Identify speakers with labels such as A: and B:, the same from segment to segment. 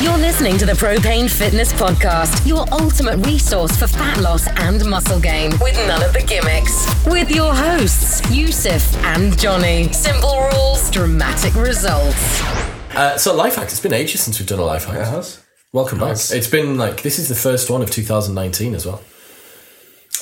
A: You're listening to the Propane Fitness Podcast, your ultimate resource for fat loss and muscle gain with none of the gimmicks. With your hosts, Yusuf and Johnny. Simple rules, dramatic results.
B: Uh, so life hack. It's been ages since we've done a life hack.
C: It has.
B: Welcome back.
C: Uh-huh. Nice.
B: It's been like this is the first one of 2019 as well.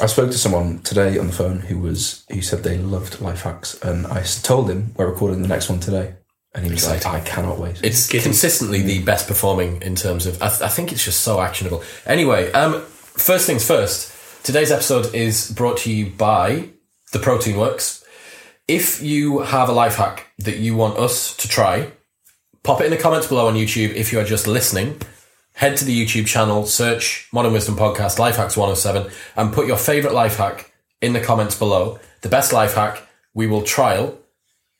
C: I spoke to someone today on the phone who was who said they loved life hacks, and I s- told him we're recording the next one today, and he was like, "I cannot wait."
B: It's consistently the best performing in terms of. I, th- I think it's just so actionable. Anyway, um, first things first. Today's episode is brought to you by the Protein Works. If you have a life hack that you want us to try, pop it in the comments below on YouTube. If you are just listening, head to the YouTube channel, search Modern Wisdom Podcast Life Hacks 107, and put your favorite life hack in the comments below. The best life hack we will trial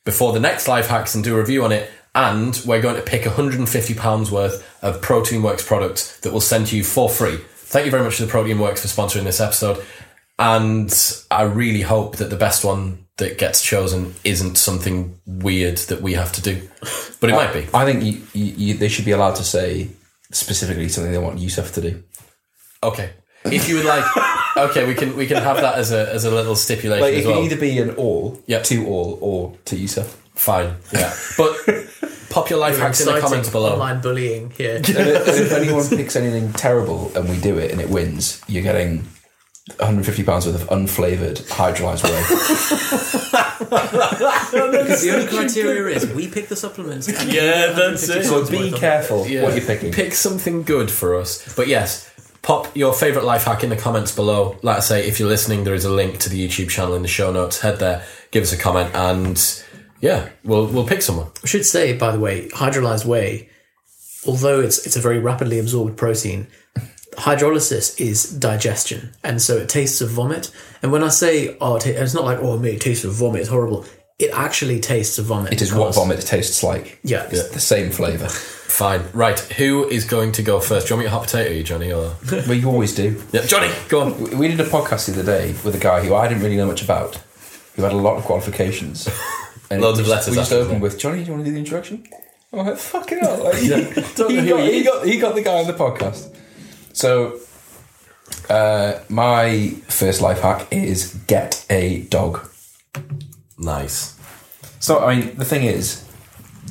B: before the next life hacks and do a review on it. And we're going to pick £150 worth of Protein Works products that we'll send to you for free. Thank you very much to the Protein Works for sponsoring this episode. And I really hope that the best one that gets chosen isn't something weird that we have to do. But it might be.
C: I think you, you, you, they should be allowed to say specifically something they want Yusuf to do.
B: Okay. If you would like Okay, we can we can have that as a as a little stipulation
C: Like it
B: as
C: can
B: well.
C: either be an all
B: Yep.
C: to all or to Yusuf.
B: Fine. Yeah. But pop your life hacks in the
D: Exciting Oh
B: comments below.
D: Online bullying here.
C: and if and if anyone picks anything terrible and we do it and it wins, you're getting 150 pounds worth of unflavoured hydrolyzed whey.
E: The only criteria is we pick the supplements. and-
B: Yeah, that's it.
C: so be careful
B: Yeah.
C: what you're picking.
B: Pick something good for us. But yes, pop your favourite life hack in the comments below. Like I say, if you're listening, there is a link to the YouTube channel in the show notes. Head there, give us a comment, and yeah, we'll we'll pick someone.
D: I should say, by the way, hydrolyzed whey, although it's it's a very rapidly absorbed protein, hydrolysis is digestion, and so it tastes of vomit. And when I say, oh, it ta- it's not like oh, me, it tastes of vomit, it's horrible. It actually tastes of vomit.
C: It is what vomit tastes like.
D: Yeah.
C: It's the same flavour.
B: Fine. Right, who is going to go first? Do you want me to hot potato you, Johnny? Or
C: but you always do.
B: yeah, Johnny, go on.
C: We- We did a podcast the other day with a guy who I didn't really know much about, who had a lot of qualifications. And
B: Loads of
C: we just-
B: letters
C: We just
B: after
C: opened with Johnny. Do you want to do the introduction? I'm like, fucking hell! Like,
B: Don't
C: he,
B: know who
C: got,
B: he
C: he
B: is.
C: got he got the guy on the podcast. So, uh, my first life hack is get a dog.
B: Nice.
C: So I mean, the thing is,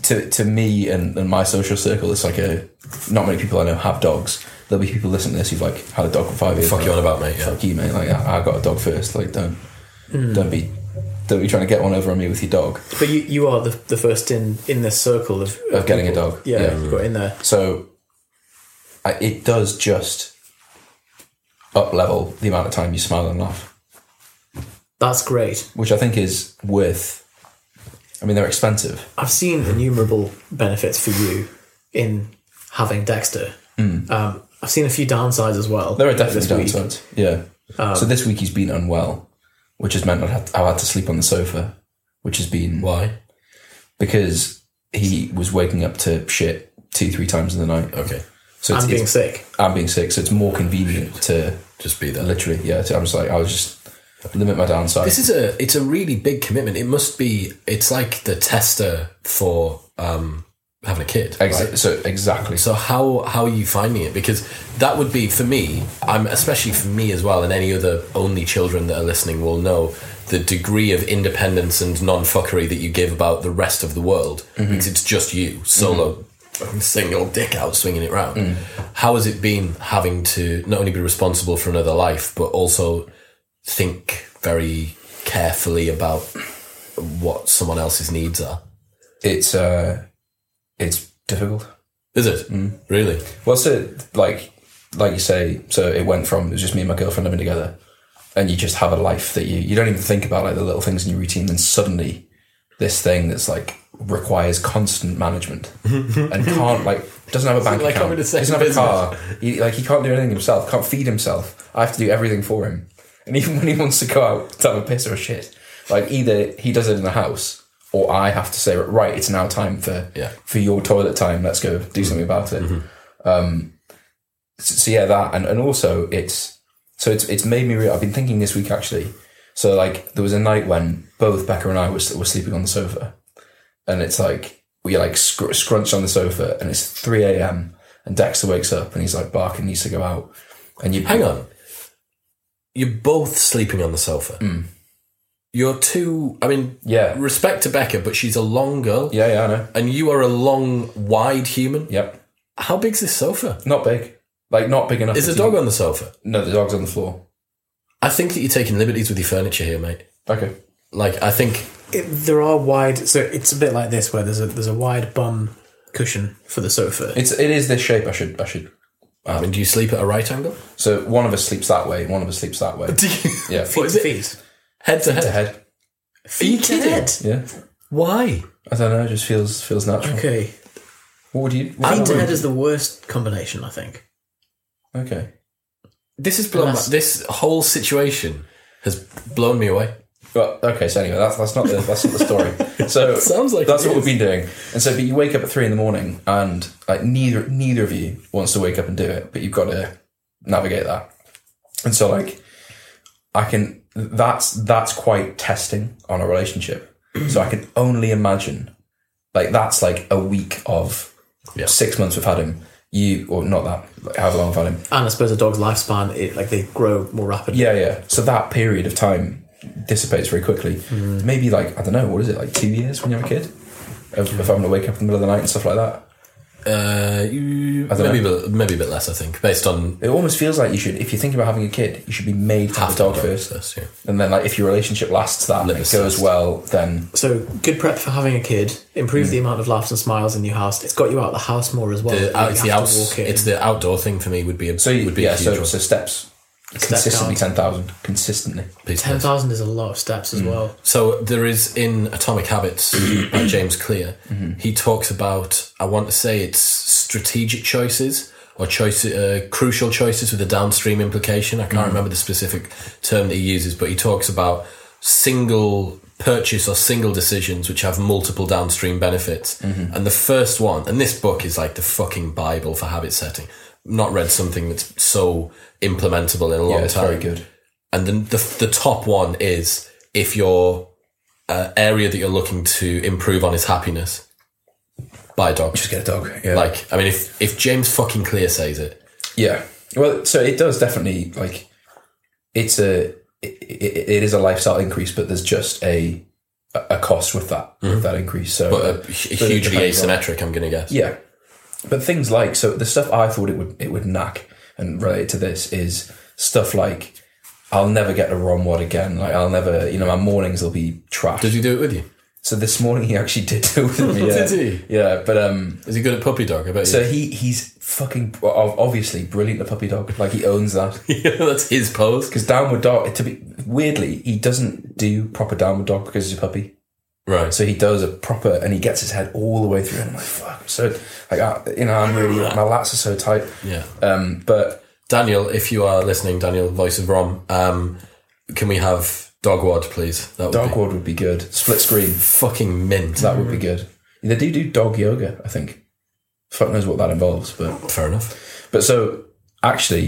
C: to to me and, and my social circle, it's like a not many people I know have dogs. There'll be people listening to this who've like had a dog for five years.
B: Fuck you on about, mate, yeah.
C: Fuck you, mate. Like I, I got a dog first. Like don't don't be don't be trying to get one over on me with your dog
D: But you, you are the, the first in in this circle of, uh,
C: of getting a dog.
D: yeah, you've got in there.
C: So I, it does just up level the amount of time you smile and laugh,
D: That's great.
C: which I think is worth. I mean, they're expensive.
D: I've seen innumerable benefits for you in having Dexter.
B: Hmm.
D: Um, I've seen a few downsides as well.
C: There are definitely
D: this week.
C: downsides. Yeah.
B: Um,
C: so this week he's been unwell, which has meant I've had, I've had to sleep on the sofa, which has been
B: Why?
C: because he was waking up to shit two, three times in the night.
B: Okay.
C: So it's,
D: and being
C: it's-
D: sick.
C: And being sick. So it's more convenient to
B: Just be there.
C: literally, yeah. To, I'm just like, I'll just limit my downside.
B: This is a it's a really big commitment. It must be it's like the tester for um having a kid.
C: Exa- So exactly.
B: So how how are you finding it? Because that would be for me. I'm especially for me as well, and any other only children that are listening will know the degree of independence and non fuckery that you give about the rest of the world because it's just you solo. fucking Single dick out swinging it round. How has it been having to not only be responsible for another life, but also think very carefully about what someone else's needs are?
C: It's uh, it's difficult.
B: Is it really?
C: Well, so like like you say, so it went from it was just me and my girlfriend living together, and you just have a life that you you don't even think about like the little things in your routine. Then suddenly, this thing that's like requires constant management and can't like doesn't have a bank
B: like
C: account,
B: having to save
C: doesn't have a
B: business.
C: car, he, like he can't do anything himself, can't feed himself. I have to do everything for him, and even when he wants to go out to have a piss or a shit, like either he does it in the house. Or I have to say, right, it's now time for
B: Yeah.
C: for your toilet time. Let's go do something about it so, so yeah, that and, and also it's so it's it's made me real. I've been thinking this week actually. So like there was a night when both Becca and I were, s- were sleeping on the sofa, and it's like we like scr- scrunched on the sofa, and it's three a.m. And Dexter wakes up and he's like barking, needs to go out. And you
B: Hang on. You're both sleeping on the sofa. You're two. I mean,
C: Yeah.
B: Respect to Becca, but she's a long girl,
C: Yeah, yeah, I know.
B: and you are a long, wide human.
C: Yep.
B: How big's this sofa?
C: Not big. Like not big enough.
B: Is
C: that
B: the dog
C: you-
B: on the sofa?
C: No, the dog's on the floor.
B: I think that you're taking liberties with your furniture here, mate.
C: Okay.
B: Like, I think
D: It, there are wide, so it's a bit like this, where there's a there's a wide bum cushion for the sofa.
C: It's it is this shape I should I should
B: I mean, do you sleep at a right angle?
C: so one of us sleeps that way, one of us sleeps that way.
B: Do you,
C: Yeah.
D: feet
B: is
D: to
B: it?
D: feet.
B: head to head.
C: The head.
B: Are you kidding?
C: Yeah.
B: Why?
C: I don't know, it just feels feels natural.
D: Okay,
C: What would you
D: feet
C: what
D: to
C: would-
D: head is the worst combination, I think.
C: Okay.
B: This is blown. My,
D: Unless-
B: this whole situation has blown me away.
C: Well, okay. So anyway, that's that's not the that's not the story. So
B: Sounds like
C: that's
B: it
C: what
B: is.
C: we've been doing. And so, but you wake up at three in the morning, and like neither neither of you wants to wake up and do it, but you've got to navigate that. And so, like, I can that's that's quite testing on a relationship. so I can only imagine, like, that's like a week of
B: Yeah.
C: six months we've had him. You or not that like, however long we've had him.
D: And I suppose a dog's lifespan, it, like they grow more rapidly.
C: Yeah, yeah. So that period of time dissipates very quickly. Maybe like I don't know, what is it like two years when you have a kid? Of, If I'm gonna wake up in the middle of the night and stuff like that,
B: Uh, you, maybe, a bit- maybe a bit less. I think, based on
C: it almost feels like you should. If you think about having a kid, you should be made to have a dog first,
B: Yeah.
C: and then like if your relationship lasts that and
B: Live
C: it
B: with
C: goes
B: first.
C: well, then
D: So good prep for having a kid. Improve the amount of laughs and smiles in your house. It's got you out of the house more as well.
B: Hmm. The,
D: You
B: out, it's,
D: have
B: the
D: to
B: outs,
D: walk it
B: it's
D: in.
B: the outdoor thing for me would be a,
C: so you,
B: would be
C: yeah,
B: a huge
C: so,
B: one.
C: so steps consistently
D: count.
C: ten thousand consistently.
B: piece of
D: ten
B: advice.
D: thousand is a lot of steps
C: Mm.
D: as well.
B: So there is in Atomic Habits by James Clear,
C: Mm-hmm.
B: he talks about I want to say it's strategic choices or choice uh, crucial choices with a downstream implication. I
C: Mm-hmm.
B: can't remember the specific term that he uses, but he talks about single purchase or single decisions which have multiple downstream benefits.
C: Mm-hmm.
B: And the first one, and this book is like the fucking bible for habit setting. Not read something that's so implementable in a long
C: Yeah, it's
B: time
C: very good.
B: and then the, the top one is if your uh, area that you're looking to improve on is happiness buy a dog
C: Just get a dog. Yeah,
B: like i mean if if james fucking clear says it
C: Yeah. Well, so it does definitely like it's a it, it, it is a lifestyle increase, but there's just a a cost with that with that increase. So
B: Mm-hmm. but
C: uh,
B: a, a
C: but it
B: hugely
C: depends on-
B: asymmetric i'm gonna guess
C: yeah. But things like so the stuff I thought it would it would knack and related to this is stuff like I'll never get a ROMWAD again. Like I'll never, you know, my mornings will be trash.
B: does he do it with you
C: so this morning he actually did do it with me. Yeah.
B: Did he?
C: Yeah, but um,
B: is he good at puppy dog i bet
C: so he he's fucking well, ob- obviously brilliant at puppy dog. Like he owns that.
B: he, that's his pose
C: Because downward dog, to be weirdly, he doesn't do proper downward dog because he's a puppy.
B: right so
C: So he does a proper, and he gets his head all the way through. And I'm like, fuck, I'm so like, I, you know, I'm really my lats are so tight.
B: yeah
C: Um, but
B: daniel if you are listening daniel voice of rom um can we have dog wad please that would
C: dog
B: be
C: ward would be good. Split screen,
B: fucking mint
C: that would be good. They do do dog yoga, I think. Fuck knows what that involves, but
B: fair enough
C: But so actually,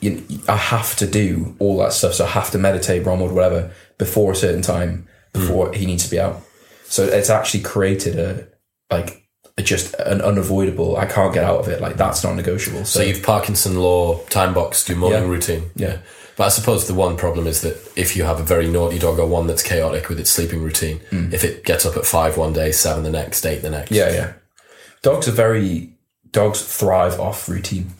C: you, I have to do all that stuff. So I have to meditate, Romwood, whatever, before a certain time,
D: Hmm.
C: before he needs to be out. So it's actually created a like a, just an unavoidable. I can't get out of it. Like that's not negotiable. So,
B: So you've Parkinson law, time box, do morning
C: Yeah.
B: routine.
C: Yeah.
B: But I suppose the one problem is that if you have a very naughty dog or one that's chaotic with its sleeping routine, if it gets up at five one day, seven the next, eight the next.
C: Mm. yeah, yeah. Dogs are very dogs thrive off routine.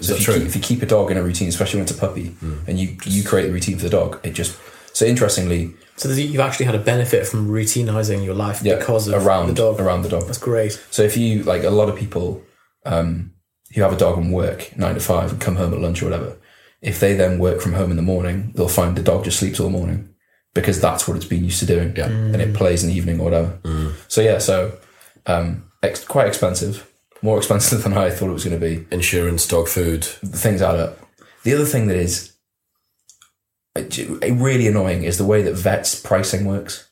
C: So
B: that
C: if you,
B: true?
C: keep, if you keep a dog in a routine, especially when it's a puppy,
D: Hmm.
C: and you you create the routine for the dog, it just so interestingly,
D: So there's- you've actually had a benefit from routinizing your life
C: yeah,
D: because of
C: around
D: the dog.
C: around the dog.
D: That's great.
C: So if you like a lot of people um, who have a dog and work nine to five and come home at lunch or whatever, if they then work from home in the morning, they'll find the dog just sleeps all morning because that's what it's been used to doing.
B: Yeah.
C: And it plays in the evening or whatever. So yeah, so um, ex- quite expensive, more expensive than I thought it was going to be.
B: Insurance, dog food.
C: The things add up. The other thing that is uh, really annoying is the way that vets pricing works.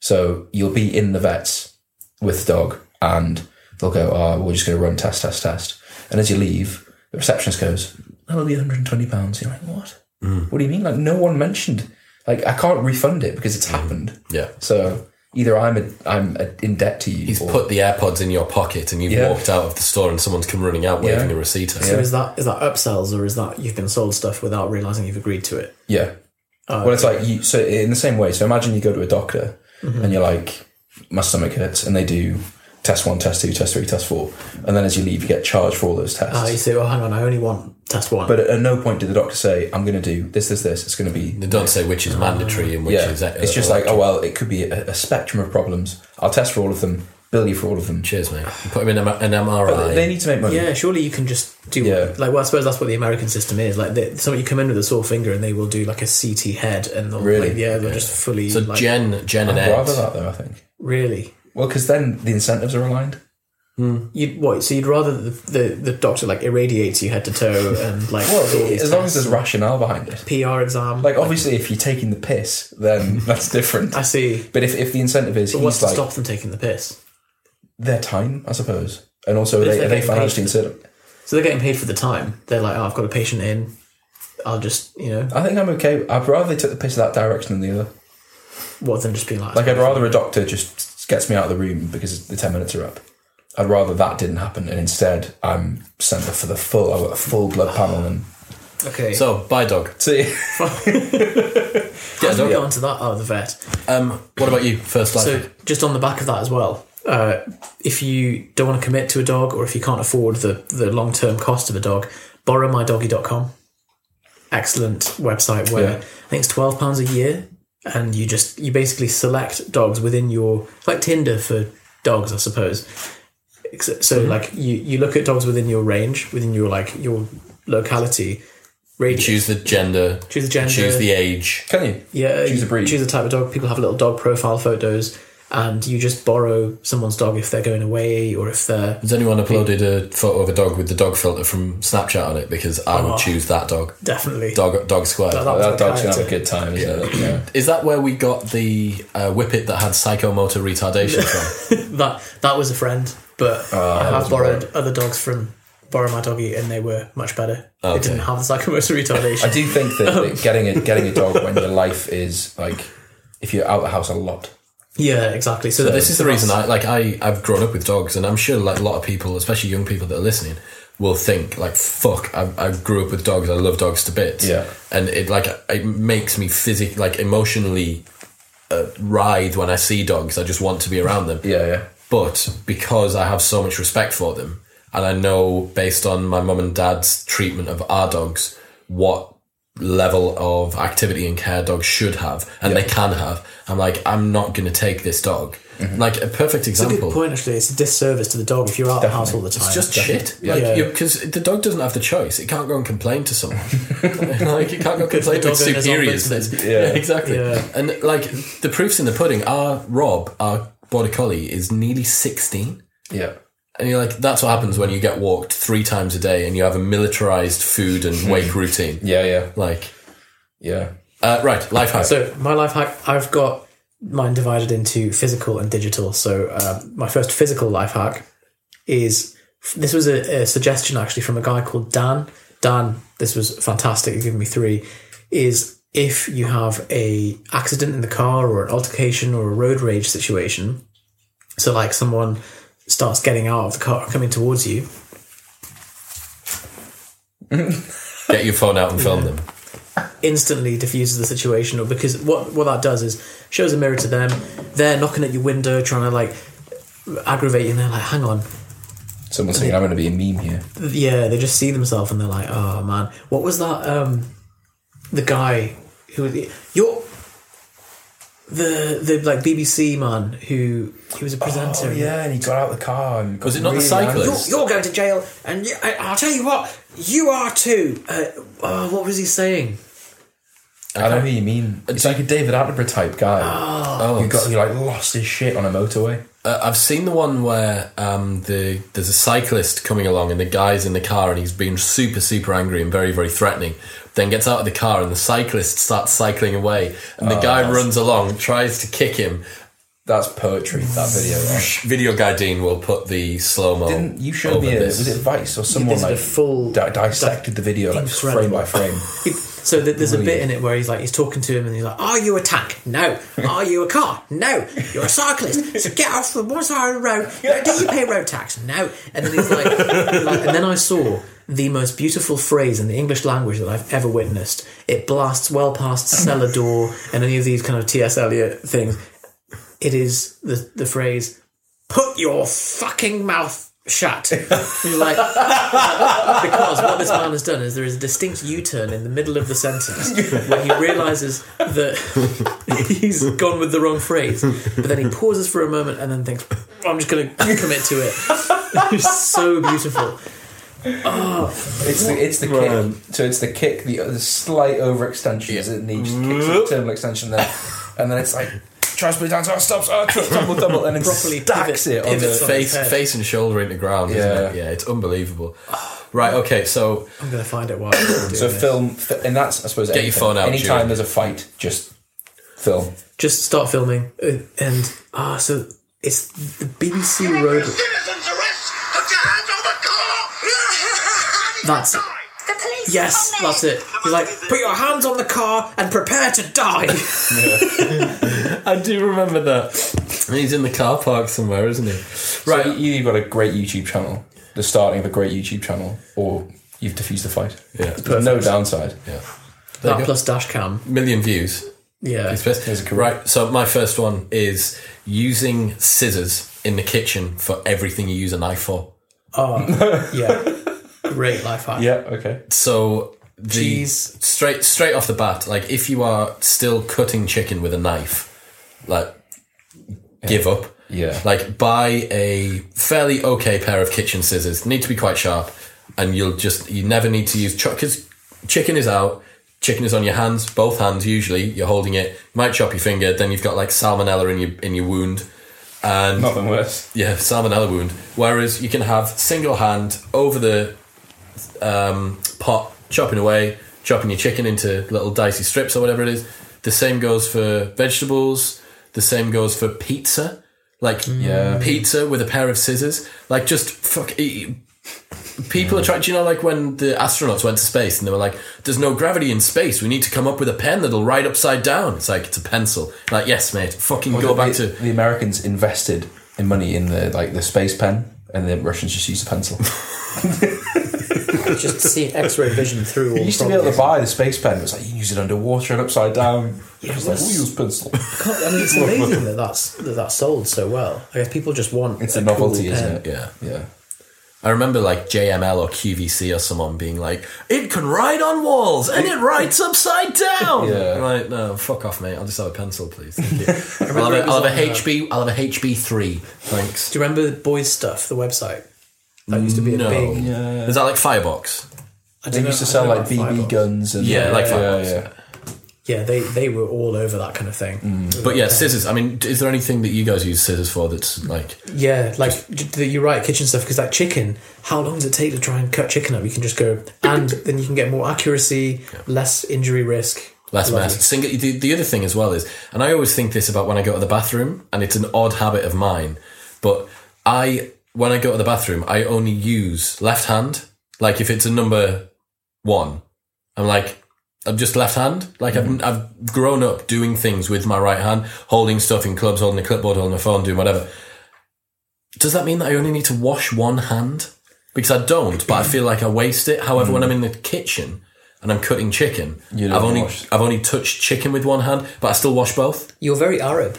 C: So you'll be in the vets with the dog and they'll go, oh, we're just going to run test, test, test. And as you leave, the receptionist goes, that'll be £120. You're like, what? What do you mean? Like, no one mentioned. Like, I can't refund it because it's happened.
B: Yeah.
C: So either I'm a, I'm a, in debt to you.
B: He's put the AirPods in your pocket and you've
C: Yeah.
B: walked out of the store and someone's come running out waving
C: Yeah.
B: a receipt. at
D: So
B: you.
D: is that is that upsells or is that you've been sold stuff without realizing you've agreed to it?
C: Yeah.
D: Uh,
C: well, it's like you. So in the same way, so imagine you go to a doctor
D: Mm-hmm.
C: and you're like, my stomach hurts, and they do test one, test two, test three, test four, and then as you leave, you get charged for all those tests.
D: Uh, you say, oh, hang on, I only want test one.
C: but um, at, at no point did the doctor say, I'm going to do this, this, this. It's going to be.
B: They don't say which is mandatory and which
C: Yeah.
B: is. uh,
C: it's just like, oh well, it could be a, a spectrum of problems. I'll test for all of them, bill you for all of them.
B: Cheers, mate. You put him in a, an MRI.
C: But they- they need to make money.
D: yeah, surely you can just do
C: Yeah.
D: like. Well, I suppose that's what the American system is. Like, they, somebody you come in with a sore finger and they will do like a CT head and they'll,
C: Really?
D: like, yeah, they'll just fully
B: so
D: like,
B: Jen, Jen and
C: I'd rather
B: Ed.
C: that though. I think.
D: really.
C: Well, because then the incentives are aligned.
D: You'd what? So you'd rather the, the, the doctor like irradiates you head to toe and like
C: Well,
D: do all these
C: as long as
D: tests.
C: there's rationale behind it.
D: PR exam.
C: Like obviously, if you're taking the piss, then that's different.
D: I see.
C: But if, if the incentive is
D: But what's
C: he's
D: to
C: like
D: stop them taking the piss?
C: their time, I suppose, and also are
D: if
C: they,
D: they're
C: are they
D: getting paid
C: financially
D: for
C: incentive?
D: So they're getting paid for the time. They're like, oh, I've got a patient in. I'll just you know
C: I think I'm okay. I'd rather they took the piss that direction than the other.
D: what than just being like.
C: Like I'd rather a doctor just gets me out of the room because the ten minutes are up. I'd rather that didn't happen, and instead I'm sent for the full. I got a full blood panel, and
D: okay. So
B: So, bye, dog.
C: see,
B: Yeah,
D: we
B: dog.
D: go on to that. Oh, the vet.
B: Um, what about you? First life.
D: So just on the back of that as well, uh, if you don't want to commit to a dog or if you can't afford the, the long term cost of a dog, borrowmydoggy.com. Excellent website where
C: Yeah.
D: I think it's twelve pounds a year, and you just you basically select dogs within your it's like Tinder for dogs, I suppose. Ex- So
B: Mm-hmm.
D: like you you look at dogs within your range, within your like your locality, radius,
B: choose the gender.
D: Choose the gender.
B: Choose the age.
C: can you?
D: yeah,
C: Choose
D: you
C: a breed.
D: Choose a type of dog. People have little dog profile photos, and you just borrow someone's dog if they're going away or if they're.
B: Has anyone uploaded a photo of a dog with the dog filter from Snapchat on it? Because I would
D: Oh.
B: choose that dog.
D: Definitely.
B: Dog, dog square.
D: That- that was
C: That
D: my
C: dog's gonna have a
D: character.
C: good time, isn't it? Yeah.
B: Is that where we got the uh, whippet that had psychomotor retardation from?
D: That, that was a friend,
B: Ah,
D: but I have borrowed other dogs from Borrow My Doggy, and they were much better. They
B: Okay.
D: didn't have the psychomotor retardation.
C: I do think that, that getting a getting a dog when your life is like if you're out of the house a lot.
D: yeah, exactly. So,
B: This is the reason I like. I I've grown up with dogs, and I'm sure like a lot of people, especially young people that are listening, will think like, "Fuck, I, I grew up with dogs. I love dogs to bits."
C: Yeah.
B: and it like it makes me physic like emotionally uh, writhe when I see dogs. I just want to be around them.
C: Yeah, yeah.
B: but because I have so much respect for them, and I know based on my mum and dad's treatment of our dogs, what level of activity and care dogs should have, and they can have, I'm like, I'm not going to take this dog. Like a perfect
D: It's Mm-hmm. a
B: example.
D: good point, actually. It's a disservice to the dog if you're out of the house all the time.
B: It's just shit. Like,
D: Yeah.
B: because the dog doesn't have the choice. It can't go and complain to someone. like, it can't go complain to
D: dog
B: its
D: owners
B: superiors.
D: ombudsman.
B: That's- yeah, exactly.
D: Yeah.
B: And like the proof's in the pudding. Our Rob, our border collie, is nearly sixteen.
C: Yeah.
B: And you're like, that's what happens when you get walked three times a day and you have a militarized food
D: Hmm.
B: and wake routine.
C: Yeah, yeah.
B: Like,
C: Yeah.
B: uh, right, life hack.
D: So my life hack, I've got mine divided into physical and digital. So uh, my first physical life hack is this was a, a suggestion actually from a guy called Dan. Dan, this was fantastic. You've given me three. Is if you have a accident in the car or an altercation or a road rage situation, so like someone starts getting out of the car coming towards you,
B: get your phone out and film them.
D: instantly diffuses the situation or because what what that does is shows a mirror to them they're knocking at your window trying to like aggravate you and they're like hang on
C: Someone's saying I'm gonna be a meme here.
D: yeah they just see themselves and they're like oh man what was that um the guy who you're the the like BBC man who he was a presenter
C: Oh yeah, and he got out of the car and
B: Was it not the cyclist?
D: you're, you're going to jail and you, I, I'll tell you what you are too uh, oh, what was he saying
C: I know who you mean. It's like a David Attenborough type guy.
B: Oh,
C: you got he like lost his shit on a motorway.
B: uh, I've seen the one where um, the there's a cyclist coming along and the guy's in the car and he's being super, super angry and very, very threatening. Then gets out of the car and the cyclist starts cycling away and
C: Oh,
B: the guy runs along, tries to kick him.
C: That's poetry. That video. Right?
B: Video Oh, guy Dean will put the slow mo.
C: Didn't you showed me? A, was it Vice or someone
D: did a
C: like
D: full-
C: di- dissected the video like
D: Incredible.
C: frame by frame?
D: It- So that there's a bit in it where he's like, he's talking to him and he's like, Are you a tank? No. Are you a car? No. You're a cyclist. So get off the one side of the road. No, do you pay road tax? No. And then he's like, like- and then I saw the most beautiful phrase in the English language that I've ever witnessed. It blasts well past cellar door and any of these kind of T.S. Eliot things. It is the, the phrase, put your fucking mouth shut. You're like, because what this man has done is there is a distinct U-turn in the middle of the sentence where he realizes that he's gone with the wrong phrase, but then he pauses for a moment and then thinks, "I'm just going to commit to it." It's so beautiful.
C: It's the, it's the
B: Man.
C: kick. So it's the kick, the, the slight overextension is it? And he just kicks the terminal extension there. And then it's like, tries to put it down, so it stops, oh, tri- double, double, and then
D: Properly
C: Properly stacks
D: pivot-
C: it on
D: pivot
C: the.
D: something.
B: Uh, face,
D: head.
B: face and shoulder into ground.
C: Yeah.
B: isn't it? yeah, it's unbelievable. Right, okay, so
D: I'm going to find it while I'm doing
C: So
D: this.
C: film, fi- and that's, I suppose,
B: Get your
C: anything.
B: phone out,
C: Anytime
B: Julian.
C: there's a fight, just film.
D: Just start filming, uh, and ah, so it's the BBC
F: Your
D: Road.
F: citizens arrest! Put your hands on the car!
D: That's it.
G: The police.
D: Yes,
G: are on
D: that's
G: there.
D: it. He's like, put your hands on the car and prepare to die.
B: I do remember that. He's in the car park somewhere, isn't he?
C: Right.
B: Right,
C: So you- you've got a great YouTube channel, the starting of a great YouTube channel, or you've diffused the fight.
B: Yeah.
C: There's no downside.
B: yeah. There you
D: that
B: go.
D: plus dash cam.
B: million views.
D: Yeah.
B: It's best.
C: That's cool.
B: Right, so my first one is using scissors in the kitchen for everything you use a knife for.
D: Yeah. Great life hack.
C: Yeah, okay.
B: So the
D: Cheese.
B: straight straight off the bat, like if you are still cutting chicken with a knife, like give up.
C: Yeah.
B: Like buy a fairly okay pair of kitchen scissors. Need to be quite sharp, and you'll just you never need to use because chicken is out. Chicken is on your hands, both hands usually. You're holding it. You might chop your finger. Then you've got like salmonella in your in your wound, and
C: Nothing worse.
B: yeah, salmonella wound. Whereas you can have single hand over the um, pot, chopping away, chopping your chicken into little dicey strips or whatever it is. The same goes for vegetables. The same goes for pizza. Like
C: Yeah.
B: pizza with a pair of scissors. Like just fuck. e- People are trying. Do you know like when the astronauts went to space and they were like, "There's no gravity in space. We need to come up with a pen that'll write upside down." It's like it's a pencil. Like yes, mate. Fucking go back
C: the,
B: to
C: the Americans invested in money in the like the space pen, and the Russians just used a pencil.
D: Just to see X-ray vision through all
C: you
D: the
C: used to be able to
D: problems.
C: buy the space pen. It was like you use it underwater and upside down.
D: Yeah,
C: it was
D: it
C: like we
D: was-
C: use pencil.
D: I mean, it's amazing that that's that that's sold so well. I guess people just want
C: It's a novelty,
D: cool
C: isn't
D: pen.
C: it?
B: yeah.
C: Yeah.
B: I remember like JML or QVC or someone being like, "It can write on walls and it writes upside down."
C: Yeah.
B: I'm like no, fuck off, mate. I'll just have a pencil, please. Thank you. I'll, have a, I'll have a HB. I'll have a HB three. Thanks.
D: Do you remember Boys Stuff, the website? That used to be a
B: No,
D: big.
B: is that like Firebox?
D: I
C: They
D: don't
C: used to
D: know- I
C: sell
D: don't know
C: like
D: about
C: BB
D: Firebox.
C: guns and
B: Yeah, like
C: yeah,
B: Firebox.
C: yeah.
D: Yeah, they they were all over that kind of thing.
C: Mm.
B: But yeah, scissors. I mean, is there anything that you guys use scissors for that's like?
D: Yeah, like j- you're right, kitchen stuff. Because that chicken, how long does it take to try and cut chicken up? You can just go, and then you can get more accuracy, less injury risk.
B: Less
D: Lovely.
B: mess. Single, the, the other thing as well is, and I always think this about when I go to the bathroom, and it's an odd habit of mine, but I, when I go to the bathroom, I only use left hand. Like if it's a number one, I'm like, I'm just left hand. Like I've, I've grown up doing things with my right hand, holding stuff in clubs, holding a clipboard, holding a phone, doing whatever. Does that mean that I only need to wash one hand? Because I don't, but I feel like I waste it. However, when I'm in the kitchen and I'm cutting chicken,
C: You don't
B: I've only
C: wash.
B: I've only touched chicken with one hand, but I still wash both.
D: You're very Arab.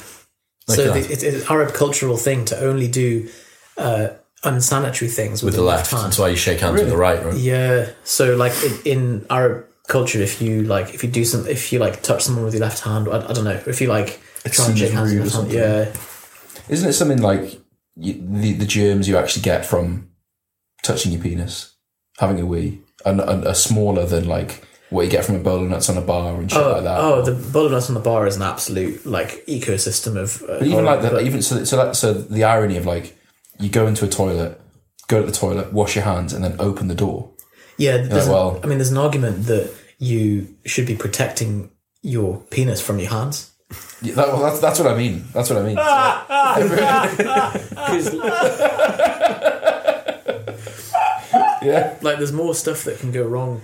D: so
B: that.
D: the, it's an Arab cultural thing to only do uh, unsanitary things with,
B: The left. That's why you shake hands with the right. Right?
D: Yeah. So like in, in Arab culture, if you like, if you do some, if you like touch someone with your left hand, I, I don't know, if you like try and shake
C: seems
D: hands
C: rude
D: with
C: or
D: someone,
C: something.
D: yeah,
C: Isn't it something like you, the the germs you actually get from touching your penis, having a wee, and, and are smaller than like what you get from a bowl of nuts on a bar and shit like that?
D: Oh, the bowl of nuts on the bar is an absolute like ecosystem of. Uh,
C: But even
D: horror,
C: like the,
D: but-
C: even so, so that so the irony of like you go into a toilet, go to the toilet, wash your hands, and then open the door.
D: yeah, there's an-
C: well-
D: I mean, there's an argument that you should be protecting your penis from your hands.
C: Yeah, that, well, that's that's what I mean. That's what I mean.
D: Ah! Like, there's more stuff that can go wrong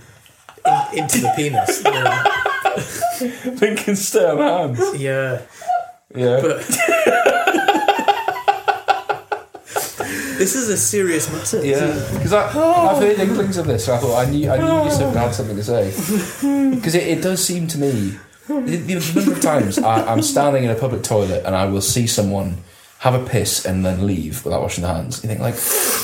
D: that into the penis. Yeah.
C: Lincoln Stern hands.
D: yeah.
C: Yeah.
D: This is a serious matter.
C: Yeah, because I've heard inklings of this, and I thought I knew I knew you said had something to say. Because it, it does seem to me, the, the number of times I, I'm standing in a public toilet and I will see someone have a piss and then leave without washing their hands. You think like,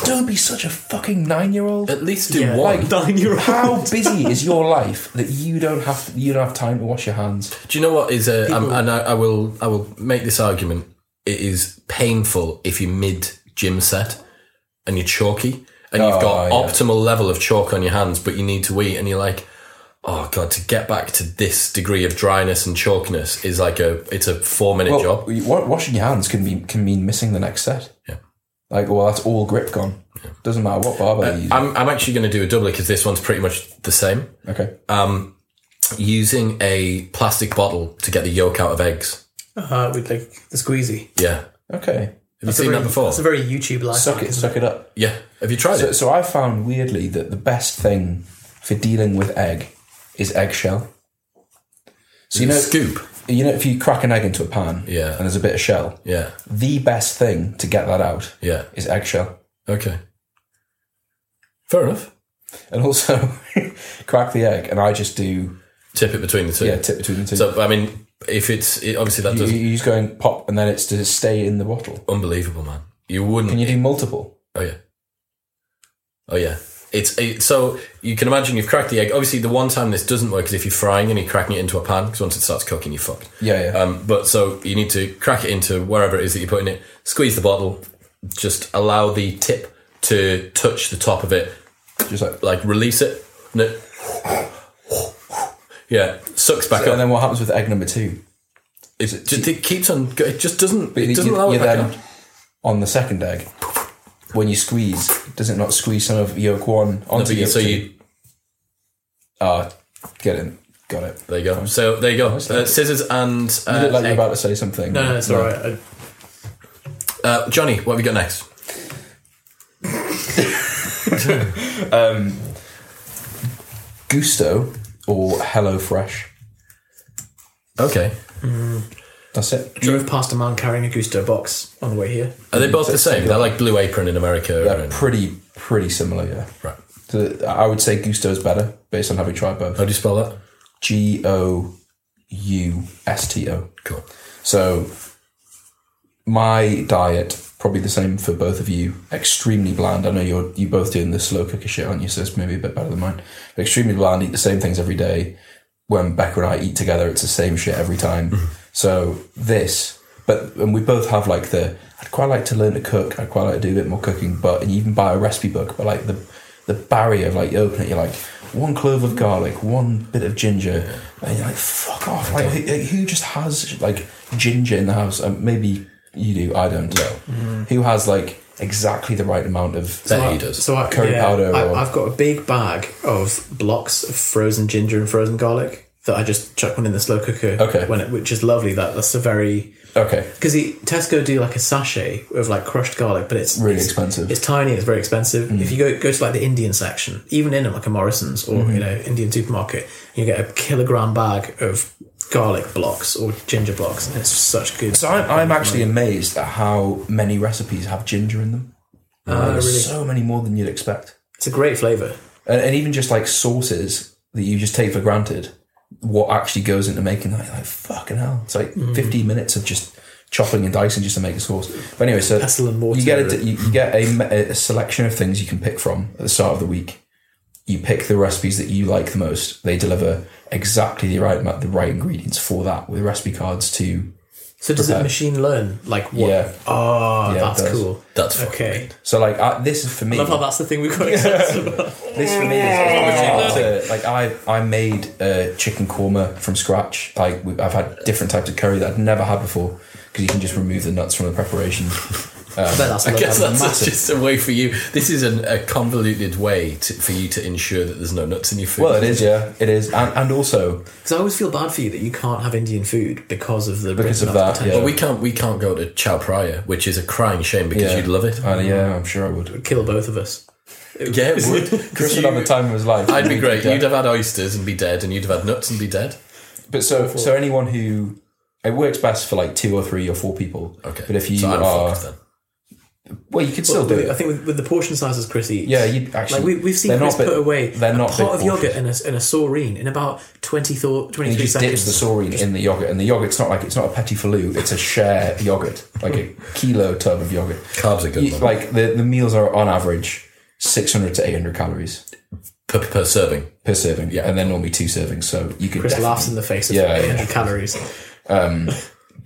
C: don't be such a fucking nine year old.
B: At least do
D: Yeah.
B: one.
D: Like, Nine-year-old.
C: How busy is your life that you don't have you don't have time to wash your hands?
B: Do you know what is a? um,
D: People-
B: and I, I will I will make this argument. It is painful if you're mid gym set and you're chalky and
C: Oh,
B: you've got
C: yeah.
B: optimal level of chalk on your hands, but you need to wee and you're like, oh god, to get back to this degree of dryness and chalkiness is like a it's a four minute
C: Well,
B: job.
C: you- wa- washing your hands can be can mean missing the next set.
B: Yeah.
C: Like, well, that's all grip gone. Doesn't matter what barber you use.
B: Uh, I'm I'm actually going to do a double because this one's pretty much the same.
C: Okay.
B: Using a plastic bottle to get the yolk out of eggs.
D: Uh, with like the squeezy.
B: Yeah.
C: Okay.
B: Have you seen that before?
D: It's a very YouTube life.
C: Suck it, suck it up.
B: yeah. Have you tried
C: So,
B: it?
C: so I found weirdly that the best thing for dealing with egg is eggshell. So you know,
B: Scoop.
C: you know, if you crack an egg into a pan,
B: Yeah.
C: and there's a bit of shell,
B: Yeah.
C: the best thing to get that out,
B: Yeah.
C: is eggshell.
B: Okay. Fair enough.
C: And also, crack the egg, and I just do
B: Tip it between the two.
C: yeah, tip between the two.
B: So I mean, if it's it, obviously that
C: you,
B: doesn't
C: you just going pop, and then it's to stay in the bottle.
B: unbelievable, man. You wouldn't.
C: Can you do multiple?
B: oh yeah. Oh yeah. It's it, so you can imagine you've cracked the egg. Obviously, the one time this doesn't work is if you're frying and you're cracking it into a pan because once it starts cooking, you're fucked.
C: Yeah, yeah.
B: Um, but so you need to crack it into wherever it is that you're putting it. Squeeze the bottle. Just allow the tip to touch the top of it.
C: just like,
B: Like release it. And it yeah, sucks back up.
C: and then what happens with egg number two?
B: It just it keeps on. go- It just doesn't. It
C: you-
B: doesn't
C: you-
B: allow it
C: you
B: back
C: then-
B: up.
C: On the second egg, when you squeeze, does it not squeeze some of yolk one
B: No, but
C: onto
B: you-
C: yolk
B: so
C: two?
B: you
C: Ah, get in, got it.
B: there you go. So there you go. Uh, scissors and
C: You
B: uh,
C: look like you're
B: egg.
C: about to say something.
D: No, no, it's all right. I,
B: Uh, Johnny. What have you got next?
C: Gusto or Hello Fresh.
B: Okay.
C: That's it.
D: drove past a man carrying a Gusto box on the way here.
B: Are
C: Mm,
B: they both the same? They're like Blue Apron in America.
C: They're
B: and-
C: pretty pretty similar, yeah.
B: right.
C: So I would say Gusto is better based on having tried both.
B: How do you spell that?
C: G O U S T O.
B: Cool.
C: So my diet probably the same for both of you. Extremely bland. I know you're you both doing the slow cooker shit, aren't you? So it's maybe a bit better than mine. But extremely bland. Eat the same things every day. When Becca and I eat together, it's the same shit every time. so this, but and we both have like the. I'd quite like to learn to cook. I'd quite like to do a bit more cooking, but and you even buy a recipe book. But like the the barrier of like you open it, you're like one clove of garlic, one bit of ginger, and you're like fuck off. Like who, who just has like ginger in the house? Um, maybe you do. I don't know. Who has like exactly the right amount of
B: There he does.
D: So I,
C: Curry
D: yeah,
C: powder
D: I,
C: or-
D: I've got a big bag of blocks of frozen ginger and frozen garlic that I just chuck one in the slow cooker.
C: Okay.
D: When it, which is lovely. That that's a very
C: Okay.
D: because Tesco do like a sachet of like crushed garlic, but it's
C: Really
D: it's-
C: expensive. Mm.
D: It's tiny. It's very expensive. If you go go to like the Indian section, even in like a Morrison's or
C: Mm-hmm.
D: you know Indian supermarket, you get a kilogram bag of garlic blocks or ginger blocks, and it's such good.
C: So I'm, I'm actually amazed at how many recipes have ginger in them. There's so many more than you'd expect.
D: It's a great flavor.
C: And, and even just like sauces that you just take for granted, what actually goes into making that, you're like fucking hell. It's like
D: Mm.
C: 15 minutes of just chopping and dicing just to make a sauce. But anyway, so
D: Pestle and mortar.
C: you get, a, you, you get a, a selection of things you can pick from at the start of the week. You pick the recipes that you like the most. They deliver exactly the right amount, the right ingredients for that with recipe cards to
D: So does
C: Prepared.
D: it machine learn like what?
C: Yeah.
D: Oh,
C: Yeah, it
D: that's
C: does.
D: cool.
B: That's fucking
D: okay.
C: So like I, this is for me.
D: Love how that's the thing we've got excited about.
C: This for me is like I I made uh, chicken korma from scratch. Like we- I've had different types of curry that I'd never had before because you can just remove the nuts from the preparation. Um,
D: I bet that's
B: I guess
D: lovely.
B: that's
C: massive-
B: just a way for you. This is an, a convoluted way to, for you to ensure that there's no nuts in your food.
C: Well, it is yeah, it is, and, and also
D: Because I always feel bad for you that you can't have Indian food because of the
C: Because of
D: written off
C: that,
D: potential.
B: Well, we can't we can't go to Chow Praya, which is a crying shame because
C: Yeah.
B: you'd love it.
C: uh, yeah, I'm sure I would.
D: Kill both of us.
B: Yeah, it would.
C: Chris would have the time of his life.
B: I'd be great.
C: Yeah.
B: You'd have had oysters and be dead, and you'd have had nuts and be dead.
C: But so so anyone who it works best for like two or three or four people.
B: Okay.
C: But if you
B: so I'm
C: are
B: fucked then.
C: well, you could still do
D: With-
C: it.
D: I think with, with the portion sizes Chris eats.
C: Yeah, you actually.
D: Like we, we've seen
C: they're
D: Chris
C: not big-
D: put away
C: They're
D: a
C: not
D: pot
C: big
D: of yogurt
C: portions.
D: and a, and a saurine in about 20 thor- 23
C: And he just
D: seconds.
C: dips the saurine in the yogurt, and the yogurt's not like it's not a petit falou. It's a share yogurt, like a kilo tub of yogurt.
B: Carbs are good.
C: You-
B: man.
C: like the, the meals are on average six hundred to eight hundred calories
B: per, per serving.
C: per serving, yeah, and they're normally two servings. So you could
D: Chris
C: definitely-
D: laughs in the face of
C: Yeah, yeah.
D: 800 calories.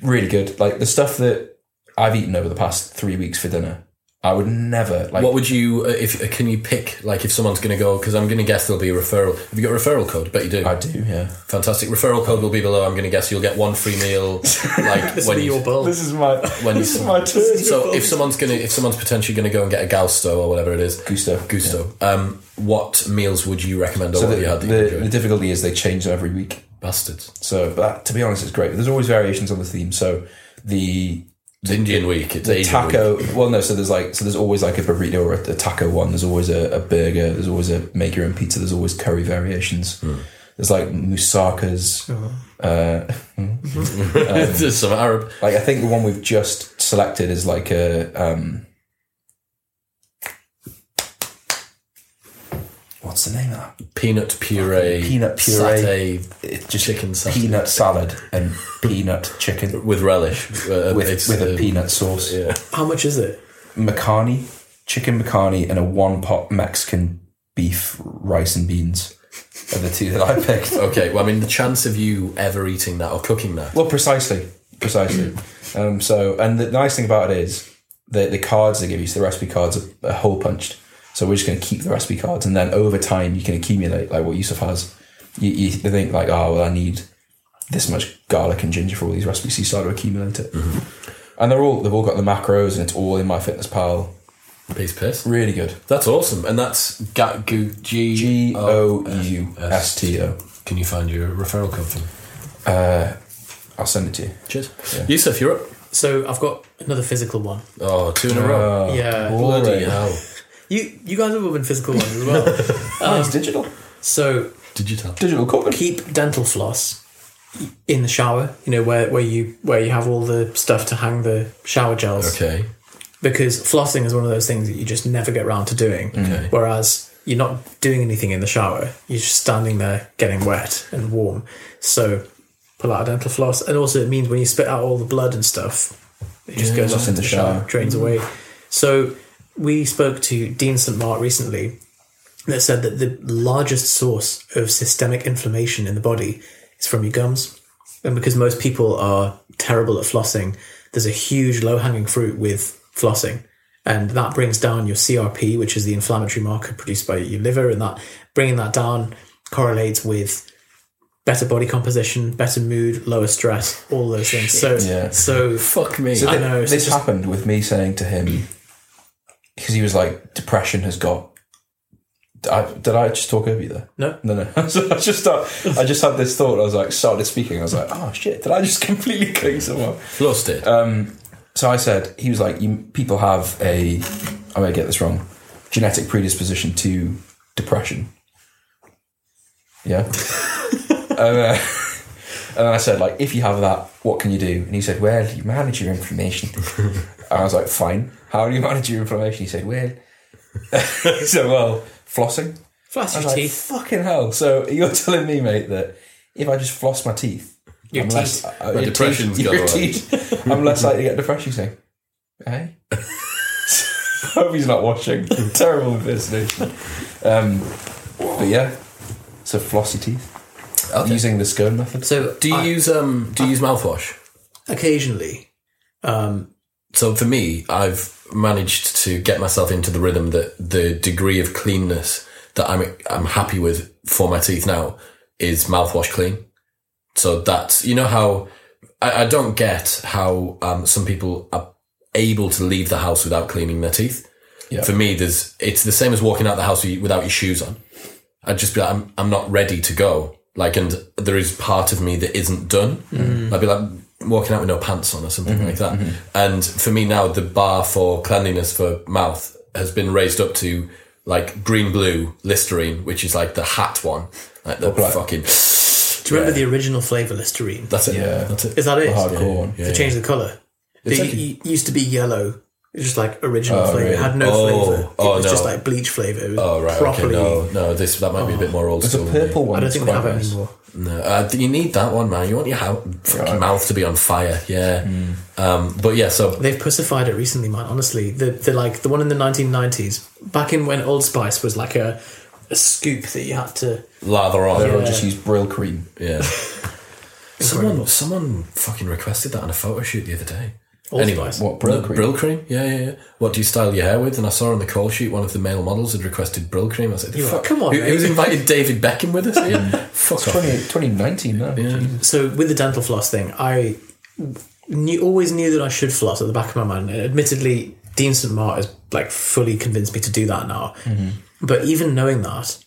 C: really good. Like the stuff that I've eaten over the past three weeks for dinner, I would never like.
B: What would you uh, if uh, can you pick like if someone's going to go because I'm going to guess there'll be a referral. Have you got a referral code? Bet you do.
C: I do, yeah.
B: Fantastic. Referral code will be below. I'm going to guess you'll get one free meal. Like
D: This will
B: when
D: be
B: you,
D: your bowl.
C: is my
B: when you-
C: turn.
B: so if someone's gonna if someone's potentially gonna go and get a Galsto or whatever it is,
C: Gusto.
B: Gusto. Um, what meals would you recommend or
C: So
B: what
C: the,
B: you had that you
C: the,
B: enjoyed?
C: the difficulty is they change them every week.
B: Bastards.
C: So, but that, to be honest, it's great. There's always variations on the theme. So the
B: It's Indian week. It's
C: the
B: Asian week.
C: taco. Well, no. So there's like so there's always like a burrito or a, a taco one. There's always a, a burger. There's always a make your own pizza. There's always curry variations. There's like musakas. Uh,
B: There's some Arab.
C: like I think the one we've just selected is like a um, what's the name of that?
B: Peanut puree.
C: Peanut puree.
B: Satay
C: It's just
B: Chicken salad.
C: peanut salad and peanut chicken
B: with relish. Uh,
C: with
B: it's,
C: with
B: uh,
C: a peanut sauce.
D: How much is it?
C: Makani, chicken Makani, and a one pot Mexican beef rice and beans are the two that I picked.
B: Okay, well, I mean, the chance of you ever eating that or cooking that.
C: Well, precisely, precisely. um, so, and the nice thing about it is the the cards they give you, so the recipe cards are, are hole punched. So we're just going to keep the recipe cards, and then over time you can accumulate like what Yusuf has. You, you think like, oh well, I need this much garlic and ginger for all these recipes. So you start to accumulate it, and they're all they've all got the macros, and it's all in my fitness pal.
B: Piece of piss.
C: Really good.
B: That's awesome. And that's Ga- Gu- G.
C: G O U S T O.
B: Can you find your referral code for me?
C: I'll send it to you.
B: Cheers. Yusuf, you're up.
D: So I've got another physical one.
B: Oh, two in a row.
D: yeah.
B: Bloody hell.
D: You you guys have all been physical ones as well.
C: Oh, it's digital.
D: so
B: Did you tell?
C: Digital cooking.
D: keep dental floss in the shower, you know, where, where you where you have all the stuff to hang the shower gels.
B: Okay.
D: because flossing is one of those things that you just never get round to doing.
B: Okay.
D: Whereas you're not doing anything in the shower, you're just standing there getting wet and warm. So pull out a dental floss, and also it means when you spit out all the blood and stuff, it just goes
C: that's
D: off
C: in
D: into
C: the
D: the shower,
C: shower.
D: drains away. So we spoke to Dean St. Mark recently that said that the largest source of systemic inflammation in the body is from your gums. And because most people are terrible at flossing, there's a huge low hanging fruit with flossing. And that brings down your CRP, which is the inflammatory marker produced by your liver. And that bringing that down correlates with better body composition, better mood, lower stress, all those things. So,
C: Yeah.
D: so
B: Fuck me.
D: I know. it's
C: this
D: just-
C: happened with me saying to him because he was like, "Depression has got." Did I, did I just talk over you there?
D: No.
C: no, no. so I just start, I just had this thought. I was like, started speaking. I was like, "Oh shit! Did I just completely kill someone?"
B: Lost it.
C: So I said, he was like, you, people have a, I may get this wrong, genetic predisposition to depression. Yeah. and, uh, and I said, like, if you have that, what can you do? And he said, well, you manage your inflammation. I was like, fine. How do you manage your inflammation? He said, well, he said, well, flossing.
D: floss
C: I was
D: your
C: like,
D: teeth.
C: fucking hell. So you're telling me, mate, that if I just floss my teeth,
D: Your
C: I'm less-
D: teeth.
C: uh,
B: My
C: your
B: depression's
C: teeth-
B: gone
C: your
B: away.
C: teeth- I'm less likely to get depression. He's like, eh? I hope he's not watching. Terrible impersonation. Um, but yeah, so floss your teeth using the scone method.
D: So
B: do you
D: I-
B: use um? Do you use mouthwash?
D: occasionally?
B: So for me, I've managed to get myself into the rhythm that the degree of cleanness that I'm I'm happy with for my teeth now is mouthwash clean. So that's you know how I, I don't get how um, some people are able to leave the house without cleaning their teeth.
C: Yeah.
B: For me, there's it's the same as walking out the house without your shoes on. I'd just be like, I'm I'm not ready to go. Like, and there is part of me that isn't done.
C: Mm.
B: I'd be like walking out with no pants on or something
C: Mm-hmm.
B: like that. And for me now, the bar for cleanliness for mouth has been raised up to like green blue Listerine, which is like the hat one, like the
C: black.
B: fucking.
D: Do you remember the original flavour Listerine?
B: That's it.
C: Yeah.
B: That's it.
D: Is that it?
C: hardcore one.
D: They changed the colour. They
B: Exactly.
D: u- used to be yellow. It was just like original flavour. It
C: really?
D: had no
B: Oh,
D: flavour. It
B: oh,
D: was just
B: no.
D: like bleach flavour. It was
B: Oh right,
D: properly.
B: okay, no, no, this that might be a bit more old
C: There's
B: school.
C: Oh. a
B: than me.
C: purple one.
D: I don't
C: that's
D: think they
C: quite
D: have it
C: nice.
D: anymore.
B: No, uh, you need that one, man. You want your hou- fucking
C: Right.
B: mouth to be on fire, yeah.
D: Hmm.
B: Um, but yeah, so
D: They've pussified it recently, man. Honestly, the the like the one in the 1990s, back in when Old Spice was like a, a scoop that you had to.
B: lather
C: They all
B: on,
C: just use Brill cream.
B: yeah. someone, someone fucking requested that on a photo shoot the other day.
D: Old
B: anyway,
D: Spice.
C: What Brill
B: The
C: cream?
B: Brill cream? Yeah, yeah, yeah. What do you style your hair with? And I saw on the call sheet one of the male models had requested brill cream. I said,
D: You're
B: "Fuck,
D: like, come on,
B: Who,
D: mate." Hmm.
B: who's invited David Beckham with us here? Fuck off.
C: 20, 2019 now. Jesus.
D: So with the dental floss thing, I knew, always knew that I should floss at the back of my mind. And admittedly, Dean St. Mart has like fully convinced me to do that now.
B: Mm-hmm.
D: But even knowing that,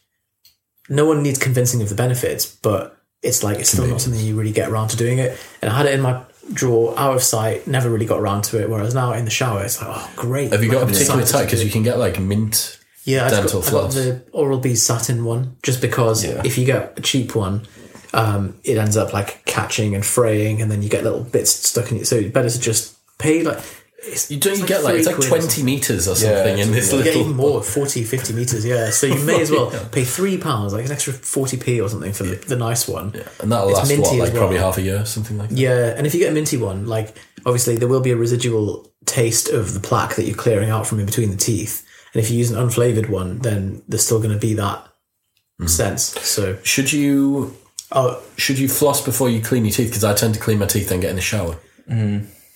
D: no one needs convincing of the benefits, but it's like it's still not something you really get around to doing it. And I had it in my drawer, out of sight, never really got around to it. Whereas now in the shower, it's like, oh, great.
B: Have you got a
D: Like, I'm
B: particular
D: excited
B: type?
D: to do
B: Because you can get like mint.
D: yeah, I've
B: dental
D: got, I got
B: floss.
D: the Oral B satin one just because if you get a cheap one, um, it ends up like catching and fraying, and then you get little bits stuck in it. So it's better to just pay like. It's,
B: You don't
D: it's
B: you get like it's
D: three
B: like
D: quid or
B: twenty meters or something in this
D: you get
B: little.
D: even more 40 50 meters yeah so you may as well pay three pounds like an extra 40p or something for the, the nice one
B: And that'll
D: It's
B: last what,
D: minty as
B: like
D: well.
B: probably half a year, something like that.
D: yeah and if you get a minty one like obviously there will be a residual taste of the plaque that you're clearing out from in between the teeth and if you use an unflavored one then there's still going to be that
B: Hmm.
D: sense so
B: Should you
D: oh
B: should you floss before you clean your teeth? Because I tend to clean my teeth and get in the shower.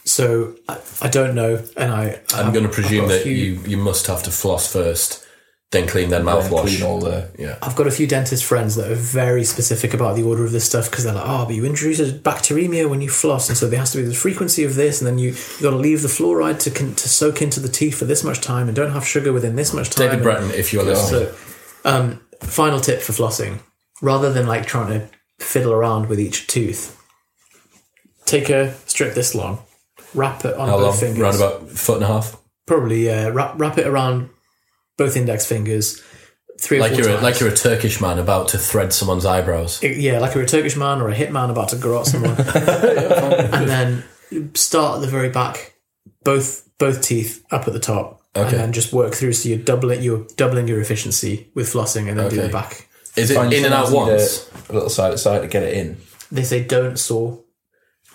D: so I, I don't know and i
B: I'm going to presume
D: I've got a
B: that
D: few-
B: you you must have to floss first, then clean, then mouthwash.
C: Clean all the.
D: I've got a few dentist friends that are very specific about the order of this stuff because they're like, oh, but you introduce a bacteremia when you floss, and so there has to be the frequency of this, and then you you got to leave the fluoride to con- to soak into the teeth for this much time, and don't have sugar within this much time.
B: David
D: and-
B: Breton, if you're listening,
D: So, um, final tip for flossing: rather than like trying to fiddle around with each tooth, take a strip this long, wrap it on
B: how
D: both
B: long?
D: fingers
B: Round about foot and a half.
D: probably yeah. Wrap, wrap it around both index fingers, three or
B: Like
D: four
B: you're a,
D: times.
B: like you're a Turkish man about to thread someone's eyebrows.
D: yeah, like you're a Turkish man or a hitman about to garrote someone, and then start at the very back, both both teeth up at the top,
B: Okay.
D: and then just work through. So you're doubling you're doubling your efficiency with flossing, and then do the
B: Okay.
D: back.
B: Is it
C: Find
B: in and out
C: yourself need
B: once?
C: A, a little side to side to get it in.
D: They say don't saw.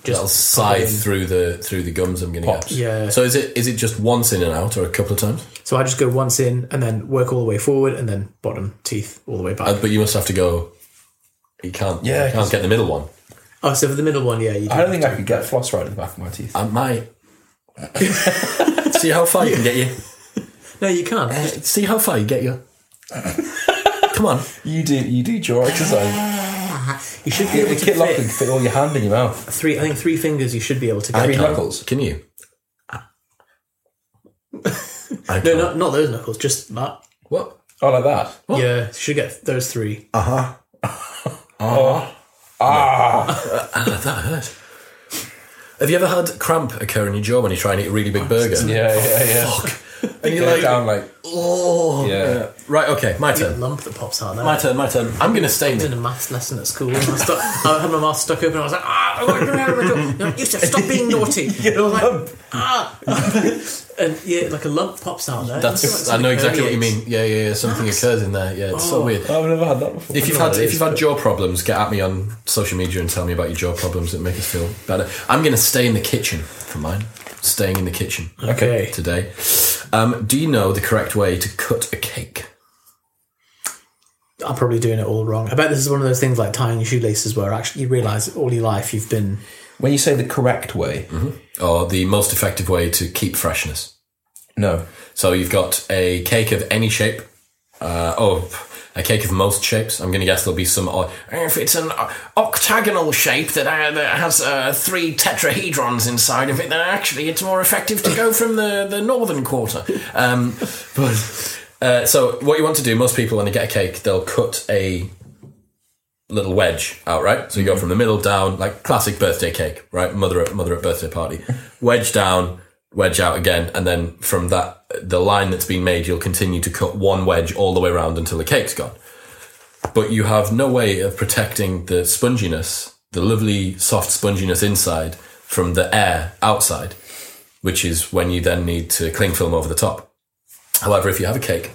D: Just
B: That'll scythe
D: in.
B: through the through the gums. I'm going to get.
C: Pops.
D: Yeah.
B: So is it is it just once in and out, or a couple of times?
D: So I just go once in, and then work all the way forward, and then bottom teeth all the way back.
B: Uh, But you must have to go. You can't.
C: Yeah,
B: you can't
C: 'cause-
B: get the middle one.
D: oh, so for the middle one, yeah, you do.
C: I don't think I could get floss right in the back of my teeth.
B: I might. See how far you can get you.
D: no, you can't.
B: See how far you get you. Come on.
C: You do you do jaw exercise.
B: Uh-huh.
D: You should be
C: Get
D: able
C: the
D: to
C: kit lock and
D: fit
C: fit all your hand in your mouth.
D: three. I think three fingers. You should be able to
C: Three
D: get.
C: knuckles.
B: Can you? I
D: No,
B: can't.
D: not not those knuckles. Just that.
B: What? Uh,
C: Oh, like that.
D: Yeah, should get those three.
B: That hurt. Have you ever had cramp occur in your jaw when you try and eat a really big burger?
C: Yeah, yeah, yeah.
B: And you're
C: Get
B: like,
C: down like.
B: oh.
C: Yeah.
B: Right, okay, my turn.
D: lump that pops out there.
B: My turn, my turn. I'm going to stain
D: I
B: it.
D: did a maths lesson at school and I, stuck, I had my mouth stuck open and I was like, ah, I want to out of my jaw. No, Yusuf, stop being naughty. And I was like, ah. and yeah, like a lump pops out there.
B: That's, I know exactly what you mean. Yeah, yeah, yeah. Something occurs in there. Yeah, it's so weird.
C: I've never had that before.
B: If you've
D: know
B: had
D: what it
B: if
D: is,
B: you've had jaw problems, get at me on social media and tell me about your jaw problems that make us feel better. I'm going to stay in the kitchen for mine. Staying in the kitchen
D: Okay.
B: today. Um, do you know the correct way to cut a cake?
D: I'm probably doing it all wrong. I bet this is one of those things like tying your shoelaces where actually you realise all your life you've been.
C: when you say the correct way,
B: Or the most effective way to keep freshness?
C: no.
B: So you've got a cake of any shape. Uh, oh, a cake of most shapes. I'm going to guess there'll be some. odd- If it's an o- octagonal shape that, uh, that has uh, three tetrahedrons inside of it, then actually it's more effective to go from the, the northern quarter. Um, but uh, so what you want to do, most people when they get a cake, they'll cut a little wedge out, right? So you go from the middle down, like classic birthday cake, right? Mother at mother at birthday party, wedge down, wedge out again, and then from that the line that's been made, you'll continue to cut one wedge all the way around until the cake's gone. But you have no way of protecting the sponginess, the lovely soft sponginess inside, from the air outside, which is when you then need to cling film over the top. However, if you have a cake,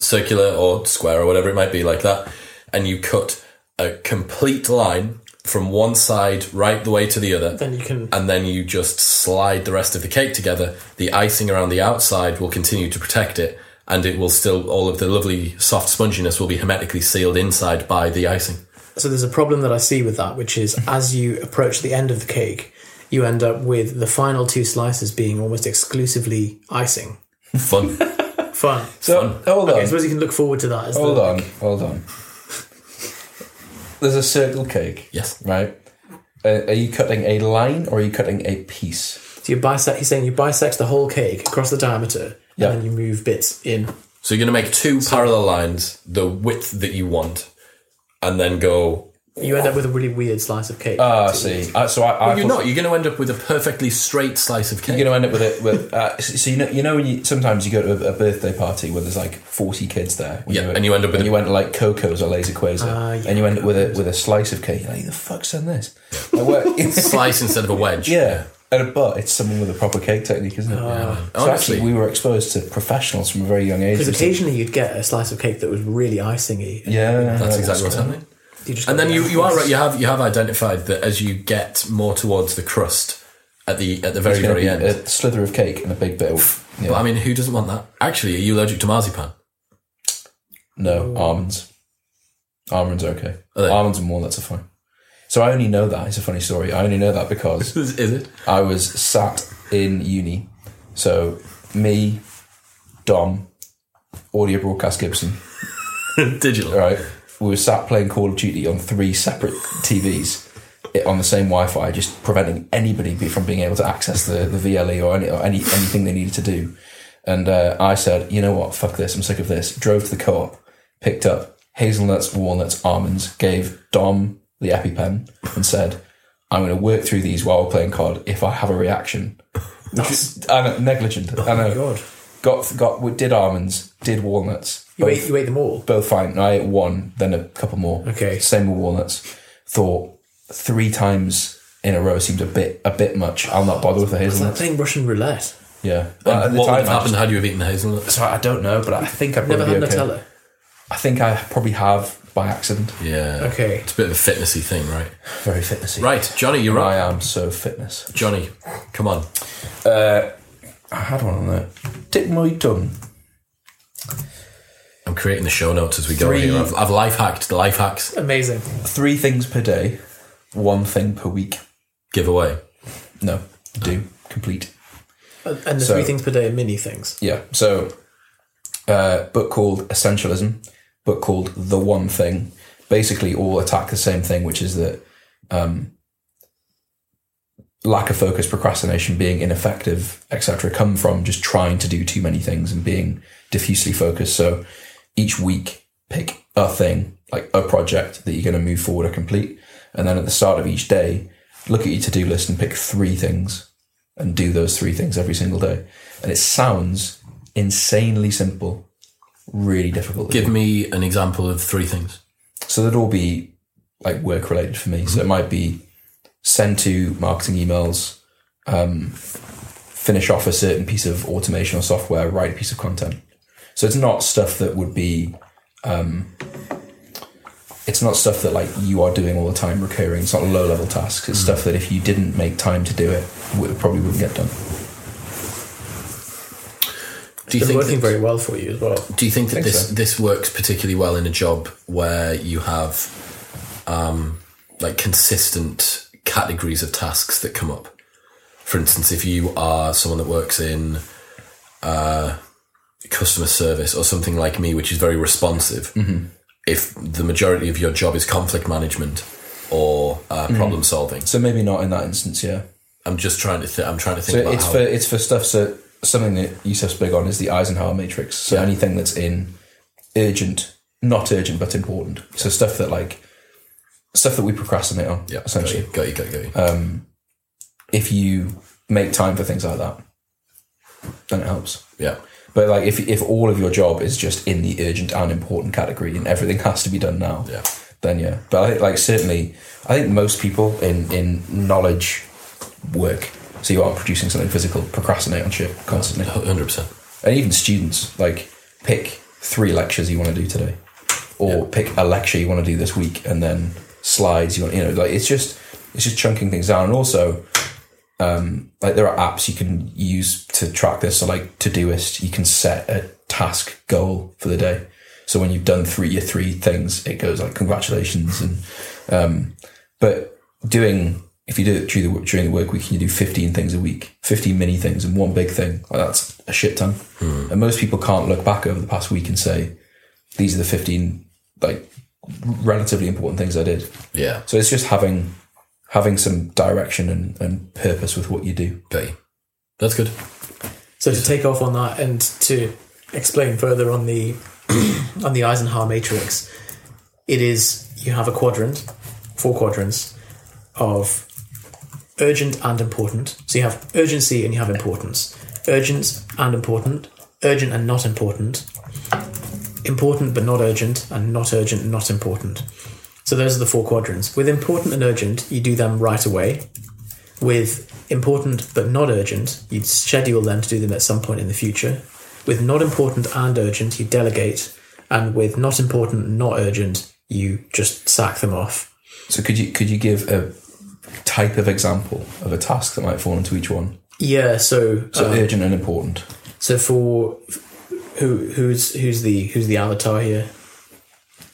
B: circular or square or whatever it might be, like that, and you cut a complete line from one side right the way to the other,
D: Then you can-
B: and then you just slide the rest of the cake together. The icing around the outside will continue to protect it, and it will still all of the lovely soft sponginess will be hermetically sealed inside by the icing.
D: So there's a problem that I see with that, which is as you approach the end of the cake, you end up with the final two slices being almost exclusively icing.
B: Fun.
D: Fun.
C: So hold on,
D: I suppose you can look forward to that. As
C: hold
D: the,
C: on, hold on. There's a circle cake,
B: yes.
C: right? Uh, are you cutting a line or are you cutting a piece?
D: So you bisect. He's saying you bisect the whole cake across the diameter,
C: Yeah.
D: and then you move bits in.
B: So you're going to make two parallel lines, the width that you want, and then go.
D: You end up with a really weird slice of cake.
C: Ah, see. Uh, so I, I
B: You're
C: thought-
B: not. You're going to end up with a perfectly straight slice of cake.
C: You're going to end up with it. With, uh, so so you know, you know when you sometimes you go to a, a birthday party where there's like 40 kids there. when
B: Yeah, and you end up with
C: and
B: a-
C: you went to like Coco's or Laser Quasar, and you end up with a with a slice of cake. You're like, who the fuck's done this? Like, what-
B: slice instead of a wedge.
C: yeah, and, but it's someone with a proper cake technique, isn't it? so
B: Honestly.
C: actually, we were exposed to professionals from a very young age.
D: Because occasionally you'd get a slice of cake that was really icingy. and
C: yeah,
B: That's exactly what's happening.
D: you just
B: And
D: got
B: then
D: the
B: you, you are
D: apples.
B: right. You have you have identified that as you get more towards the crust at the at the very
C: It's gonna
B: very
C: be
B: end.
C: a slither of cake and a big bit of yeah,
B: But I mean, who doesn't want that? Actually, are you allergic to marzipan?
C: no almonds. Almonds are okay.
B: Are they?
C: Almonds and walnuts are fine. So I only know that. It's a funny story. I only know that because
B: Is is it?
C: I was sat in uni. So me, Dom, audio broadcast Gibson,
B: Digital.
C: right? We were sat playing Call of Duty on three separate TVs it- on the same Wi-Fi, just preventing anybody be- from being able to access the, the VLE or, any, or any anything they needed to do. And uh, I said, you know what? Fuck this. I'm sick of this. Drove to the co-op, picked up hazelnuts, walnuts, almonds, gave Dom the EpiPen and said, I'm going to work through these while we're playing COD. If I have a reaction, which is I know, negligent. I know.
D: Oh God.
C: Got, got, we did almonds, did walnuts.
D: You
C: both-
D: ate, you ate them all.
C: both fine. I ate one, then a couple more.
D: Okay.
C: Same with walnuts. Thought three times in a row seems a bit a bit much. I'll not bother with the
D: It's like
C: hazelnuts.
D: playing Russian roulette.
C: Yeah.
B: And
C: Uh, at the
B: what would
C: time,
B: have
C: I
B: happened
C: just-
B: had you have eaten the hazelnuts?
C: So I don't know, but I think I've
D: Never had
C: okay.
D: Nutella.
C: I think I probably have by accident.
B: Yeah.
D: Okay.
B: It's a bit of a fitnessy thing, right?
C: Very fitnessy.
B: Right, Johnny, you're
C: I
B: right.
C: am so fitness.
B: Johnny, come on.
C: I had one on there. Tip my tongue.
B: I'm creating the show notes as we go
C: Three-
B: here. I've, I've life hacked the life hacks
D: Amazing.
C: Three things per day, one thing per week.
B: giveaway.
C: No, do complete.
D: And and the
C: So-
D: three things per day are mini things.
C: Yeah. So, uh, book called Essentialism, book called The One Thing. Basically, all attack the same thing, which is that um, lack of focus, procrastination, being ineffective, etc., come from just trying to do too many things and being diffusely focused. So, each week, pick a thing, like a project that you're going to move forward or complete, and then at the start of each day, look at your to-do list and pick three things and do those three things every single day. And it sounds insanely simple, really difficult. to
B: Give
C: do.
B: me an example of three things.
C: So that'd all be like work related for me. So it might be send to marketing emails, um, finish off a certain piece of automation or software, write a piece of content. So it's not stuff that would be, um, it's not stuff that like you are doing all the time recurring. It's not low level tasks. It's stuff that if you didn't make time to do it, it probably wouldn't get done.
B: Do you
D: They're
B: think
D: working
B: that-
D: very well for you as well.
B: Do you think that
C: Think
B: this
C: so.
B: this works particularly well in a job where you have um, like consistent categories of tasks that come up? For instance, if you are someone that works in uh, customer service or something like me, which is very responsive,
C: Mm-hmm.
B: if the majority of your job is conflict management or uh,
C: Mm-hmm.
B: problem solving,
C: So maybe not in that instance, yeah.
B: I'm just trying to th- I'm trying to think
C: So
B: about
C: it's
B: how
C: for it's for stuff. So something that Yusuf's big on is the Eisenhower matrix. So anything that's in urgent, not urgent but important. So stuff that like stuff that we procrastinate on.
B: yeah,
C: essentially. Uh,
B: got you, got you, got you. Got you.
C: If you make time for things like that, then it helps.
B: yeah.
C: But like if if all of your job is just in the urgent and important category and everything has to be done now,
B: Yeah.
C: then yeah. But I think like certainly I think most people in in knowledge work, so you are producing something physical, procrastinate on shit constantly.
B: Hundred percent.
C: And even students, like pick three lectures you want to do today. Or pick a lecture you want to do this week and then slides you want you know, like it's just it's just chunking things down. And also um, like there are apps you can use to track this. So like Todoist, you can set a task goal for the day. So when you've done three your three things, it goes like congratulations and um, but doing if you do it during the, during the work week, you do 15 things a week, 15 mini things and one big thing. Like that's a shit ton. And most people can't look back over the past week and say, these are the 15 like relatively important things I did.
B: Yeah.
C: So it's just having, having some direction and, and purpose with what you do.
B: Okay. That's good.
D: So to take off on that and to explain further on the on the Eisenhower matrix, it is you have a quadrant, four quadrants of urgent and important. So you have urgency and you have importance. Urgent and important, urgent and not important, important but not urgent, and not urgent and not important. So those are the four quadrants. With important and urgent, you do them right away with important but not urgent, you'd schedule them to do them at some point in the future. With not important and urgent, you delegate. And with not important and not urgent, you just sack them off.
C: So could you could you give a type of example of a task that might fall into each one?
D: Yeah, so
C: So
D: uh,
C: urgent and important.
D: so for who who's who's the who's the avatar here?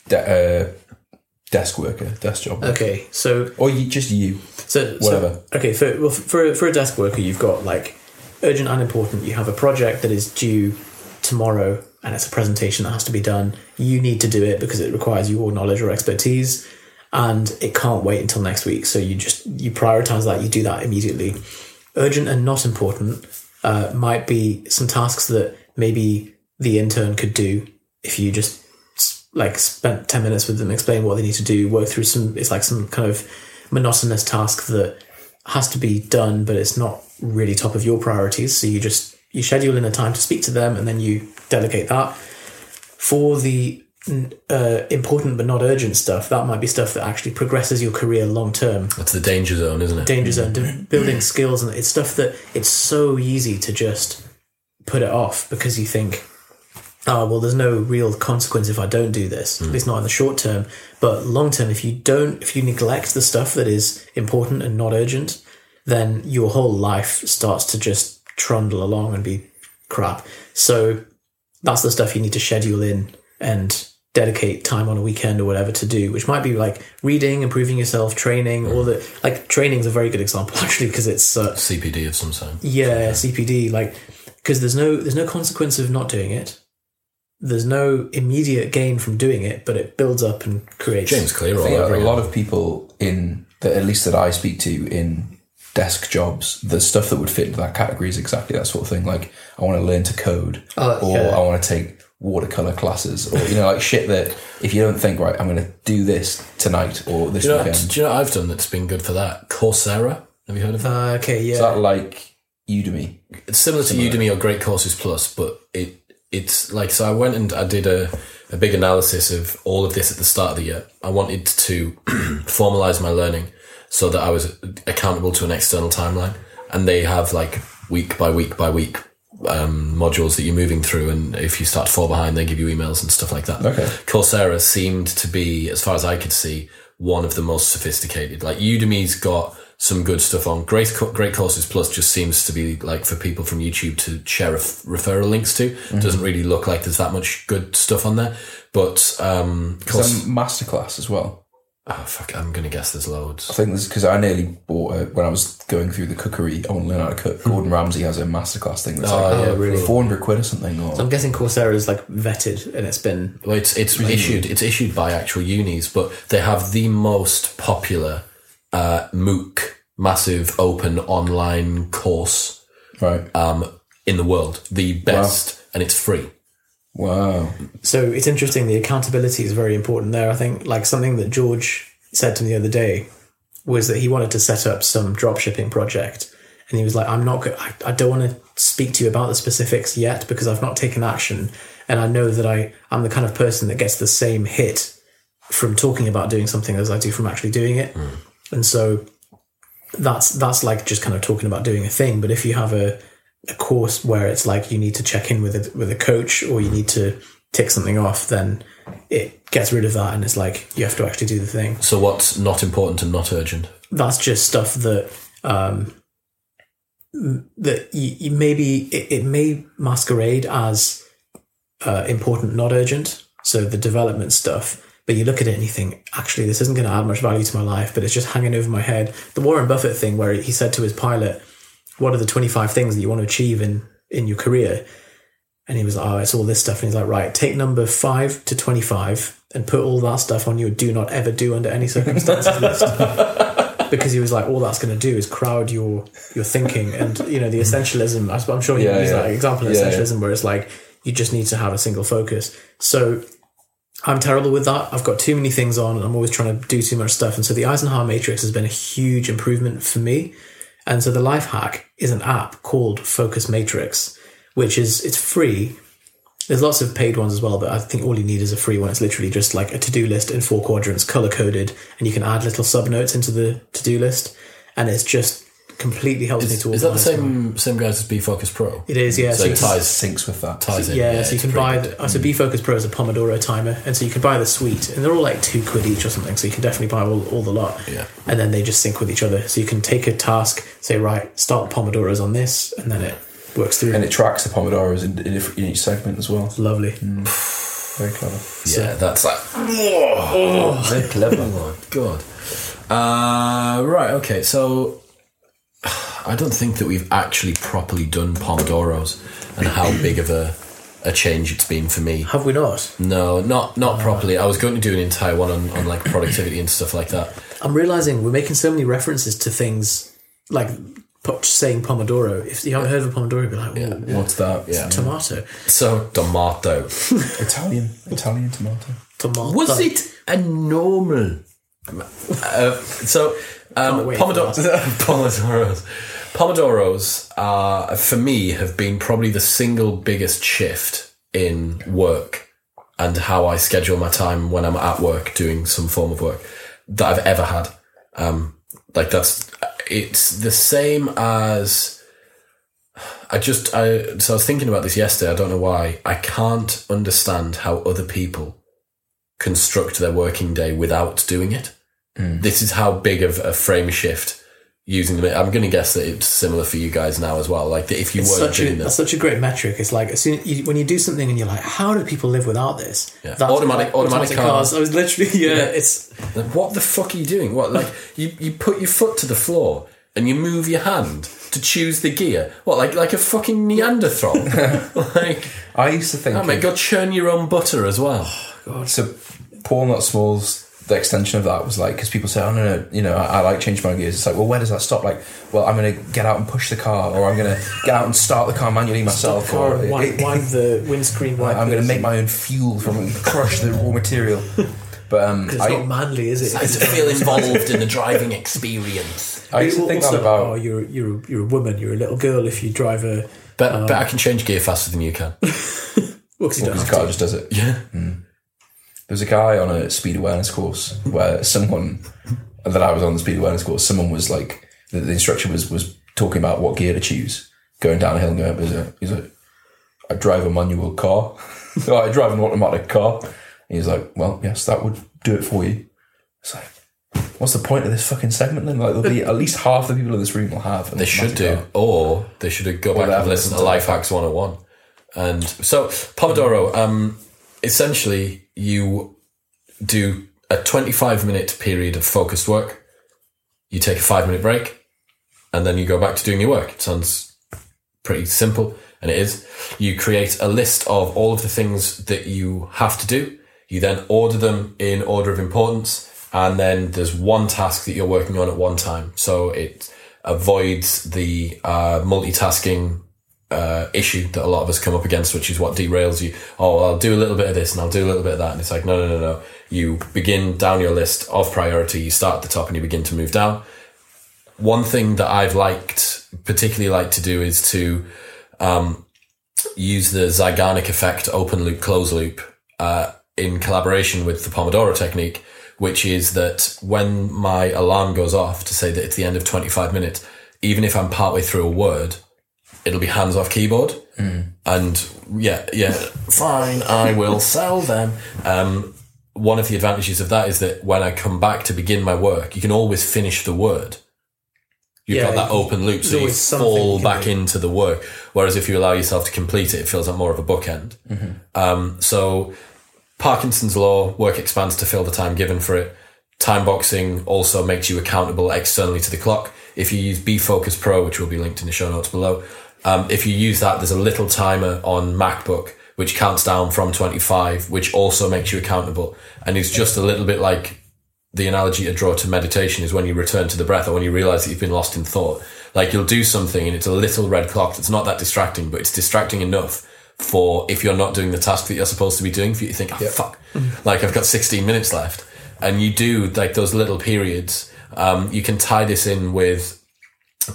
C: De- uh, desk worker, desk job,
D: Okay, so
C: or you, just you.
D: So
C: Whatever.
D: So, okay, for, well, for for a desk worker, you've got like urgent and important. You have a project that is due tomorrow, and it's a presentation that has to be done. You need to do it because it requires your knowledge or expertise, and it can't wait until next week. So you just you prioritize that. You do that immediately. Urgent and not important uh, might be some tasks that maybe the intern could do if you just like spent 10 minutes with them explain what they need to do work through some it's like some kind of monotonous task that has to be done but it's not really top of your priorities so you just you schedule in a time to speak to them and then you delegate that for the n- uh, important but not urgent stuff that might be stuff that actually progresses your career long term
B: That's the danger zone, isn't it?
D: danger zone, de- building skills, and it's stuff that it's so easy to just put it off because you think, oh, well, there's no real consequence if I don't do this, at least not in the short term. But long term, if you don't, if you neglect the stuff that is important and not urgent, then your whole life starts to just trundle along and be crap. So that's the stuff you need to schedule in and dedicate time on a weekend or whatever to do, which might be like reading, improving yourself, training, all the like training's a very good example actually because it's uh,
B: CPD of some sort.
D: yeah, CPD like because there's no there's no consequence of not doing it. There's no immediate gain from doing it, but it builds up and creates
B: James Clear all
C: I think
B: over
C: a
B: again.
C: lot of people in that at least that I speak to in desk jobs, the stuff that would fit into that category is exactly that sort of thing. Like I want to learn to code,
B: Oh,
C: or
D: yeah.
C: I want to take watercolor classes, or you know, like shit that if you don't think right, I'm going to do this tonight or this
B: Do you, know,
C: weekend.
B: do you know what I've done that's been good for that? Coursera. Have you heard of that?
D: Uh, okay, yeah.
C: Is that like Udemy?
B: It's similar to Udemy or Great Courses Plus, but it it's like so. I went and I did a, a big analysis of all of this at the start of the year. I wanted to formalize my learning so that I was accountable to an external timeline, and they have like week by week by week um, modules that you're moving through, and if you start to fall behind, they give you emails and stuff like that.
C: Okay.
B: Coursera seemed to be, as far as I could see, one of the most sophisticated. Like Udemy's got some good stuff on. Great, Co- Great Courses Plus just seems to be like for people from YouTube to share ref- referral links to. Doesn't really look like there's that much good stuff on there. But um, Course-
C: It's a masterclass as well.
B: oh, fuck, I'm gonna guess there's
C: I
B: loads.
C: think this because I nearly bought it when I was going through the cookery. I want to learn how to
B: Hmm.
C: cook. Gordon Ramsay has a masterclass thing that's
B: Oh,
C: like
D: yeah, really.
C: four hundred quid or something. Or
D: I'm guessing Coursera is like vetted and it's been
B: Well, it's it's issued it's issued by actual unis, but they have the most popular uh, MOOC, massive open online course.
C: right?
B: in the world, the best, and it's free.
C: wow.
D: So it's interesting. The accountability is very important there. I think like something that George said to me the other day was that he wanted to set up some dropshipping project, and he was like, "I'm not. Go- I, I don't want to speak to you about the specifics yet because I've not taken action, and I know that I I'm the kind of person that gets the same hit from talking about doing something as I do from actually doing it, and so that's that's like just kind of talking about doing a thing. But if you have a a course where it's like you need to check in with a, with a coach or you need to tick something off, then it gets rid of that and it's like you have to actually do the thing.
B: So what's not important and not urgent?
D: That's just stuff that um, that you, you maybe it, it may masquerade as uh, important, not urgent. So the development stuff. But you look at it and you think, actually, this isn't going to add much value to my life, but it's just hanging over my head. The Warren Buffett thing, where he said to his pilot, what are the 25 things that you want to achieve in in your career and he was like oh it's all this stuff and he's like right take number 5 to 25 and put all that stuff on your do not ever do under any circumstances list because he was like all that's going to do is crowd your your thinking and you know the essentialism I sp- i'm sure he
C: Yeah,
D: used
C: yeah.
D: that example of
C: Yeah, yeah.
D: essentialism where it's like you just need to have a single focus so I'm terrible with that. I've got too many things on and I'm always trying to do too much stuff. And so the Eisenhower Matrix has been a huge improvement for me. And so the life hack is an app called Focus Matrix, which is it's free. There's lots of paid ones as well, but I think all you need is a free one. It's literally just like a to-do list in four quadrants, color coded, and you can add little sub notes into the to-do list. And it's just completely helps me to
B: Is that the
D: organize my-
B: same same guys as B Focus Pro?
D: It is, yeah.
B: So
D: you
B: it
D: can-
C: It
B: ties
C: syncs with that.
B: ties in.
D: yeah, so you
B: it's
D: can
B: pretty
D: buy
B: good. Mm.
D: the, oh, so B Focus Pro is a Pomodoro timer, and so you can buy the suite, and they're all like two quid each or something. So you can definitely buy all, all the lot,
B: Yeah.
D: and then they just sync with each other. So you can take a task, say right, start Pomodoros on this, and then it works through.
C: And it tracks the Pomodoros in, in, each- in each segment as well.
D: lovely.
B: Mm.
C: Very clever.
B: Yeah, that's like. Oh, very clever. Lord God. Uh, right, okay, so I don't think that we've actually properly done Pomodoros and how big of a, a change it's been for me.
D: Have we not?
B: No, not not
D: Uh.
B: properly. I was going to do an entire one on, on like productivity and stuff like that.
D: I'm realizing we're making so many references to things like po- saying Pomodoro. If you haven't heard of a Pomodoro, you'd be like, oh,
C: What's that?
B: Yeah.
D: tomato,
B: So tomato.
C: Italian. Italian tomato.
D: tomato.
B: Was it a normal? Uh, so, um,
D: Can't wait
B: pomodoro,
D: for
B: pomodoros, pomodoros are for me have been probably the single biggest shift in work and how I schedule my time when I'm at work doing some form of work that I've ever had. Um, like that's it's the same as I just I so I was thinking about this yesterday. I don't know why I can't understand how other people construct their working day without doing it.
D: Hmm.
B: This is how big of a frame shift using the. I'm going to guess that it's similar for you guys now as well. Like that if you
D: It's
B: weren't
D: such a,
B: doing
D: that's
B: this,
D: such a great metric. It's like as soon you, when you do something and you're like, how do people live without this?
B: Yeah. Automatic- automatic cars.
D: I was literally yeah. It's
B: like, what the fuck are you doing? What like you you put your foot to the floor and you move your hand to choose the gear. What like like a fucking Neanderthal? like
C: I used to think.
B: oh my god, churn your own butter as well.
C: So, Paul Not Smalls, the extension of that was like, because people say, oh, no, no, you know, I, I like change my gears. It's like, well, where does that stop? Like, well, I'm going to get out and push the car, or I'm going to get out and start the car manually myself,
D: car
C: or
D: wipe, wipe the windscreen wipe.
C: I'm going to make my own fuel from crush the raw material. But um,
D: It's not
C: I,
D: manly, is it?
B: to feel involved in the driving experience.
C: I used to
D: People
C: think
D: also,
C: that about.
D: oh, you're you're a- you're a woman, you're a little girl. If you drive a
B: But, but I can change gear faster than you can.
D: well, 'cause you don't
C: His
D: have to.
C: car just does it.
B: Yeah.
C: There was a guy on a speed awareness course where someone that I was on the speed awareness course, someone was like, the, the instructor was was talking about what gear to choose going down a hill and going up. He's like, he's like I drive a manual car. "Oh, I drive an automatic car. And he's like, well, yes, that would do it for you. It's like, what's the point of this fucking segment then? Like, there'll be at least half the people in this room will have. an
B: They should
C: automatic
B: do.
C: car.
B: Or they should have go back and
C: they haven't
B: listened to Life Hacks 101. And so, Pomodoro, um, essentially, you do a 25 minute period of focused work, you take a five minute break, and then you go back to doing your work. It sounds pretty simple, and it is. You create a list of all of the things that you have to do. You then order them in order of importance, and then there's one task that you're working on at one time. So it avoids the uh, multitasking uh, issue that a lot of us come up against, which is what derails you. Oh, I'll do a little bit of this and I'll do a little bit of that. And it's like, no, no, no, no. You begin down your list of priority, you start at the top and you begin to move down one thing that I've liked, particularly like to do is to um, use the Zygarnik effect, open loop, close loop, uh, in collaboration with the Pomodoro technique, which is that when my alarm goes off to say that it's the end of 25 minutes, even if I'm partway through a word, it'll be hands off keyboard. And yeah, yeah, fine, I will sell them. Um, one of the advantages of that is that when I come back to begin my work, you can always finish the word. You've
D: Yeah,
B: got that
D: you-
B: open loop, so
D: there's
B: you
D: always something
B: fall
D: you can
B: back
D: do.
B: into the work. Whereas if you allow yourself to complete it, it feels like more of a bookend.
D: Mm-hmm.
B: Um, so Parkinson's law, work expands to fill the time given for it. Time boxing also makes you accountable externally to the clock. If you use B Focus Pro, which will be linked in the show notes below, um, if you use that, there's a little timer on MacBook which counts down from 25, which also makes you accountable. And it's just a little bit like the analogy to draw to meditation is when you return to the breath or when you realize that you've been lost in thought. Like you'll do something and it's a little red clock that's not that distracting, but it's distracting enough for if you're not doing the task that you're supposed to be doing for you to think, oh, fuck, like I've got 16 minutes left. And you do like those little periods. Um, you can tie this in with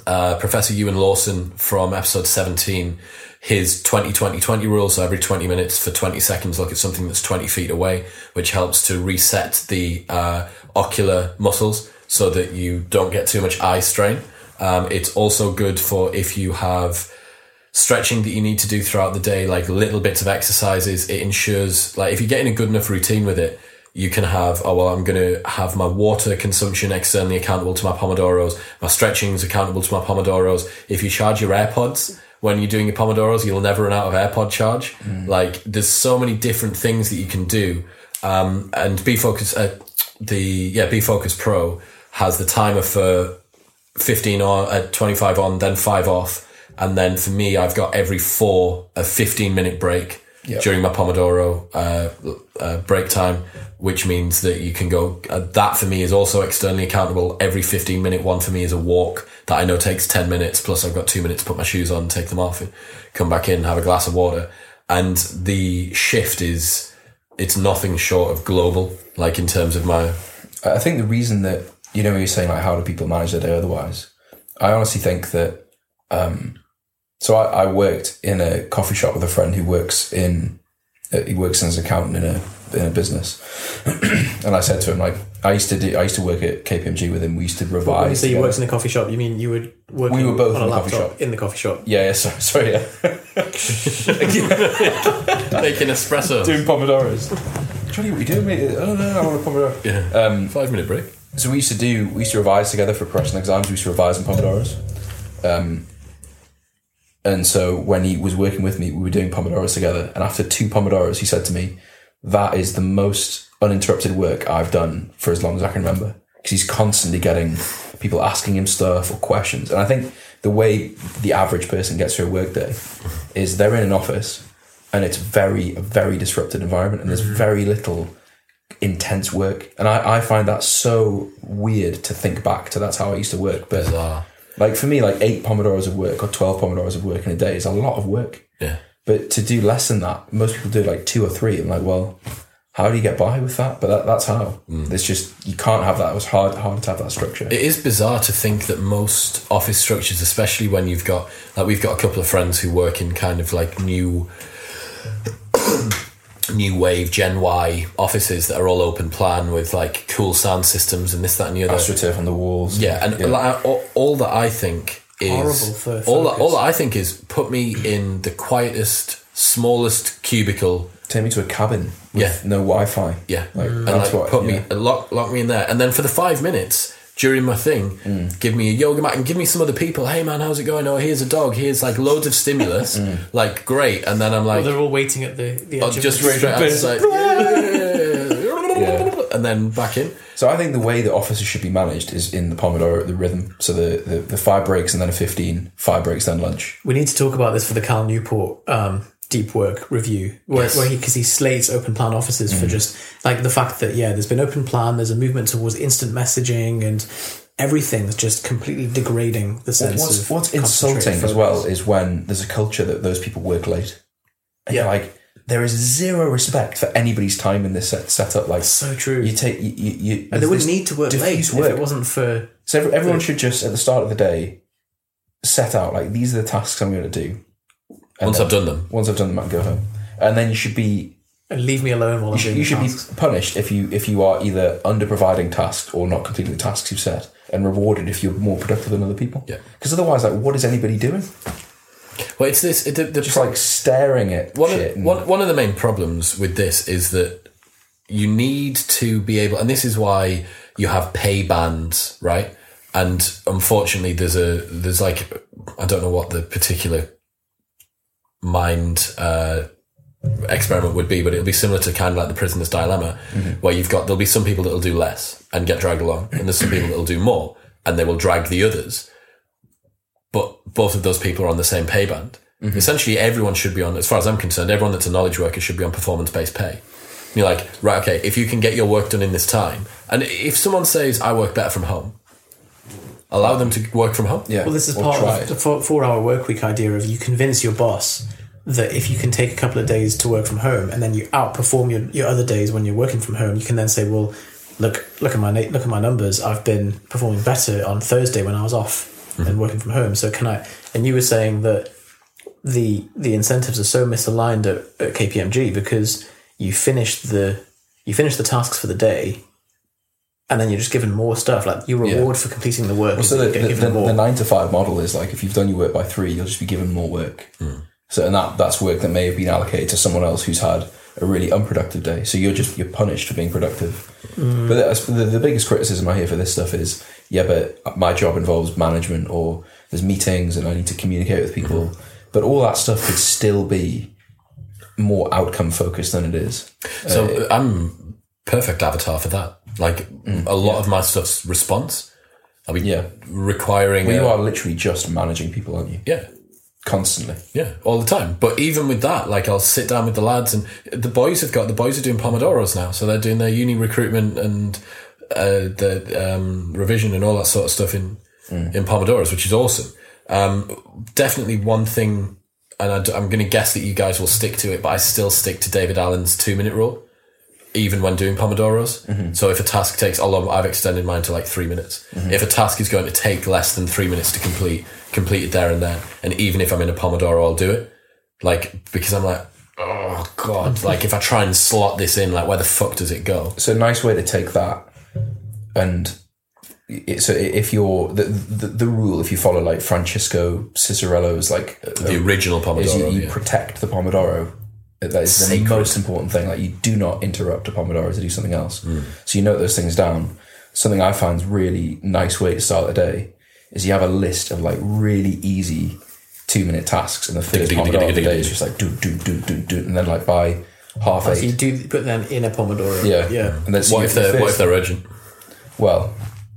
B: uh, Professor Ewan Lawson from episode 17, his 20 20 20 rule. So every 20 minutes for 20 seconds, look at something that's 20 feet away, which helps to reset the uh, ocular muscles so that you don't get too much eye strain. Um, it's also good for if you have stretching that you need to do throughout the day, like little bits of exercises. It ensures, like, if you get in a good enough routine with it, you can have, oh, well, I'm going to have my water consumption externally accountable to my Pomodoros. My stretching's accountable to my Pomodoros. If you charge your AirPods when you're doing your Pomodoros, you'll never run out of AirPod charge. Like, there's so many different things that you can do. Um, and B Focus, uh, the, yeah, B Focus Pro has the timer for 15 on, uh, 25 on, then five off. And then for me, I've got every four a 15 minute break during my Pomodoro uh, uh, break time, which means that you can go. Uh, that for me is also externally accountable. Every 15 minute one for me is a walk that I know takes 10 minutes. Plus, I've got two minutes to put my shoes on, take them off, and come back in, have a glass of water. And the shift is, it's nothing short of global, like in terms of my
C: I I think the reason that you know you're saying like how do people manage their day otherwise, I honestly think that. Um, so I, I worked in a coffee shop with a friend who works in uh, he works as an accountant in a in a business, and I said to him like I used to do I used to work at KPMG with him. We used to revise.
D: When you say you
C: together.
D: worked in a coffee shop, you mean you would work
C: We were both
D: on a
C: in the coffee
D: laptop
C: shop.
D: in the coffee shop.
C: yeah, yeah, sorry, sorry, yeah.
B: making espresso.
C: doing pomodoros. Johnny, what are you doing, mate? I don't know. I want a pomodoro.
B: Yeah. five minute break.
C: So we used to do, we used to revise together for professional exams. We used to revise in Pomodoros. Um, and so when he was working with me, we were doing Pomodoros together. And after two Pomodoros, he said to me, that is the most uninterrupted work I've done for as long as I can remember. Because he's constantly getting people asking him stuff or questions. And I think the way the average person gets through a workday is they're in an office and it's very, a very disrupted environment and there's very little intense work. And I, I find that so weird to think back to. That's how I used to work. But like for me, like eight Pomodoros of work or 12 Pomodoros of work in a day is a lot of work.
B: Yeah.
C: But to do less than that, most people do like two or three. I'm like, well, how do you get by with that? But that, that's how. It's just, you can't have that. It was hard, hard to have that structure.
B: Mm. It is bizarre to think that most office structures, especially when you've got like we've got a couple of friends who work in kind of like new new wave Gen Y offices that are all open plan with like cool sound systems and this, that and the other.
C: Astroturf on the walls.
B: Yeah, and Like, all, all that I think is
D: Horrible for
B: all that, all that
D: focus.
B: I think is put me in the quietest, smallest cubicle
C: take me to a cabin with
B: Yeah.
C: no Wi-Fi.
B: Yeah,
C: like
B: and
C: that's
B: like
C: what
B: put
C: yeah.
B: me lock lock me in there, and then for the five minutes during my thing,
C: Mm.
B: give me a yoga mat and give me some other people. Hey man, how's it going? Oh, here's a dog. Here's like loads of stimulus.
C: Mm.
B: Like great, and then I'm like
D: They're all waiting at the, the edge
B: oh,
D: of
B: just
D: the
B: straight outside.
C: Yeah.
B: and then back in.
C: So I think the way that offices should be managed is in the Pomodoro, the rhythm. So the, the, the five breaks and then a 15, five breaks, then lunch.
D: We need to talk about this for the Cal Newport um, deep work review, where,
B: Yes.
D: where he because he slates open plan offices
C: Mm.
D: for just like the fact that yeah, there's been open plan, there's a movement towards instant messaging, and everything's just completely degrading the sense
C: What's,
D: of
C: what's
D: concentrated
C: insulting as
D: focus.
C: well is when there's a culture that those people work late. And
D: Yeah.
C: you're like, there is zero respect for anybody's time in this set, setup. Like
D: So true.
C: You take you, you, you
D: And they
C: there's this
D: wouldn't need to work late
C: diffuse
D: if it wasn't for.
C: So every- everyone should just at the start of the day set out like these are the tasks I'm going to do. And
B: Once
C: then-
B: I've done them.
C: once I've done them, I can go home. And then you should be
D: And uh, leave me alone while I'm doing
C: you
D: the
C: should be
D: tasks.
C: punished if you if you are either under providing tasks or not completing the tasks you've set, and rewarded if you're more productive than other people.
B: Yeah.
C: Because otherwise, like, what is anybody doing?
B: Well, it's this. It, the, the
C: Just like staring at
B: one
C: shit.
B: of, one, one of the main problems with this is that you need to be able, and this is why you have pay bands, right? And unfortunately, there's a there's like I don't know what the particular mind uh, experiment would be, but it'll be similar to kind of like the prisoner's dilemma, where you've got there'll be some people that'll do less and get dragged along, and there's some people that'll do more and they will drag the others. But both of those people are on the same pay band. Essentially, everyone should be on, as far as I'm concerned, everyone that's a knowledge worker should be on performance based pay. And you're like, right, okay, if you can get your work done in this time, and if someone says, I work better from home, allow them to work from home.
C: yeah.
D: Well, this is
C: or
D: part
C: try
D: of
C: it.
D: the four, four-hour work week idea of you convince your boss that if you can take a couple of days to work from home and then you outperform your, your other days when you're working from home, you can then say, "Well, look, look at my na- look at my numbers. I've been performing better on Thursday when I was off
C: Mm-hmm.
D: and working from home. So can I?" And you were saying that the the incentives are so misaligned at, at KPMG because you finish the you finish the tasks for the day. And then you're just given more stuff. Like your reward for completing the work is
C: So the,
D: that you get
C: the,
D: given
C: the,
D: more.
C: the nine to five model is like if you've done your work by three, you'll just be given more work. So and that that's work that may have been allocated to someone else who's had a really unproductive day. So you're just you're punished for being productive.
B: Hmm.
C: But that's, the, the biggest criticism I hear for this stuff is yeah, but my job involves management or there's meetings and I need to communicate with people. But all that stuff could still be more outcome focused than it is.
B: So I'm perfect avatar for that. Like a lot of my stuff's response. I'll be
C: Mm. Yeah.
B: requiring.
C: Well,
B: a-
C: you are literally just managing people, aren't you?
B: Yeah.
C: Constantly.
B: Yeah, all the time. But even with that, like I'll sit down with the lads and the boys have got the boys are doing pomodoros now, so they're doing their uni recruitment and uh, the um, revision and all that sort of stuff in
C: Mm.
B: in pomodoros, which is awesome. Um, definitely one thing, and I d- I'm going to guess that you guys will stick to it, but I still stick to David Allen's two minute rule, even when doing pomodoros.
C: Mm-hmm.
B: So if a task takes, although I've extended mine to like three minutes, if a task is going to take less than three minutes to complete, complete it there and then. And even if I'm in a pomodoro, I'll do it like because I'm like, oh god, like if I try and slot this in, like where the fuck does it go?
C: it's a nice way to take that and it, so if you're the, the the rule if you follow like Francisco Cicerello's like uh,
B: The original
C: is you,
B: Pomodoro.
C: you
B: yeah.
C: protect the pomodoro that is the most important thing like you do not interrupt a pomodoro to do something else
B: Hmm.
C: so you note those things down something I find is really nice way to start the day is you have a list of like really easy two minute tasks and the first
B: digga, digga,
C: pomodoro of the
B: digga,
C: day
B: digga.
C: is just like do do do do do and then like by half
D: So you
C: eight
D: do put them in a Pomodoro.
C: yeah
D: Yeah.
C: and then so
B: what
C: you-
B: if they're
C: the
B: what
C: first-
B: if they're urgent?
C: well,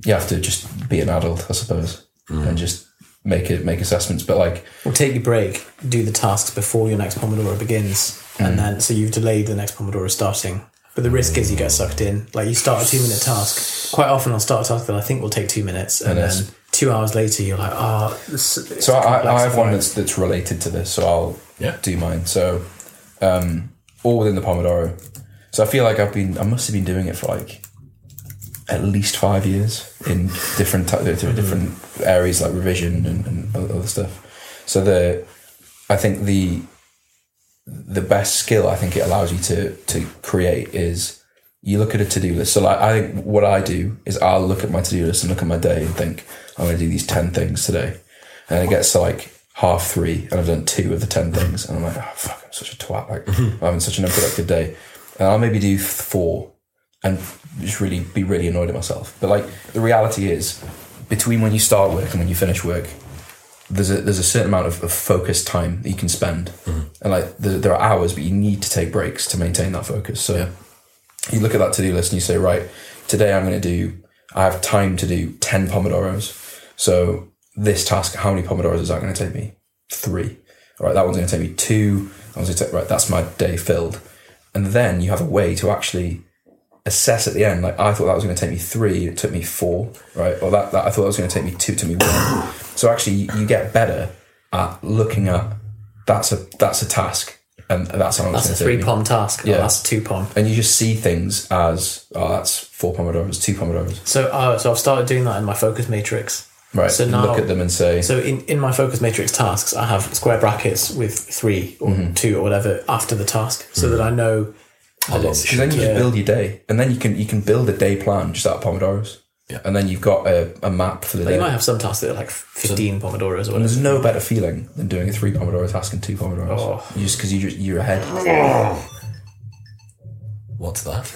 C: you have to just be an adult, I suppose, and just make it make assessments. But like,
D: Or take your break, do the tasks before your next Pomodoro begins,
C: Mm.
D: and then so you've delayed the next Pomodoro starting. But the risk is you get sucked in. Like you start a two minute task. Quite often I'll start a task that I think will take two minutes, and
C: it's-
D: then two hours later you're like, ah. Oh,
C: so I, I, I have one that's that's related to this, so I'll
B: Yeah.
C: do mine. So, um, all within the Pomodoro. So I feel like I've been, I must have been doing it for like at least five years in different ty- different areas like revision and, and o- other stuff. So the, I think the the best skill I think it allows you to to create is you look at a to do list. So like I think what I do is I'll look at my to do list and look at my day and think I'm going to do these ten things today, and it gets to like half three and I've done two of the ten things and I'm like oh fuck I'm such a twat like I'm having such an unproductive day, and I'll maybe do four and just really be really annoyed at myself. But like the reality is between when you start work and when you finish work, there's a there's a certain amount of, of focused time that you can spend, and like there, there are hours, but you need to take breaks to maintain that focus. So you look at that to do list and you say, right, today I'm going to do. I have time to do ten pomodoros. So this task, how many pomodoros is that going to take me? Three. All right, that one's going to take me two. That one's going to take right. That's my day filled, and then you have a way to actually assess at the end. Like I thought that was going to take me three, it took me four, right? Or that, that I thought that was going to take me two, it took me one. so actually, you, you get better at looking at that's a that's a task. and that's how
D: That's a three pom task. Yeah.
C: Yeah.
D: that's two pom.
C: And you just see things as oh, that's four pomodoros, two pomodoros,
D: So, oh, so I've started doing that in my focus matrix.
C: right?
D: So
C: So
D: now-
C: look at them and say,
D: So in, in my focus matrix tasks, I have square brackets with three or
C: Mm-hmm.
D: two or whatever after the task, so that I know.
B: Hold on.
C: Because then you
D: Yeah.
C: just build your day, and then you can you can build a day plan just out of pomodoros,
B: Yeah.
C: and then you've got a, a map for the
D: But
C: day.
D: you might have some tasks that are like fifteen pomodoros
C: and
D: or whatever.
C: there's no better feeling than doing a three pomodoro task and two pomodoros,
D: Oh.
C: You just because you just, you're ahead.
B: What's that?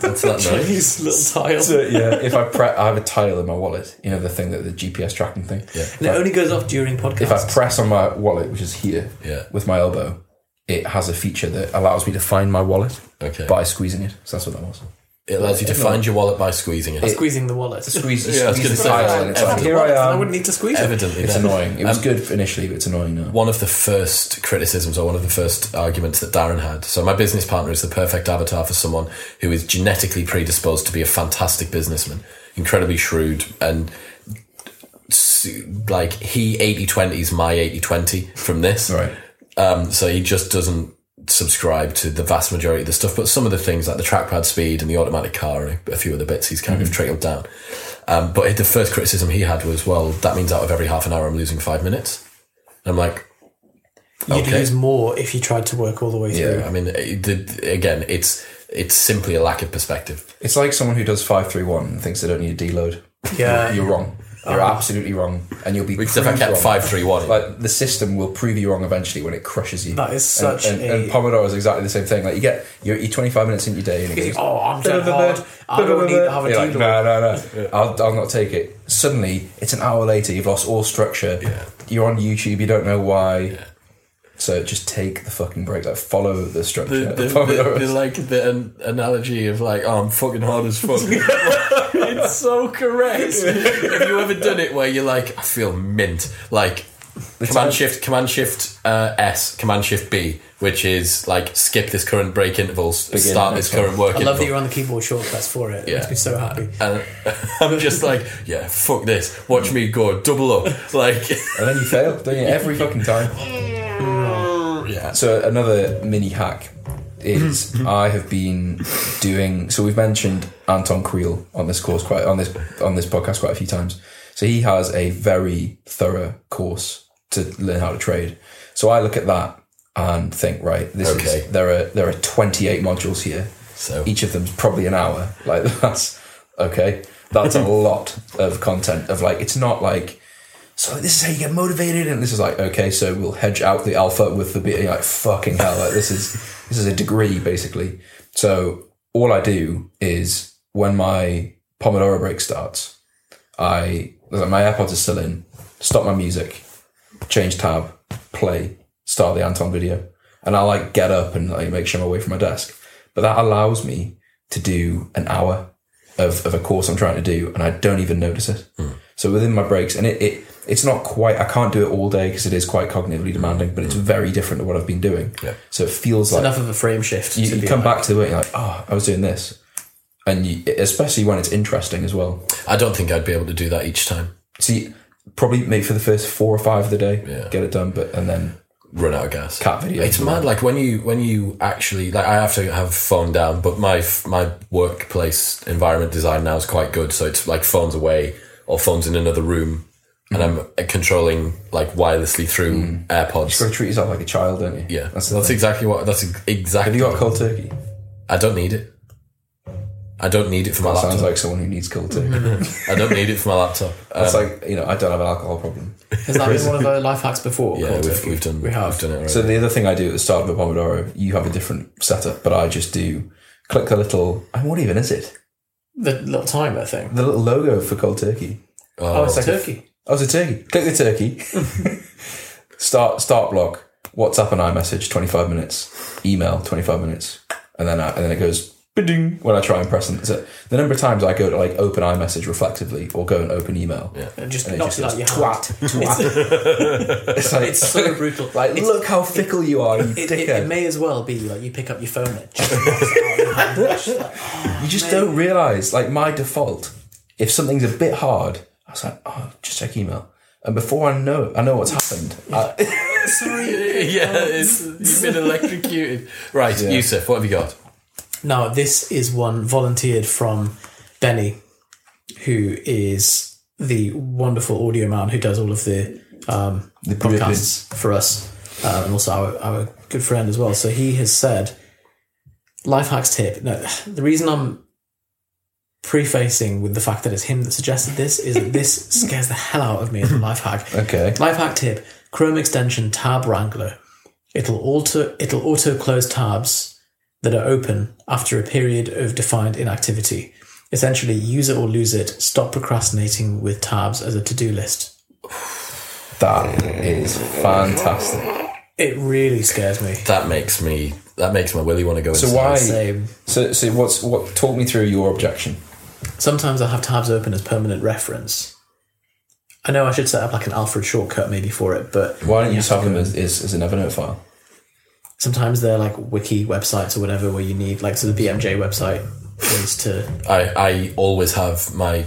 B: What's that noise?
D: These little tiles.
C: So, yeah, if I pre- I have a tile in my wallet, you know the thing that the GPS tracking thing.
B: Yeah.
D: And it only goes off during
C: If I
D: podcasts.
C: press on my wallet, which is here,
B: Yeah.
C: with my elbow, it has a feature that allows me to find my wallet
B: Okay.
C: by squeezing it. So that's what that was.
B: It allows you to find your wallet by squeezing it.
D: squeezing the wallet.
C: Squeeze,
B: Yeah, I was
C: squeeze the
B: gonna say,
C: tile, and it's like
B: I've
C: here I
D: Then I
C: am.
D: wouldn't need to squeeze it.
B: Evidently,
C: It's
B: then.
C: annoying. It was good initially, but it's annoying now.
B: one of the first criticisms or one of the first arguments that Darren had. So my business partner is the perfect avatar for someone who is genetically predisposed to be a fantastic businessman, incredibly shrewd and s- like he 80-20s my 80-20 from this.
C: Right.
B: Um, so he just doesn't subscribe to the vast majority of the stuff, but some of the things like the trackpad speed and the automatic car and a few other bits he's kind of trickled down. Um, but the first criticism he had was, well, that means out of every half an hour I'm losing five minutes. And I'm like,
D: You'd
B: Okay.
D: lose more if you tried to work all the way through.
B: yeah, I mean, it, the, again, it's it's simply a lack of perspective.
C: It's like someone who does five three one and thinks they don't need a deload.
D: Yeah.
C: You're wrong. You're absolutely wrong, and you'll be.
B: Because if I
C: proved
B: kept
C: wrong.
B: five three one,
C: like the system will prove you wrong eventually when it crushes you.
D: That is such
C: and, and,
D: a-
C: and Pomodoro is exactly the same thing. Like you get you're, you're 25 minutes into your day and it goes,
D: Oh, I'm dead hard. I don't need to have a
C: You're like,
D: deload.
C: no, no, no. I'll, I'll not take it. Suddenly, it's an hour later. You've lost all structure. You're on YouTube. You don't know why. So just take the fucking break. Like follow the
B: the,
C: structure.
B: the,
C: of Pomodoro.
B: the- the, like the an- analogy of like, oh, I'm fucking hard as fuck. it's so correct. Have you ever done it where you're like, I feel mint, like command shift command shift uh, S, command shift B, which is like skip this current break interval, start this
C: next one.
B: current work
D: I
B: interval.
D: love that you're on the keyboard shortcuts for it. It makes me so happy.
B: and I'm just like, yeah, fuck this. Watch me go double up, like.
C: and then you fail, don't you? Every fucking time.
B: Yeah.
C: So another mini hack is I have been doing. So we've mentioned Anton Creel on this course quite on this on this podcast quite a few times. So he has a very thorough course to learn how to trade. So I look at that and think, right, this
B: Okay.
C: is there are there are twenty eight modules here.
B: So-
C: each of them's probably an hour. Like that's okay. That's a lot of content. Of like, it's not like so this is how you get motivated and this is like okay so we'll hedge out the alpha with the beta You're like fucking hell like this is this is a degree basically so all i do is when my pomodoro break starts i like, my airpods are still in stop my music change tab play start the anton video and i like get up and like make sure i'm away from my desk but that allows me to do an hour of, of a course i'm trying to do and i don't even notice it
B: Hmm.
C: so within my breaks, and it, it it's not quite. I can't do it all day because it is quite cognitively demanding, but it's very different to what I've been doing.
B: Hmm. Yeah.
C: So it feels like
D: Enough of a frame shift.
C: you,
D: to
C: you
D: be
C: come
D: like-
C: back to the work. You're like, oh, I was doing this, and you, especially when it's interesting as well.
B: I don't think I'd be able to do that each time.
C: See, probably maybe for the first four or five of the day,
B: Yeah.
C: get it done, but and then
B: Run out of gas.
C: Cat videos
B: It's
C: and
B: mad. Like when you when you actually like I have to have phone down, but my f- my workplace environment design now is quite good. So it's like phones away or phones in another room, and I'm uh, controlling like wirelessly through
C: so
B: AirPods.
C: treat yourself like a child, don't you?
B: Yeah,
C: that's
B: that's,
C: the thing.
B: exactly what. That's ex- exactly.
C: Have you got cold turkey?
B: I don't need it. I don't need it for my laptop.
C: Sounds like someone who needs cold turkey.
B: I don't need it for my laptop. Uh,
C: It's like you know, I don't have an alcohol problem.
D: Has that been one of our life hacks before?
B: yeah,
D: Cold
B: we've,
D: turkey?
B: we've done
D: We have.
B: we've done it. Already.
C: So the other thing I do at the start of a Pomodoro, you have a different setup, but I just do click the little. And what even is it?
D: The little timer thing.
C: The little logo for cold turkey.
D: Oh, it's turkey.
C: Oh, it's a turkey. Click the turkey. start start block. WhatsApp and iMessage, twenty five minutes. Email, twenty five minutes, and then I, and then it goes. Ba-ding, when I try and press it, So the number of times I go to like open iMessage reflectively or go and open email,
D: And just
C: and
D: knocks it out your hand.
C: twat, twat. it's like
D: It's so brutal.
C: Like,
D: It's-
C: look how fickle you are, you
D: It,
C: dickhead.
D: it, it may as well be like you pick up your phone and it just knocks it out your hand. It's just like,
C: You just don't realize, like my default, if something's a bit hard, I was like, oh, just check email. And before I know, I know what's happened. I,
D: Sorry.
B: yeah, it's, you've been electrocuted. Right, Yusuf, what have you got?
D: Now, this is one volunteered from Benny, who is the wonderful audio man who does all of the um,
C: The
D: podcasts for us, uh, and also our, our good friend as well. So he has said, life hacks tip. No, the reason I'm prefacing with the fact that it's him that suggested this is that this scares the hell out of me as a life hack.
C: Okay.
D: Life hack tip: Chrome extension Tab Wrangler. It'll auto it'll auto close tabs that are open after a period of defined inactivity. Essentially, use it or lose it. Stop procrastinating with tabs as a to do list.
C: That is fantastic.
D: It really scares me.
B: That makes me. That makes my willy want to go.
C: So
B: inside.
C: why?
D: Same.
C: So, so what's what? Talk me through your objection.
D: Sometimes I have tabs open as permanent reference. I know I should set up like an Alfred shortcut maybe for it, but
C: Why don't you just have them as, as, as an Evernote file?
D: sometimes they're like wiki websites or whatever where you need like so the BMJ website is to
B: I, I always have my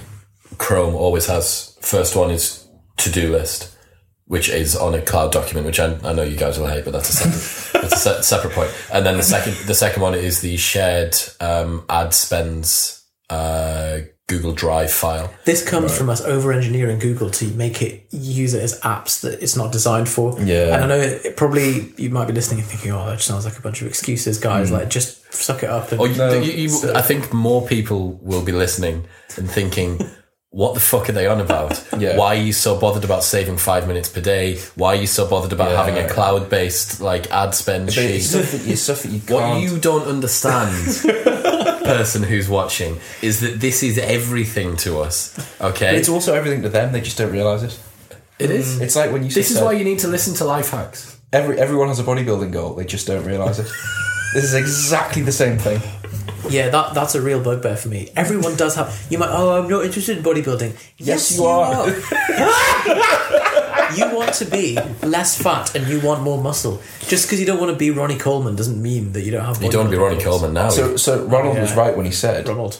B: Chrome always has first one is to do list, which is on a cloud document, which I, I know you guys will hate, but that's a separate, that's a se- separate point. And then the second the second one is the shared um, ad spends uh, Google Drive file.
D: This comes from us over engineering Google to make it use it as apps that it's not designed for.
C: Yeah.
D: And I know it, it probably, you might be listening and thinking, oh, that just sounds like a bunch of excuses, guys. Like, just suck it up. And
B: Or you- you- you- I think more people will be listening and thinking, what the fuck are they on about?
C: Yeah.
B: Why are you so bothered about saving five minutes per day? Why are you so bothered about having a
C: Yeah.
B: cloud based like ad spend
C: But
B: sheet?
C: It's stuff that, it's stuff that you
B: What
C: can't-
B: you don't understand, person who's watching, is that this is everything to us. Okay,
C: It's also everything to them. They just don't realize it.
B: it is.
C: It's like when you.
B: this is
C: said,
B: why you need to listen to life hacks.
C: every everyone has a bodybuilding goal. They just don't realize it. this is exactly the same thing.
D: yeah, that, that's a real bugbear for me. Everyone does have, you might, oh, I'm not interested in bodybuilding. Yes,
C: you are.
D: you want to be less fat and you want more muscle. Just because you don't want to be Ronnie Coleman doesn't mean that you don't have
B: You don't want to be Ronnie Coleman now.
C: So, so Ronald was
D: Yeah.
C: right when he said, "Eh,
D: Ronald.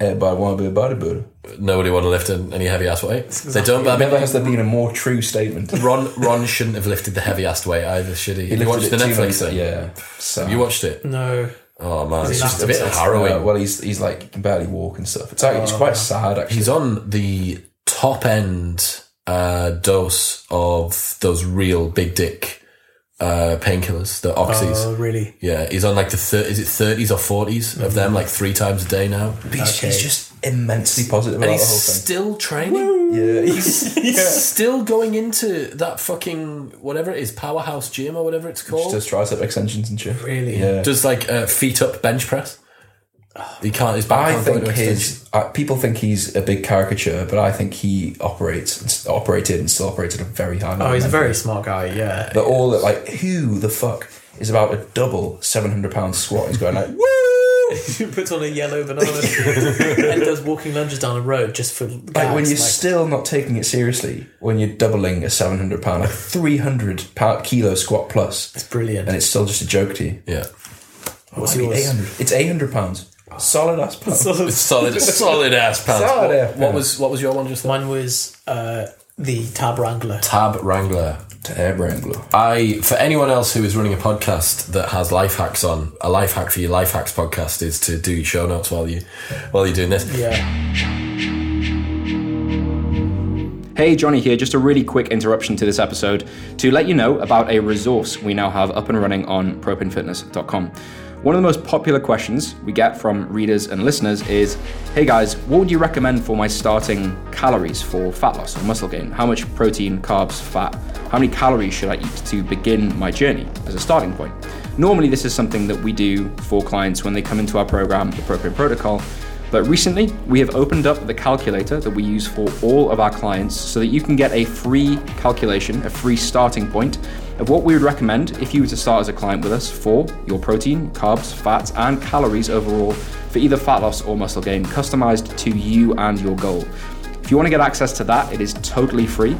C: "Everybody want to be a bodybuilder."
B: Nobody want to lift an- any heavy ass weight. They don't. But I mean,
C: Never has there been a more true statement.
B: Ron Ron shouldn't have lifted the heavy ass weight either, should he?
C: He
B: you watched the
C: lifted it too
B: Netflix
C: much-
B: thing.
C: Yeah. So
B: You watched it.
D: No.
B: Oh man, it's just a bit
D: It's-
B: harrowing.
C: Uh, well, he's he's like he can barely walk and stuff. It's like, it's quite sad actually.
B: Oh, He's on the top end uh, dose of those real big dick uh, painkillers, the oxys.
D: Oh, really?
B: Yeah, he's on like the thir- is it thirties or 40s
C: Mm-hmm.
B: of them, like three times a day now,
C: He's, he's just immensely positive
B: and
C: about
B: he's
C: the whole
B: still training.
C: thing. Yeah, he's
B: He's still going into that fucking whatever it is, powerhouse gym or whatever it's called.
C: does tricep extensions and shit.
D: Really?
C: Yeah.
B: Does like uh, feet up bench press. He can't. His back
C: I
B: can't go
C: think
B: into extension.
C: his uh, people think he's a big caricature, but I think he operates operated and still operated a very high.
D: Oh, he's a very smart guy, yeah.
B: Uh,
C: But all that, like, who the fuck is about a double seven hundred pound squat? He's going like, woo!
D: who puts on a yellow banana and does walking lunges down the road just for
C: Like when
D: gags,
C: you're still not taking it seriously, when you're doubling a seven hundred pound, like three hundred kilo squat plus,
D: it's brilliant.
C: and it's still just a joke to you.
B: yeah.
D: What's
C: Maybe
D: yours?
C: 800. It's eight hundred pounds, solid ass pounds.
B: Solid, solid ass pants.
C: Solid
B: what,
C: ass
B: what
C: pants.
B: was what was your one just then?
D: Mine was uh, the Tab Wrangler.
B: Tab Wrangler.
C: To hair wrangler.
B: I for anyone else who is running a podcast that has life hacks on, a life hack for your life hacks podcast is to do your show notes while you while you're doing this.
D: Yeah.
G: Hey, Johnny here. Just a really quick interruption to this episode to let you know about a resource we now have up and running on propinfitness.com. One of the most popular questions we get from readers and listeners is Hey guys, what would you recommend for my starting calories for fat loss or muscle gain? How much protein, carbs, fat? How many calories should I eat to begin my journey as a starting point? Normally, this is something that we do for clients when they come into our program, the Propin Protocol. But recently, we have opened up the calculator that we use for all of our clients so that you can get a free calculation, a free starting point of what we would recommend if you were to start as a client with us for your protein, carbs, fats, and calories overall for either fat loss or muscle gain, customized to you and your goal. If you want to get access to that, it is totally free.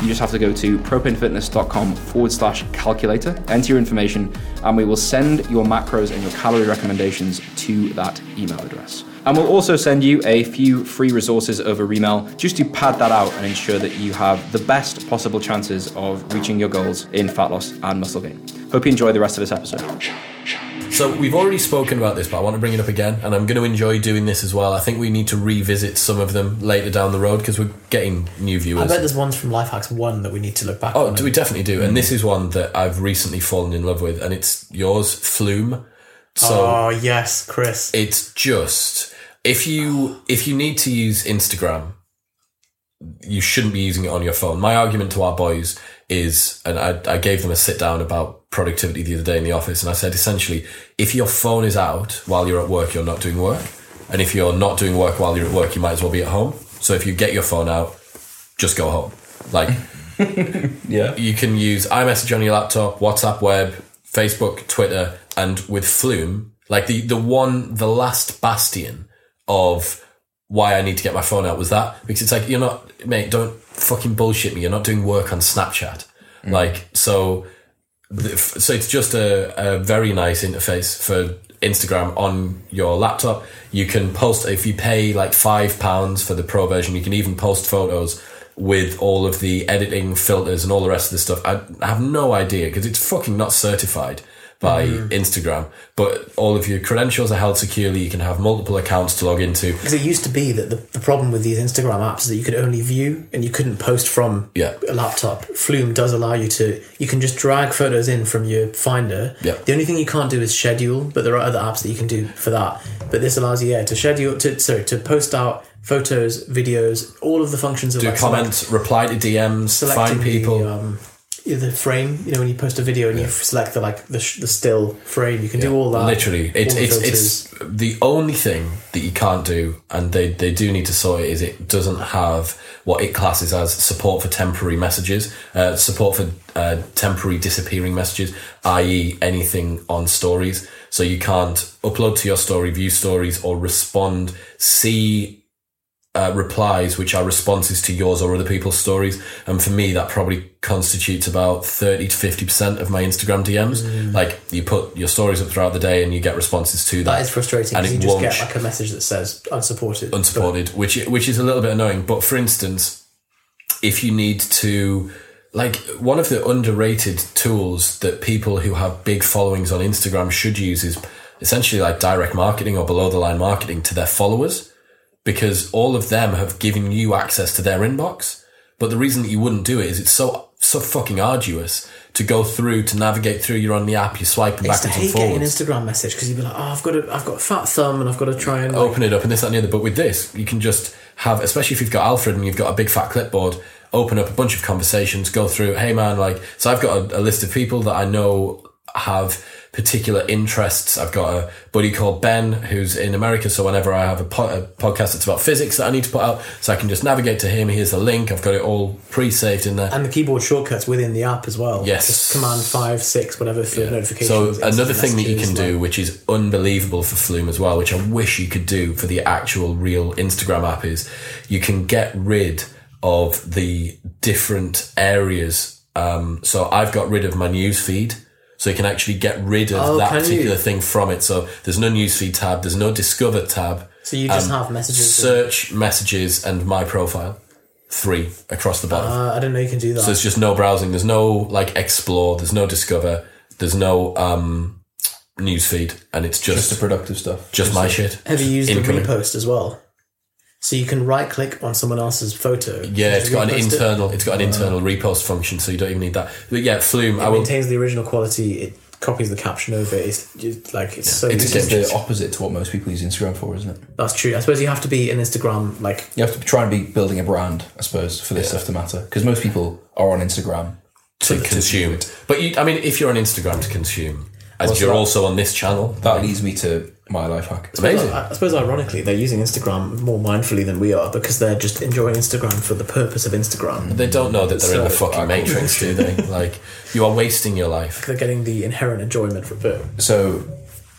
G: you just have to go to propanefitness.com forward slash calculator, enter your information, and we will send your macros and your calorie recommendations to that email address. And we'll also send you a few free resources over Remail just to pad that out and ensure that you have the best possible chances of reaching your goals in fat loss and muscle gain. Hope you enjoy the rest of this episode.
B: So we've already spoken about this, but I want to bring it up again, and I'm going to enjoy doing this as well. I think we need to revisit some of them later down the road because we're getting new
D: I
B: viewers.
D: bet there's ones from Lifehacks 1 that we need to look back
B: Oh,
D: on.
B: do we definitely do? And this is one that I've recently fallen in love with, and it's yours, Flume. So
D: oh, yes, Chris.
B: it's just if you if you need to use Instagram, you shouldn't be using it on your phone. My argument to our boys is, and I, I gave them a sit down about productivity the other day in the office, and I said essentially, if your phone is out while you're at work, you're not doing work, and if you're not doing work while you're at work, you might as well be at home. So if you get your phone out, just go home. Like
C: Yeah.
B: you can use iMessage on your laptop, WhatsApp web, Facebook, Twitter, and with Flume, like the, the one, the last bastion of why I need to get my phone out was that because it's like, you're not, mate, don't fucking bullshit me. You're not doing work on Snapchat. Like, so, the, f- so it's just a, a very nice interface for Instagram on your laptop. You can post, if you pay like five pounds for the pro version, you can even post photos with all of the editing filters and all the rest of this stuff. I I have no idea because it's fucking not certified by
D: Mm-hmm.
B: Instagram, but all of your credentials are held securely. You can have multiple accounts to log into.
D: Because it used to be that the, the problem with these Instagram apps is that you could only view and you couldn't post from
B: Yeah.
D: a laptop. Flume does allow you to, you can just drag photos in from your Finder.
B: Yeah.
D: The only thing you can't do is schedule, but there are other apps that you can do for that. But this allows you, yeah, to schedule, to, sorry, to post out photos, videos, all of the functions of
B: Do
D: like
B: comments, reply to DMs,
D: select-
B: find
D: selecting
B: people.
D: The, um, yeah, the frame, you know, when you post a video and you select the like the, sh- the still frame, you can do all that.
B: Literally, it's
D: all the
B: it's
D: filters.
B: it's the only thing that you can't do, and they they do need to sort it. Is it doesn't have what it classes as support for temporary messages, uh, support for uh, temporary disappearing messages, i.e., anything on stories. So you can't upload to your story, view stories, or respond, see uh, replies, which are responses to yours or other people's stories. And for me, that probably constitutes about 30 to 50% of my Instagram DMs. Like you put your stories up throughout the day and you get responses to that.
D: That is frustrating
B: And
D: because
B: it
D: you just
B: won't
D: get like a message that says unsupported.
B: unsupported, which which is a little bit annoying. But for instance, if you need to, like one of the underrated tools that people who have big followings on Instagram should use is essentially like direct marketing or below the line marketing to their followers, because all of them have given you access to their inbox. But the reason that you wouldn't do it is it's so so fucking arduous to go through to navigate through. You're on the app, you're swiping
D: But I used to
B: backwards and
D: hate getting an
B: forwards.
D: Instagram message because you'd be like, oh, I've got a, I've got a fat thumb and I've got to try and.
B: open it up and this, that, and the other. But with this, you can just have, especially if you've got Alfred and you've got a big fat clipboard, open up a bunch of conversations, go through, hey man, like, so I've got a, a list of people that I know have particular interests. I've got a buddy called Ben who's in America. So whenever I have a, po- a podcast that's about physics that I need to put out, so I can just navigate to him. Here's the link. I've got it all pre saved in there.
D: and the keyboard shortcuts within the app as well.
B: Yes.
D: Just command five, six, whatever for notifications.
B: So
D: instant
B: another thing that you
D: messages,
B: can
D: like-
B: do, which is unbelievable for Flume as well, which I wish you could do for the actual real Instagram app, is you can get rid of the different areas. Um, so I've got rid of my news feed. So you can actually get rid of
D: Oh,
B: that
D: can you?
B: particular thing from it. So there's no newsfeed tab, there's no discover tab.
D: So you
B: um,
D: just have messages.
B: Search, messages, and my profile. Three across the bottom.
D: uh, I don't know. You can do that.
B: So it's just no browsing. There's no like explore. There's no discover. There's no um, newsfeed, and it's just
C: Just the
B: just,
C: productive stuff.
B: my shit.
D: Have you used the
B: incoming.
D: repost as well? So you can right click on someone else's photo.
B: Yeah, it's got an
D: Repost it.
B: internal. It. has got an internal repost function, so you don't even need that. But yeah, Flume. I
D: It
B: will.
D: maintains the original quality. It copies the caption over it. It's just, like it's so.
B: It's
D: easy.
C: It's
B: game
C: the opposite to what most people use Instagram for, isn't it?
D: That's true. I suppose you have to be an Instagram like
C: You have to try and be building a brand, I suppose, for this stuff to matter. Because most people are on Instagram.
B: to consume. But you, I mean, if you're on Instagram to consume, as you're
C: that?
B: also on this channel,
C: That leads me to my life hack.
B: amazing.
D: I I suppose ironically, they're using Instagram more mindfully than we are because they're just enjoying Instagram for the purpose of Instagram.
B: They don't know that they're in the
C: So-
B: fucking matrix, do they? Like, you are wasting your life,
D: They're getting the inherent enjoyment from it.
C: So,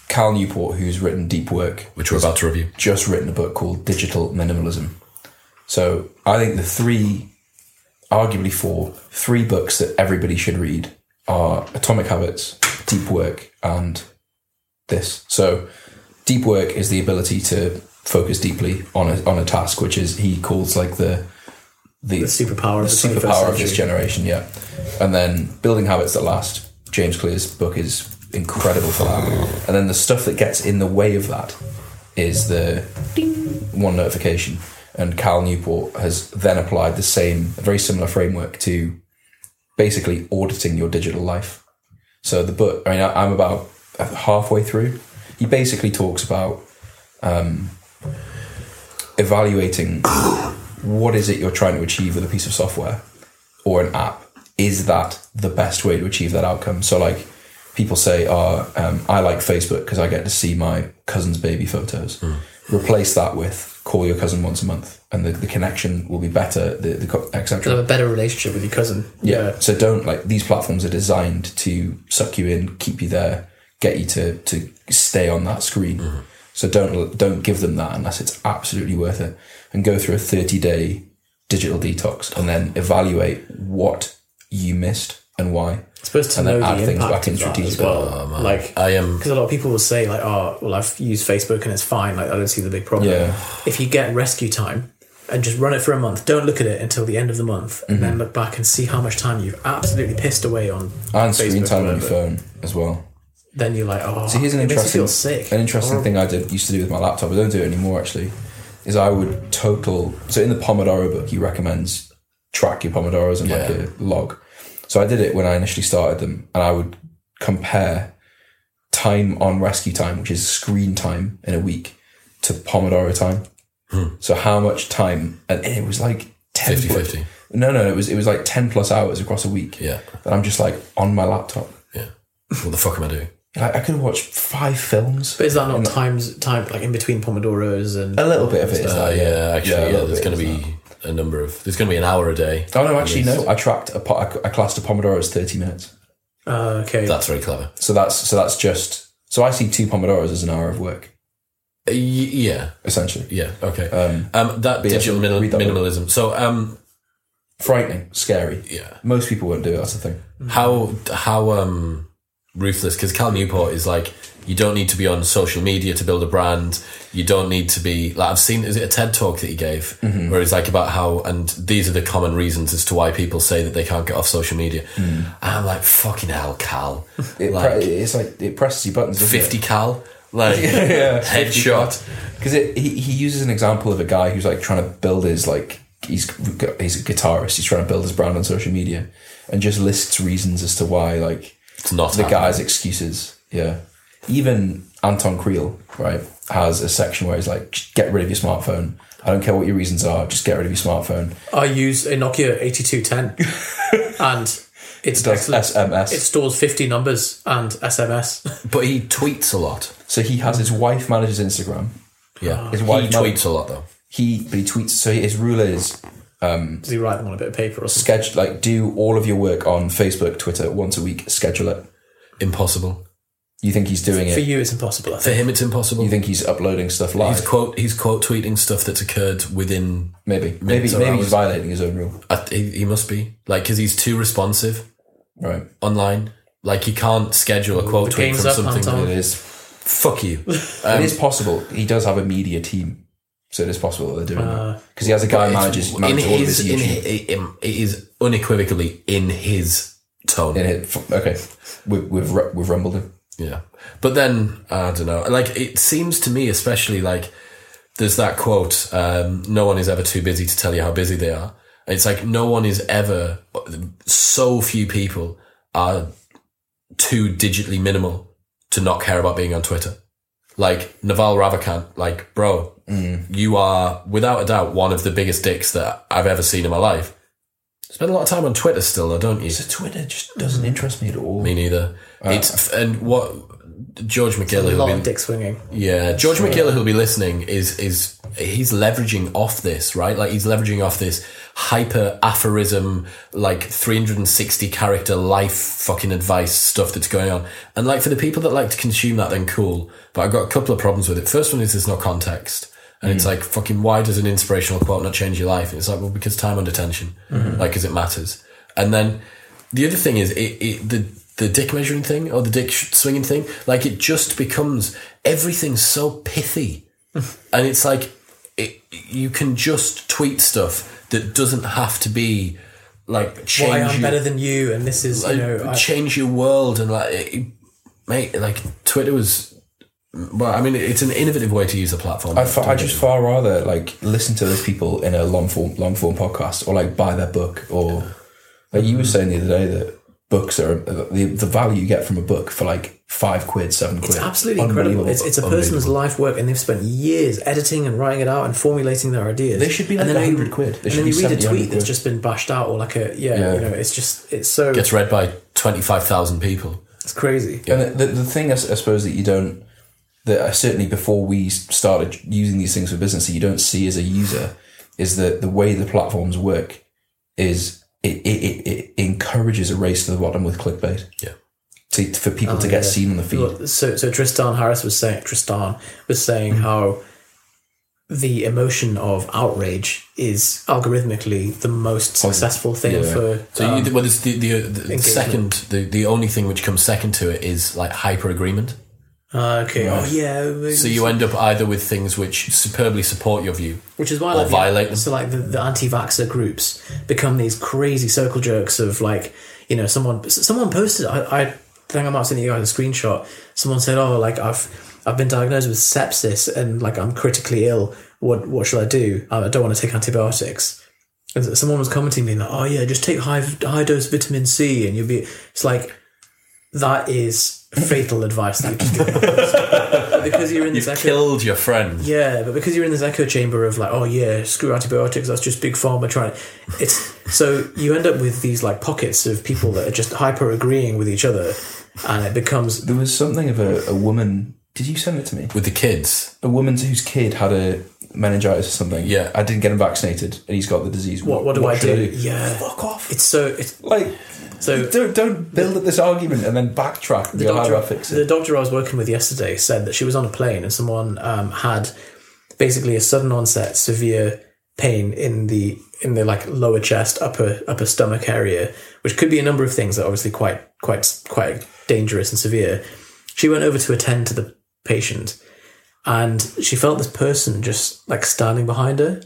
C: Cal Newport, who's written Deep Work,
B: which we're about to review.
C: just written a book called Digital Minimalism. So I think the three arguably four, three books that everybody should read are Atomic Habits, Deep Work, and this. So, deep work is the ability to focus deeply on a, on a task, which is he calls like the the,
D: superpower of the
C: the
D: 21st
C: superpower of this
D: century.
C: generation. Yeah, and then building habits that last. James Clear's book is incredible for that. And then the stuff that gets in the way of that is the one notification. And Cal Newport has then applied the same, a very similar framework to basically auditing your digital life. So the book, I mean, I, I'm about halfway through. He basically talks about um, evaluating what is it you're trying to achieve with a piece of software or an app. Is that the best way to achieve that outcome? So like people say, "Oh, um, I like Facebook because I get to see my cousin's baby photos." Replace that with call your cousin once a month, and the, the connection will be better. The, the co- etc.
D: Have a better relationship with your cousin.
C: Yeah. So don't like these platforms are designed to suck you in, keep you there, get you to to stay on that screen.
D: Mm-hmm.
C: So don't don't give them that unless it's absolutely worth it. And go through a thirty day digital detox and then evaluate what you missed and why.
D: It's supposed to
C: and
D: know
C: then add
D: the
C: things
D: impact
C: back in
D: of that as
C: strategically.
D: well. like
B: I am-
D: because a lot of people will say like, "Oh, well, I've used Facebook and it's fine. Like, I don't see the big problem."
C: Yeah.
D: If you get rescue time and just run it for a month, don't look at it until the end of the month, and
C: Mhm.
D: then look back and see how much time you've absolutely pissed away on
C: And screen
D: Facebook or
C: time on your
D: whatever.
C: phone as well.
D: Then you're like, "Oh,
C: So here's an
D: it makes
C: interesting,
D: you feel sick."
C: an interesting
D: Or-
C: thing I did used to do with my laptop. I don't do it anymore actually. Is I would total. So in the Pomodoro book, he recommends track your pomodoros and like
B: Yeah.
C: a log. So I did it when I initially started them, and I would compare time on rescue time, which is screen time in a week, to pomodoro time.
D: Hmm.
C: So how much time? And it was like 10
B: 50
C: plus-
B: 50.
C: No, no, it was it was like ten plus hours across a week.
B: Yeah.
C: that I'm just like on my laptop.
B: Yeah. What the fuck am I doing?
C: Like I could watch five films.
D: But is that not times time like in between pomodoros and
C: A little bit of it is
B: Uh,
C: that,
B: yeah, actually,
C: a
B: yeah,
C: little
B: there's
C: bit
B: going to
C: is that.
B: be a number of. There's going to be an hour a day.
C: Oh no, actually
B: least.
C: no. I tracked a po- I I classed a pomodoro as thirty minutes.
D: Uh, okay?
B: That's very clever.
C: So that's so that's just so I see two pomodoros as an hour of work
B: Uh, y- yeah,
C: essentially.
B: yeah, okay. Um, that
C: yeah,
B: digital minimal-
C: read that book.
B: minimalism. So, um,
C: Frightening, scary.
B: Yeah.
C: most people won't do it. That's the thing.
B: how how um ruthless because cal newport is like you don't need to be on social media to build a brand you don't need to be like i've seen is it a ted talk that he gave
C: Mm-hmm.
B: where it's like about how and these are the common reasons as to why people say that they can't get off social media and i'm like fucking hell cal
C: Mm. It pre-
B: like
C: it's like it presses your buttons.
B: 50 cal like headshot
C: because he he uses an example of a guy who's like trying to build his like he's gu- he's a guitarist. He's trying to build his brand on social media, and just lists reasons as to why like
B: it's not
C: the
B: happening.
C: guy's excuses. Yeah. Even Anton Creel, right, has a section where he's like, "Just get rid of your smartphone. I don't care what your reasons are, just get rid of your smartphone.
D: I use a Nokia 8210 and it's
C: Does
D: excellent.
C: SMS.
D: It stores 50 numbers and SMS.
B: but he tweets a lot
C: so he has his wife manages Instagram.
B: yeah
C: His
B: he
C: wife
B: tweets a lot though
C: He but he tweets so his rule is
D: Does he write them on a bit of paper or something?
C: schedule like do all of your work on Facebook, Twitter once a week, schedule it.
B: impossible
C: You think he's doing
D: For
C: it?
D: you, it's impossible. I
B: for
D: think.
B: him it's impossible
C: You think he's uploading stuff live?
B: he's quote he's quote tweeting stuff that's occurred within
C: maybe. Maybe
B: or
C: maybe he's
B: hours.
C: violating his own rule.
B: I, th- he, he must be like because he's too responsive
C: Right.
B: online. Like he can't schedule a quote
D: The
B: tweet
D: game's
B: from
D: up,
B: something.
D: Anton.
C: It
B: that-
C: is
B: Fuck you.
C: it is possible. He does have a media team, so it is possible that they're doing that because he has a guy who manages,
B: in
C: manages all
B: his,
C: of his
B: in,
C: YouTube.
B: hi- in- it is unequivocally in his tone.
C: in it. f- Okay, we, we've ru- we've rumbled him.
B: Yeah, but then I don't know. Like it seems to me, especially like there's that quote: um, "No one is ever too busy to tell you how busy they are." It's like no one is ever. So few people are too digitally minimal to not care about being on Twitter. Like Naval Ravikant, like bro, you are without a doubt one of the biggest dicks that I've ever seen in my life. Spend a lot of time on Twitter still, though, don't you?
C: So Twitter just doesn't interest me at all.
B: Me neither. it's and what George McGill,
D: A lot
B: who'll
D: of
B: be,
D: dick swinging.
B: yeah, George McGill, who'll be listening, is is he's leveraging off this right, like he's leveraging off this hyper aphorism, like three hundred and sixty character life fucking advice stuff that's going on, and like for the people that like to consume that, then cool. But I've got a couple of problems with it. First one is there's no context. And it's like, fucking, why does an inspirational quote not change your life? And it's like, well, because time under tension, like, because it matters. And then the other thing is it, it the the dick measuring thing or the dick sh- swinging thing. Like, it just becomes everything's so pithy, and it's like it, you can just tweet stuff that doesn't have to be like change.
D: Why I'm
B: your-
D: better than you, and this is you
C: Uh,
B: like,
D: know. I-
B: change your world and like it- it- mate like twitter was well i mean it's an innovative way to use a platform
C: I, far, I just far rather like listen to those people in a long form long form podcast or like buy their book or like you were saying the other day that books are the, the value you get from a book for like five quid seven quid
D: It's absolutely incredible.
C: Unbelievable.
D: It's, it's a person's
C: Unbelievable.
D: life work, and they've spent years editing and writing it out and formulating their ideas.
C: They should be
D: and
C: like
D: then
C: 100
D: you-
C: quid. They
D: and
C: should
D: then
C: be
D: you read a
C: 70, 100
D: tweet that's
C: quid.
D: just been bashed out, or like a yeah,
C: Yeah.
D: you know, it's just it's so
B: gets read by 25000 people
D: it's crazy.
C: And the, the, the thing I, s- I suppose that you don't that I, certainly before we started using these things for business that you don't see as a user is that the way the platforms work is it it, it, it encourages a race to the bottom with clickbait.
B: Yeah.
C: To, for people to get seen on the feed.
D: Oh, Look, so so Tristan Harris was saying Tristan was
C: Mm.
D: saying how the emotion of outrage is algorithmically the most successful thing
C: Yeah.
D: for
B: so
C: Um,
B: you, well, it's the, the, the second
D: engagement.
B: the, the only thing which comes second to it is like hyper agreement
D: uh, okay oh yeah
B: so you end up either with things which superbly support your view
D: Which is why
B: Or
D: like,
B: violate them.
D: So like the, the anti-vaxxer groups become these crazy circle jerks of like, you know, someone someone posted I, I think I might have sent you guys a screenshot. Someone said, Oh, like I've I've been diagnosed with sepsis and like I'm critically ill. What what should I do? I don't want to take antibiotics. And so- someone was commenting being like, Oh yeah, just take high high dose vitamin C and you'll be it's like that is fatal advice that you're just giving. because you're in this
B: you've
D: echo
B: killed your friend
D: yeah, but because you're in this echo chamber of like, oh yeah, screw antibiotics, that's just big pharma trying. It's so you end up with these like pockets of people that are just hyper agreeing with each other, and it becomes
C: There was something of a, a woman. Did you send it to me?
B: with the kids
C: A woman whose kid had a meningitis or something.
B: Yeah.
C: I didn't get him vaccinated, and he's got the disease.
D: what? What do I
C: should
D: do? Yeah,
C: Fuck off.
D: It's so it's
C: like
D: so.
C: don't don't build up this argument and then backtrack. and
D: the
C: go, how do I
D: doctor,
C: fix
D: the
C: it?
D: doctor I was working with yesterday said that she was on a plane and someone um, had basically a sudden onset severe pain in the in the like lower chest, upper upper stomach area, which could be a number of things that are obviously quite quite quite dangerous and severe. She went over to attend to the patient, and she felt this person just like standing behind her,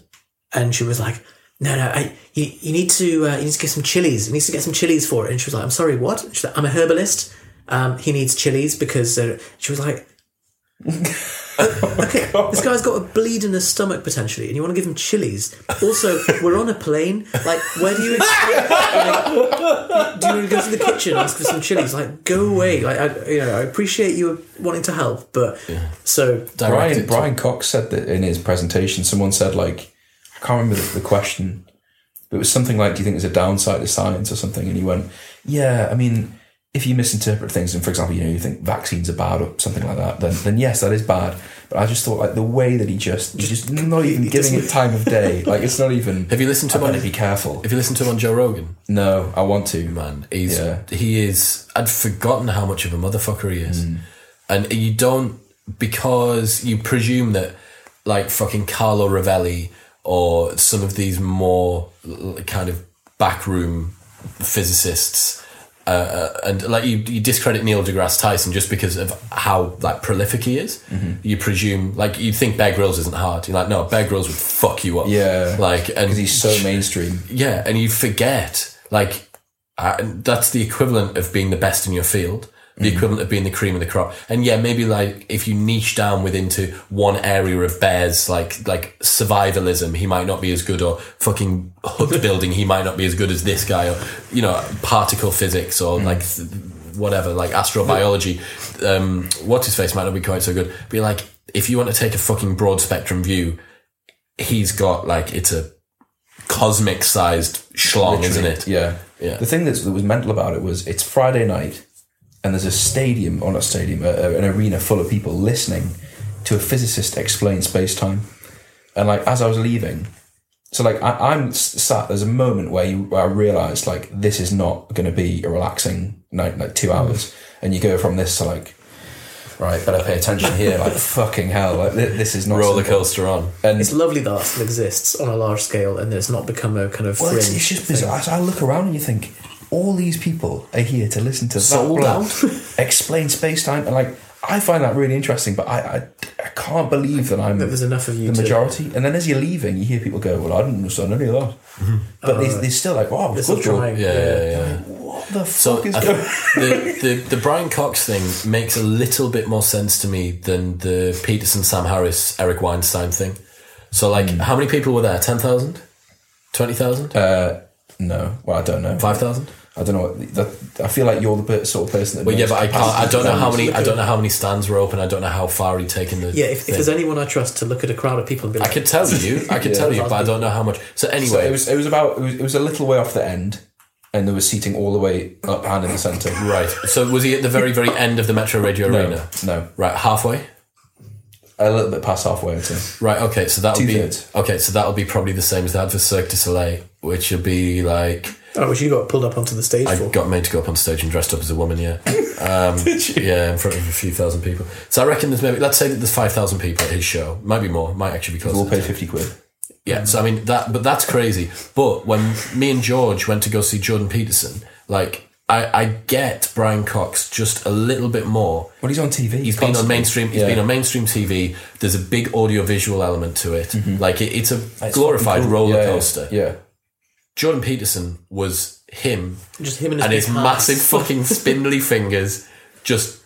D: and she was like, "No, no, I, you, you need to uh, you need to get some chilies. You need to get some chilies for it." And she was like, "I'm sorry, what?" She's like, "I'm a herbalist. Um, he needs chilies because uh, she was like." "Oh, okay, this guy's got a bleed in his stomach potentially, and you want to give him chilies. Also, we're on a plane. Like, where do you expect? Like, do you want to go to the kitchen and ask for some chilies? Like, go away. Like, I, you know, I appreciate you wanting to help, but so
B: directed
C: Brian
B: to-
C: Brian Cox said that in his presentation. Someone said like I can't remember the, the question, but it was something like, "Do you think there's a downside to science or something?" And he went, "Yeah, I mean." If you misinterpret things, and for example, you know you think vaccines are bad or something like that, then, then yes, that is bad. But I just thought like the way that he just, he's just not even giving it time of day, like it's not even.
B: Have you listened to
C: I
B: him on-
C: better be careful.
B: if you listen to him on joe rogan
C: No, I want to.
B: man. He's
C: Yeah.
B: he is. I'd forgotten how much of a motherfucker he is,
C: Mm.
B: and you don't because you presume that like fucking Carlo Ravelli or some of these more l- kind of backroom physicists. Uh, uh, and like you, you discredit Neil deGrasse Tyson just because of how like prolific he is.
C: Mm-hmm.
B: You presume like you think Bear Grylls isn't hard. You're like, no, Bear Grylls would fuck you up.
C: Yeah,
B: like and
C: because he's so mainstream.
B: yeah, and you forget like uh, that's the equivalent of being the best in your field, the equivalent of being the cream of the crop. And yeah, maybe like if you niche down with into one area of bears, like like survivalism, he might not be as good, or fucking hut building, he might not be as good as this guy, or you know, particle physics, or like. Th- whatever like astrobiology um what's his face might not be quite so good be like if you want to take a fucking broad spectrum view he's got like it's a cosmic sized schlong, isn't it?
C: Yeah.
B: Yeah.
C: The thing that's, that was mental about it was it's Friday night and there's a stadium, or not stadium, a, a- an arena full of people listening to a physicist explain space time. And like, as I was leaving, so like I, I'm s- sat, there's a moment where, you, where I realized like this
B: Hmm.
C: is not going to be a relaxing night, like two hours. And you go from this to like, right, better pay attention here. Like, fucking hell, like, thi- this is not
B: Roller
C: simple.
B: coaster on.
C: And
D: It's lovely that that still exists on a large scale and that it's not become a kind of
C: well,
D: fringe.
C: it's, it's just bizarre. I I look around and you think all these people are here to listen to
D: Sold
C: that
D: out.
C: bloke explain space time, and like I find that really interesting. But I, I, I can't believe that I'm
D: That there's enough of you
C: the
D: to-
C: majority. And then as you're leaving, you hear people go, "Well, I didn't understand any of that,"
B: Mm-hmm.
C: but they, they're still like, "Wow,
D: It's
C: good
D: not
C: job."
D: trying.
B: Yeah, yeah, yeah.
C: What the
B: So
C: fuck is
B: I
C: going?
B: think the, the the Brian Cox thing makes a little bit more sense to me than the Peterson, Sam Harris, Eric Weinstein thing. So like,
C: Hmm.
B: how many people were there? 10,000? 20,000?
C: Uh, No, well, I don't know.
B: 5,000?
C: I don't know. What, that, I feel like you're the per- sort of person. That
B: Well, yeah,
C: knows
B: but I can't.
C: capacity
B: I don't know how
C: designs.
B: many. I don't know how many stands were open. I don't know how far he'd taken the.
D: Yeah, if, if
B: thing.
D: there's anyone I trust to look at a crowd of people and be
B: I
D: like,
B: could tell you. I could tell you, but I don't know how much. So anyway,
C: So it was it was about it was, it was a little way off the end, and there was seating all the way up and in the centre.
B: right. So was he at the very, very end of the Metro Radio Arena?
C: no,
B: Right, halfway.
C: a little bit past halfway. I'd say.
B: Right. Okay. So that'll be
C: Two-thirds.
B: okay. So that'll be probably the same as that for Cirque du Soleil, which will be like
D: oh, which you got pulled up onto the stage
B: I
D: for.
B: got made to go up on stage and dressed up as a woman. Yeah. Um,
D: Did you?
B: Yeah, in front of a few thousand people. So I reckon there's maybe let's say that there's five thousand people at his show. Might be more. Might actually be closer.
C: We'll
B: to
C: pay
B: ten.
C: fifty quid.
B: Yeah, so I mean that, but that's crazy. But when me and George went to go see Jordan Peterson, like I, I get Brian Cox just a little bit more.
C: Well, he's on TV.
B: He's been on mainstream. He's been on mainstream TV. There's a big audio visual element to it.
C: Mm-hmm.
B: Like it, it's a glorified roller coaster.
C: Yeah,
B: Jordan Peterson was him
D: Just him and his,
B: and
D: big
B: his
D: hands.
B: massive fucking spindly fingers just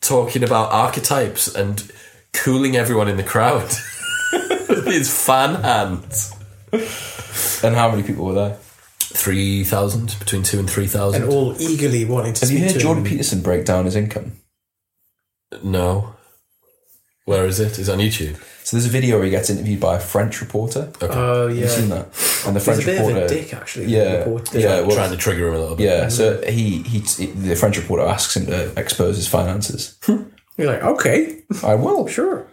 B: talking about archetypes and cooling everyone in the crowd. with his fan hands.
C: And how many people were there?
B: three thousand, between two and three
D: and
B: thousand.
D: all eagerly wanting to
C: Have you
D: speak
C: heard
D: to
C: Jordan
D: him.
C: Peterson break down his income?
B: no, where is it? Is it on YouTube?
C: So there's a video where he gets interviewed by a French reporter.
D: Oh
C: Have you seen
D: yeah,
C: that? And the
D: he's
C: French
D: a bit
C: reporter.
D: of a dick actually. the
C: Yeah,
D: reporter.
C: yeah, well,
B: Trying to trigger him a little bit.
C: yeah. So he, he the French reporter asks him to expose his finances.
D: You're like, okay,
C: I will.
D: sure.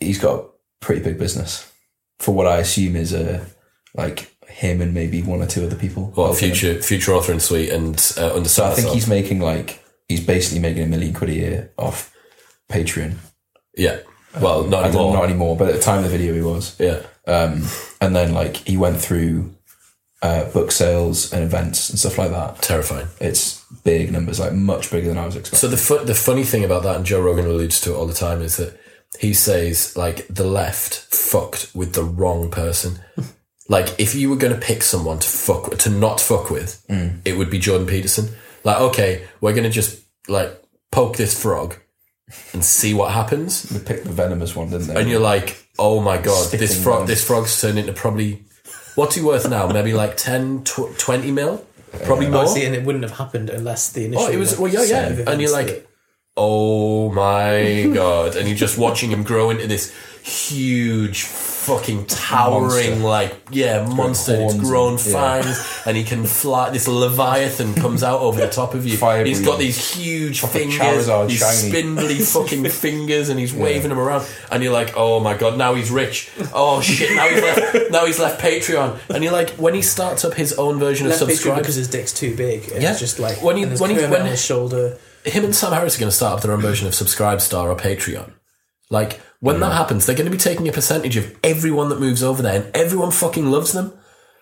C: he's got a pretty big business for what I assume is a like him and maybe one or two other people.
B: Well, future future author in suite and uh, under.
C: So I think he's making like he's basically making a million quid a year off Patreon.
B: yeah. Well, not
C: I don't,
B: anymore.
C: not anymore, but at the time of the video he was.
B: yeah.
C: And then like he went through uh, book sales and events and stuff like that.
B: Terrifying.
C: It's big numbers, like much bigger than I was expecting.
B: So the fu- the funny thing about that, and Joe Rogan alludes to it all the time, is that he says like the left fucked with the wrong person. like if you were going to pick someone to fuck to not fuck with,
C: Mm.
B: it would be Jordan Peterson. Like okay, we're going to just like poke this frog and see what happens,
C: they picked the venomous one, didn't they?
B: and you're like, oh my god, this
C: Sticking
B: frog,
C: one.
B: this frog's turned into probably what's he worth now? Maybe like 10, tw- 20 mil, probably more.
D: See, and it wouldn't have happened unless the initial.
B: Oh, it was well,
D: like,
B: yeah,
D: set
B: yeah.
D: of
B: And
D: events
B: you're like,
D: that-
B: oh my god! And you're just watching him grow into this huge, fucking towering,
C: Monster.
B: like yeah, monster. It's
C: horns
B: grown
C: and- yeah.
B: fangs, and he can fly. This leviathan comes out over the top of you.
C: Fire
B: he's got
C: breathing.
B: these huge
C: Proper
B: fingers,
C: Charizard
B: these
C: shiny.
B: spindly fucking fingers, and he's waving them around. And you're like, oh my god, now he's rich. Oh shit, now he's left. now he's left Patreon. And you're like, when he starts up his own version
D: left
B: of
D: Patreon
B: subscribe,
D: because his dick's too big. And
B: Yeah.
D: it's just like
B: When
D: when
B: you-
D: you
B: when you-
D: when
B: when-
D: on his shoulder.
B: him and Sam Harris are going to start up their own version of Subscribe Star or Patreon. Like when that happens, they're going to be taking a percentage of everyone that moves over there, and everyone fucking loves them.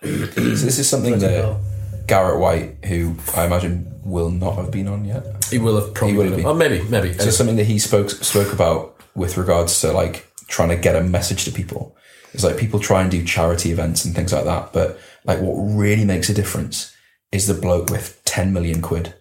C: So this is something that Garrett White, who I imagine will not have been on yet,
B: He will have probably,
C: He will have been.
B: oh maybe, maybe.
C: So something that he spoke spoke about with regards to like trying to get a message to people. It's like people try and do charity events and things like that, but like what really makes a difference is the bloke with ten million quid.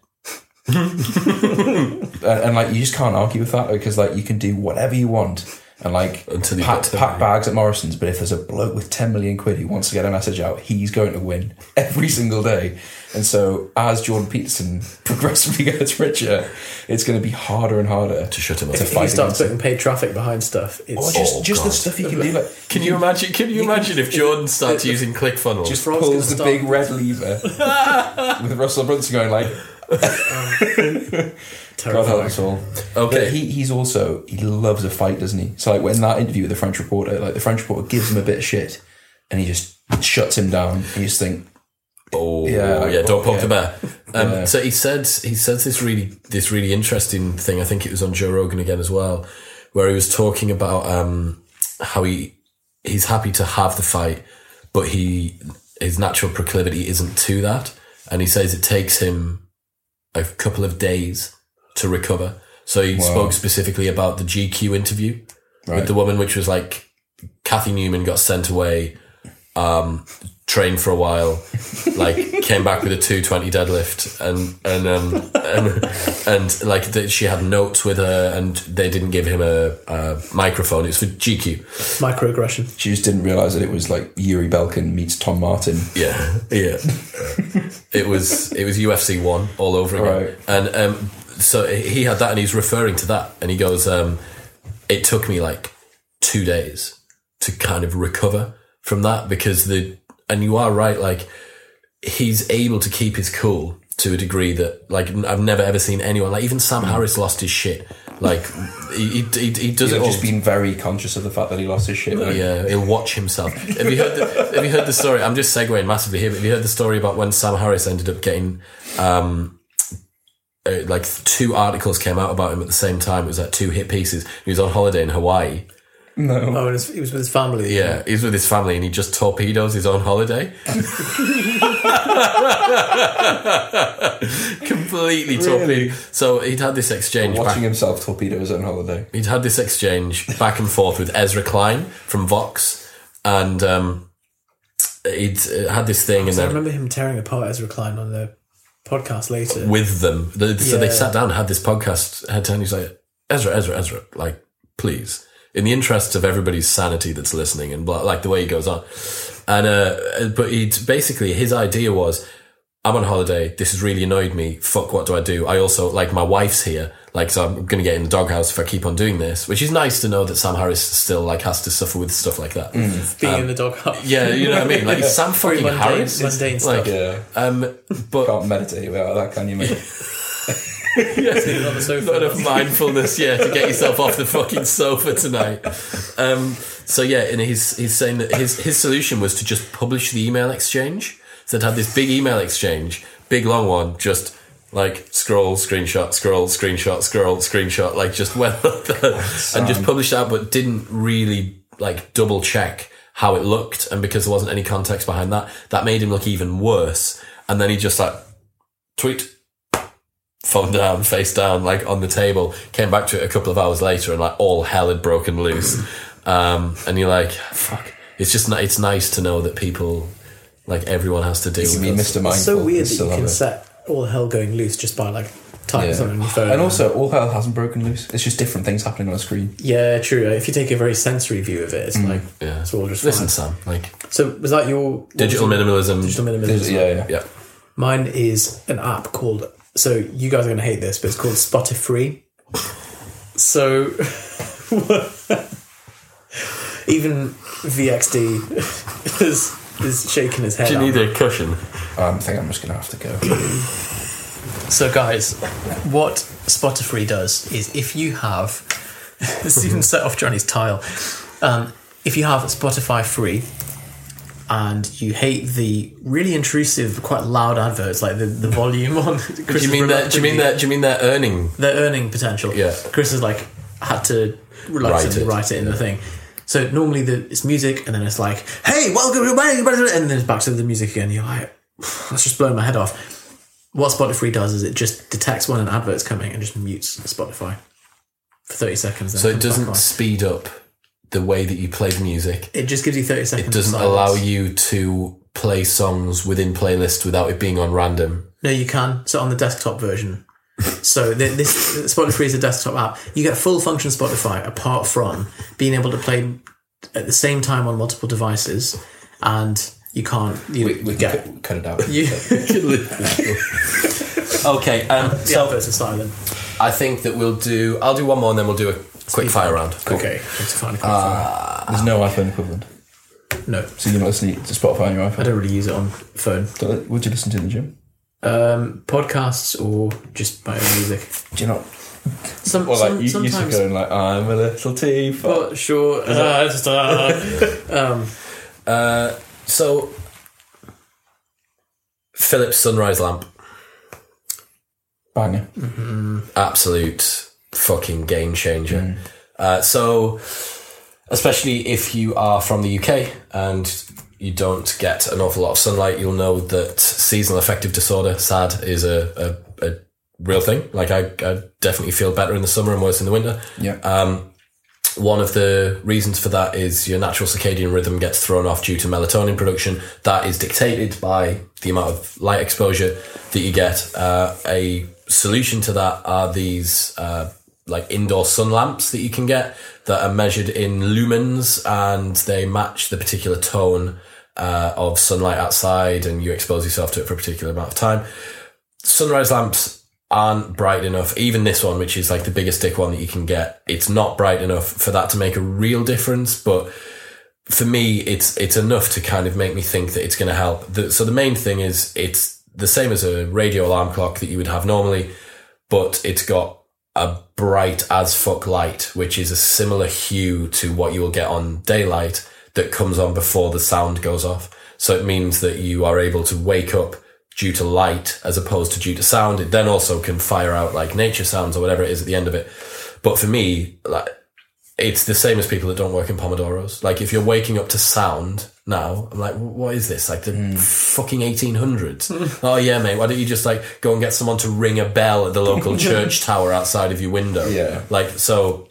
C: and, and, like you just can't argue with that because like you can do whatever you want and like
B: Until you
C: pack,
B: get 10
C: pack
B: million.
C: bags at Morrison's, but if there's a bloke with ten million quid who wants to get a message out, he's going to win every single day. And so as Jordan Peterson progressively gets richer, it's going to be harder and harder
B: to shut him up.
D: If he starts putting paid traffic behind stuff, it's
C: Or just,
B: Oh,
C: just the
B: God.
C: stuff you can do, like
B: can you imagine? Can you imagine if Jordan starts using ClickFunnels?
C: just
D: Frog's
C: pulls the
D: gonna
C: big red lever with Russell Brunson going like, "God help
D: terrifying.
C: us all."
B: Okay.
C: but he, he's also he loves a fight, doesn't he? So like when that interview with the French reporter, like the French reporter gives him a bit of shit, and he just shuts him down. And you just think,
B: oh
C: Yeah,
B: yeah, don't poke
C: yeah.
B: the bear. Um, So he said he says this really this really interesting thing. I think it was on Joe Rogan again as well, where he was talking about um, how he he's happy to have the fight, but he his natural proclivity isn't to that, and he says it takes him a couple of days to recover. So he spoke specifically about the GQ interview with the woman, which was like Kathy Newman got sent away, um, trained for a while, like came back with a two twenty deadlift, and and um, and, and like that she had notes with her, and they didn't give him a, a microphone. It's for GQ.
D: Microaggression.
C: She just didn't realize that it was like Yuri Belkin meets Tom Martin.
B: Yeah, yeah. it was it was UFC one all over again,
C: Right.
B: and um, so he had that, and he's referring to that, and he goes, um, "It took me like two days to kind of recover from that because the and you are right, like he's able to keep his cool." To a degree that, like, I've never ever seen anyone, like, even
C: Mm.
B: Sam Harris lost his shit. Like, he, he, he, he does
C: He's
B: it all.
C: just been very conscious of the fact that he lost his shit. though.
B: Oh, Yeah, he'll watch himself. Have you heard? The, have you heard the story? I'm just segueing massively here. But have you heard the story about when Sam Harris ended up getting, um, uh, like two articles came out about him at the same time? It was like two hit pieces. He was on holiday in Hawaii.
D: Oh, and his, he was with his family.
B: Yeah, he's with his family and he just torpedoes his own holiday. Completely torpedoed. So he'd had this exchange back
C: Watching himself torpedo his own holiday.
B: he'd had this exchange back and forth with Ezra Klein from Vox, and um, he'd uh, had this thing and
D: So I
B: then
D: remember him tearing apart Ezra Klein on the podcast later.
B: with them. The- So they
D: Yeah.
B: sat down, and had this podcast head to head. and He's like, Ezra, Ezra, Ezra, like, please, in the interests of everybody's sanity that's listening, and blah, like the way he goes on. And uh, but he basically his idea was, I'm on holiday. This has really annoyed me. Fuck, what do I do? I also like my wife's here. Like, so I'm gonna get in the doghouse if I keep on doing this. Which is nice to know that Sam Harris still like has to suffer with stuff like that.
D: being in the dog
B: Yeah, you know what I mean. Like Sam
D: Very
B: fucking
D: mundane-
B: Harris, is,
D: mundane
B: like,
D: stuff.
C: Yeah.
B: um, but
C: Can't meditate without that, can you, mate?
D: on the sofa.
B: lot of mindfulness, yeah, to get yourself off the fucking sofa tonight. Um, so yeah, and he's he's saying that his his solution was to just publish the email exchange. So they'd have this big email exchange, big long one, just like scroll, screenshot, scroll, screenshot, scroll, screenshot, like just went up there and just published out, but didn't really like double check how it looked, and because there wasn't any context behind that, that made him look even worse. And then he just like tweet phone down, face down, like on the table. Came back to it a couple of hours later, and like all hell had broken loose. Um, and you're like, fuck. It's just ni- it's nice to know that people, like everyone, has to deal
C: You
B: with
C: mean
B: it.
C: Mr. Mindful?
D: It's so weird
C: and
D: that
C: still
D: you can
C: have it.
D: set all hell going loose just by like typing
C: Yeah.
D: something on your phone.
C: And also, all hell hasn't broken loose. It's just different things happening on a screen.
D: yeah, true. If you take a very sensory view of it, it's like
B: Mm, Yeah.
D: it's all just
B: Listen,
D: fine.
B: Sam. Like
D: So was that your what
B: digital
D: was it?
B: minimalism.
D: Digital
C: There's-
D: minimalism.
C: yeah, yeah.
B: yeah.
D: Mine is an app called. So you guys are going to hate this, but it's called Spotify. So even VXD is is shaking his head.
B: Do you
D: at
B: need
D: me.
B: a cushion?
C: Um, I think I'm just going to have to go.
D: So, guys, what Spotify does is if you have, this even set off Johnny's tile. Um, if you have Spotify free and you hate the really intrusive, quite loud adverts, like the, the volume on.
B: Do you mean that? Do you mean that? Do you mean that earning?
D: Their earning potential.
B: Yeah.
D: Chris has like had to reluctantly
B: it,
D: write it, in the thing. So normally the, it's music and then it's like, hey, welcome to my and then it's back to the music again. You're like, that's just blowing my head off what Spotify does is it just detects when an advert's coming and just mutes Spotify for 30 seconds. then
B: So it
D: comes back
B: doesn't
D: on.
B: speed up the way that you play the music.
D: It just gives you 30 seconds.
B: It doesn't
D: of silence.
B: allow you to play songs within playlists without it being on random.
D: No, you can. So on the desktop version. so th- this Spotify is a desktop app. You get full function Spotify apart from being able to play at the same time on multiple devices and you can't. You,
C: We, we
D: get.
C: can cut, cut it out.
D: You,
B: Okay, um,
D: the adverts are silent.
B: I think that we'll do. I'll do one more, and then we'll do a quick fire round.
D: Okay. It's fine.
C: There's no iPhone equivalent.
D: no,
C: So you're not listening to Spotify on your
D: I
C: iPhone?
D: don't really use it on phone.
C: Don't- Would you listen to in the gym?
D: Um, podcasts or just my own music.
C: Do you not?
D: Some,
C: Well,
D: some,
C: like, you used to
D: sometimes.
C: go and like, I'm a little thief.
D: Well, sure. Um,
B: So, Philips sunrise lamp.
C: Banger.
D: Mm.
B: absolute fucking game changer. Uh, so, especially if you are from the UK and you don't get an awful lot of sunlight, you'll know that seasonal affective disorder, SAD, is a, a, a real thing. Like, I, I definitely feel better in the summer and worse in the winter.
C: Yeah.
B: One of the reasons for that is your natural circadian rhythm gets thrown off due to melatonin production. That is dictated by the amount of light exposure that you get. Uh, a solution to that are these uh, like indoor sun lamps that you can get that are measured in lumens and they match the particular tone uh, of sunlight outside, and you expose yourself to it for a particular amount of time sunrise lamps aren't bright enough. Even this one, which is like the biggest dick one that you can get, it's not bright enough for that to make a real difference. But for me, it's it's enough to kind of make me think that it's going to help. The, so the main thing is it's the same as a radio alarm clock that you would have normally, but it's got a bright as fuck light, which is a similar hue to what you will get on daylight that comes on before the sound goes off. So it means that you are able to wake up due to light as opposed to due to sound. It then also can fire out like nature sounds or whatever it is at the end of it. But for me, like it's the same as people that don't work in Pomodoros. Like if you're waking up to sound now, I'm like, what is this? Like the fucking 1800s. oh yeah, mate. Why don't you just like go and get someone to ring a bell at the local church tower outside of your window?
C: Yeah.
B: Like so,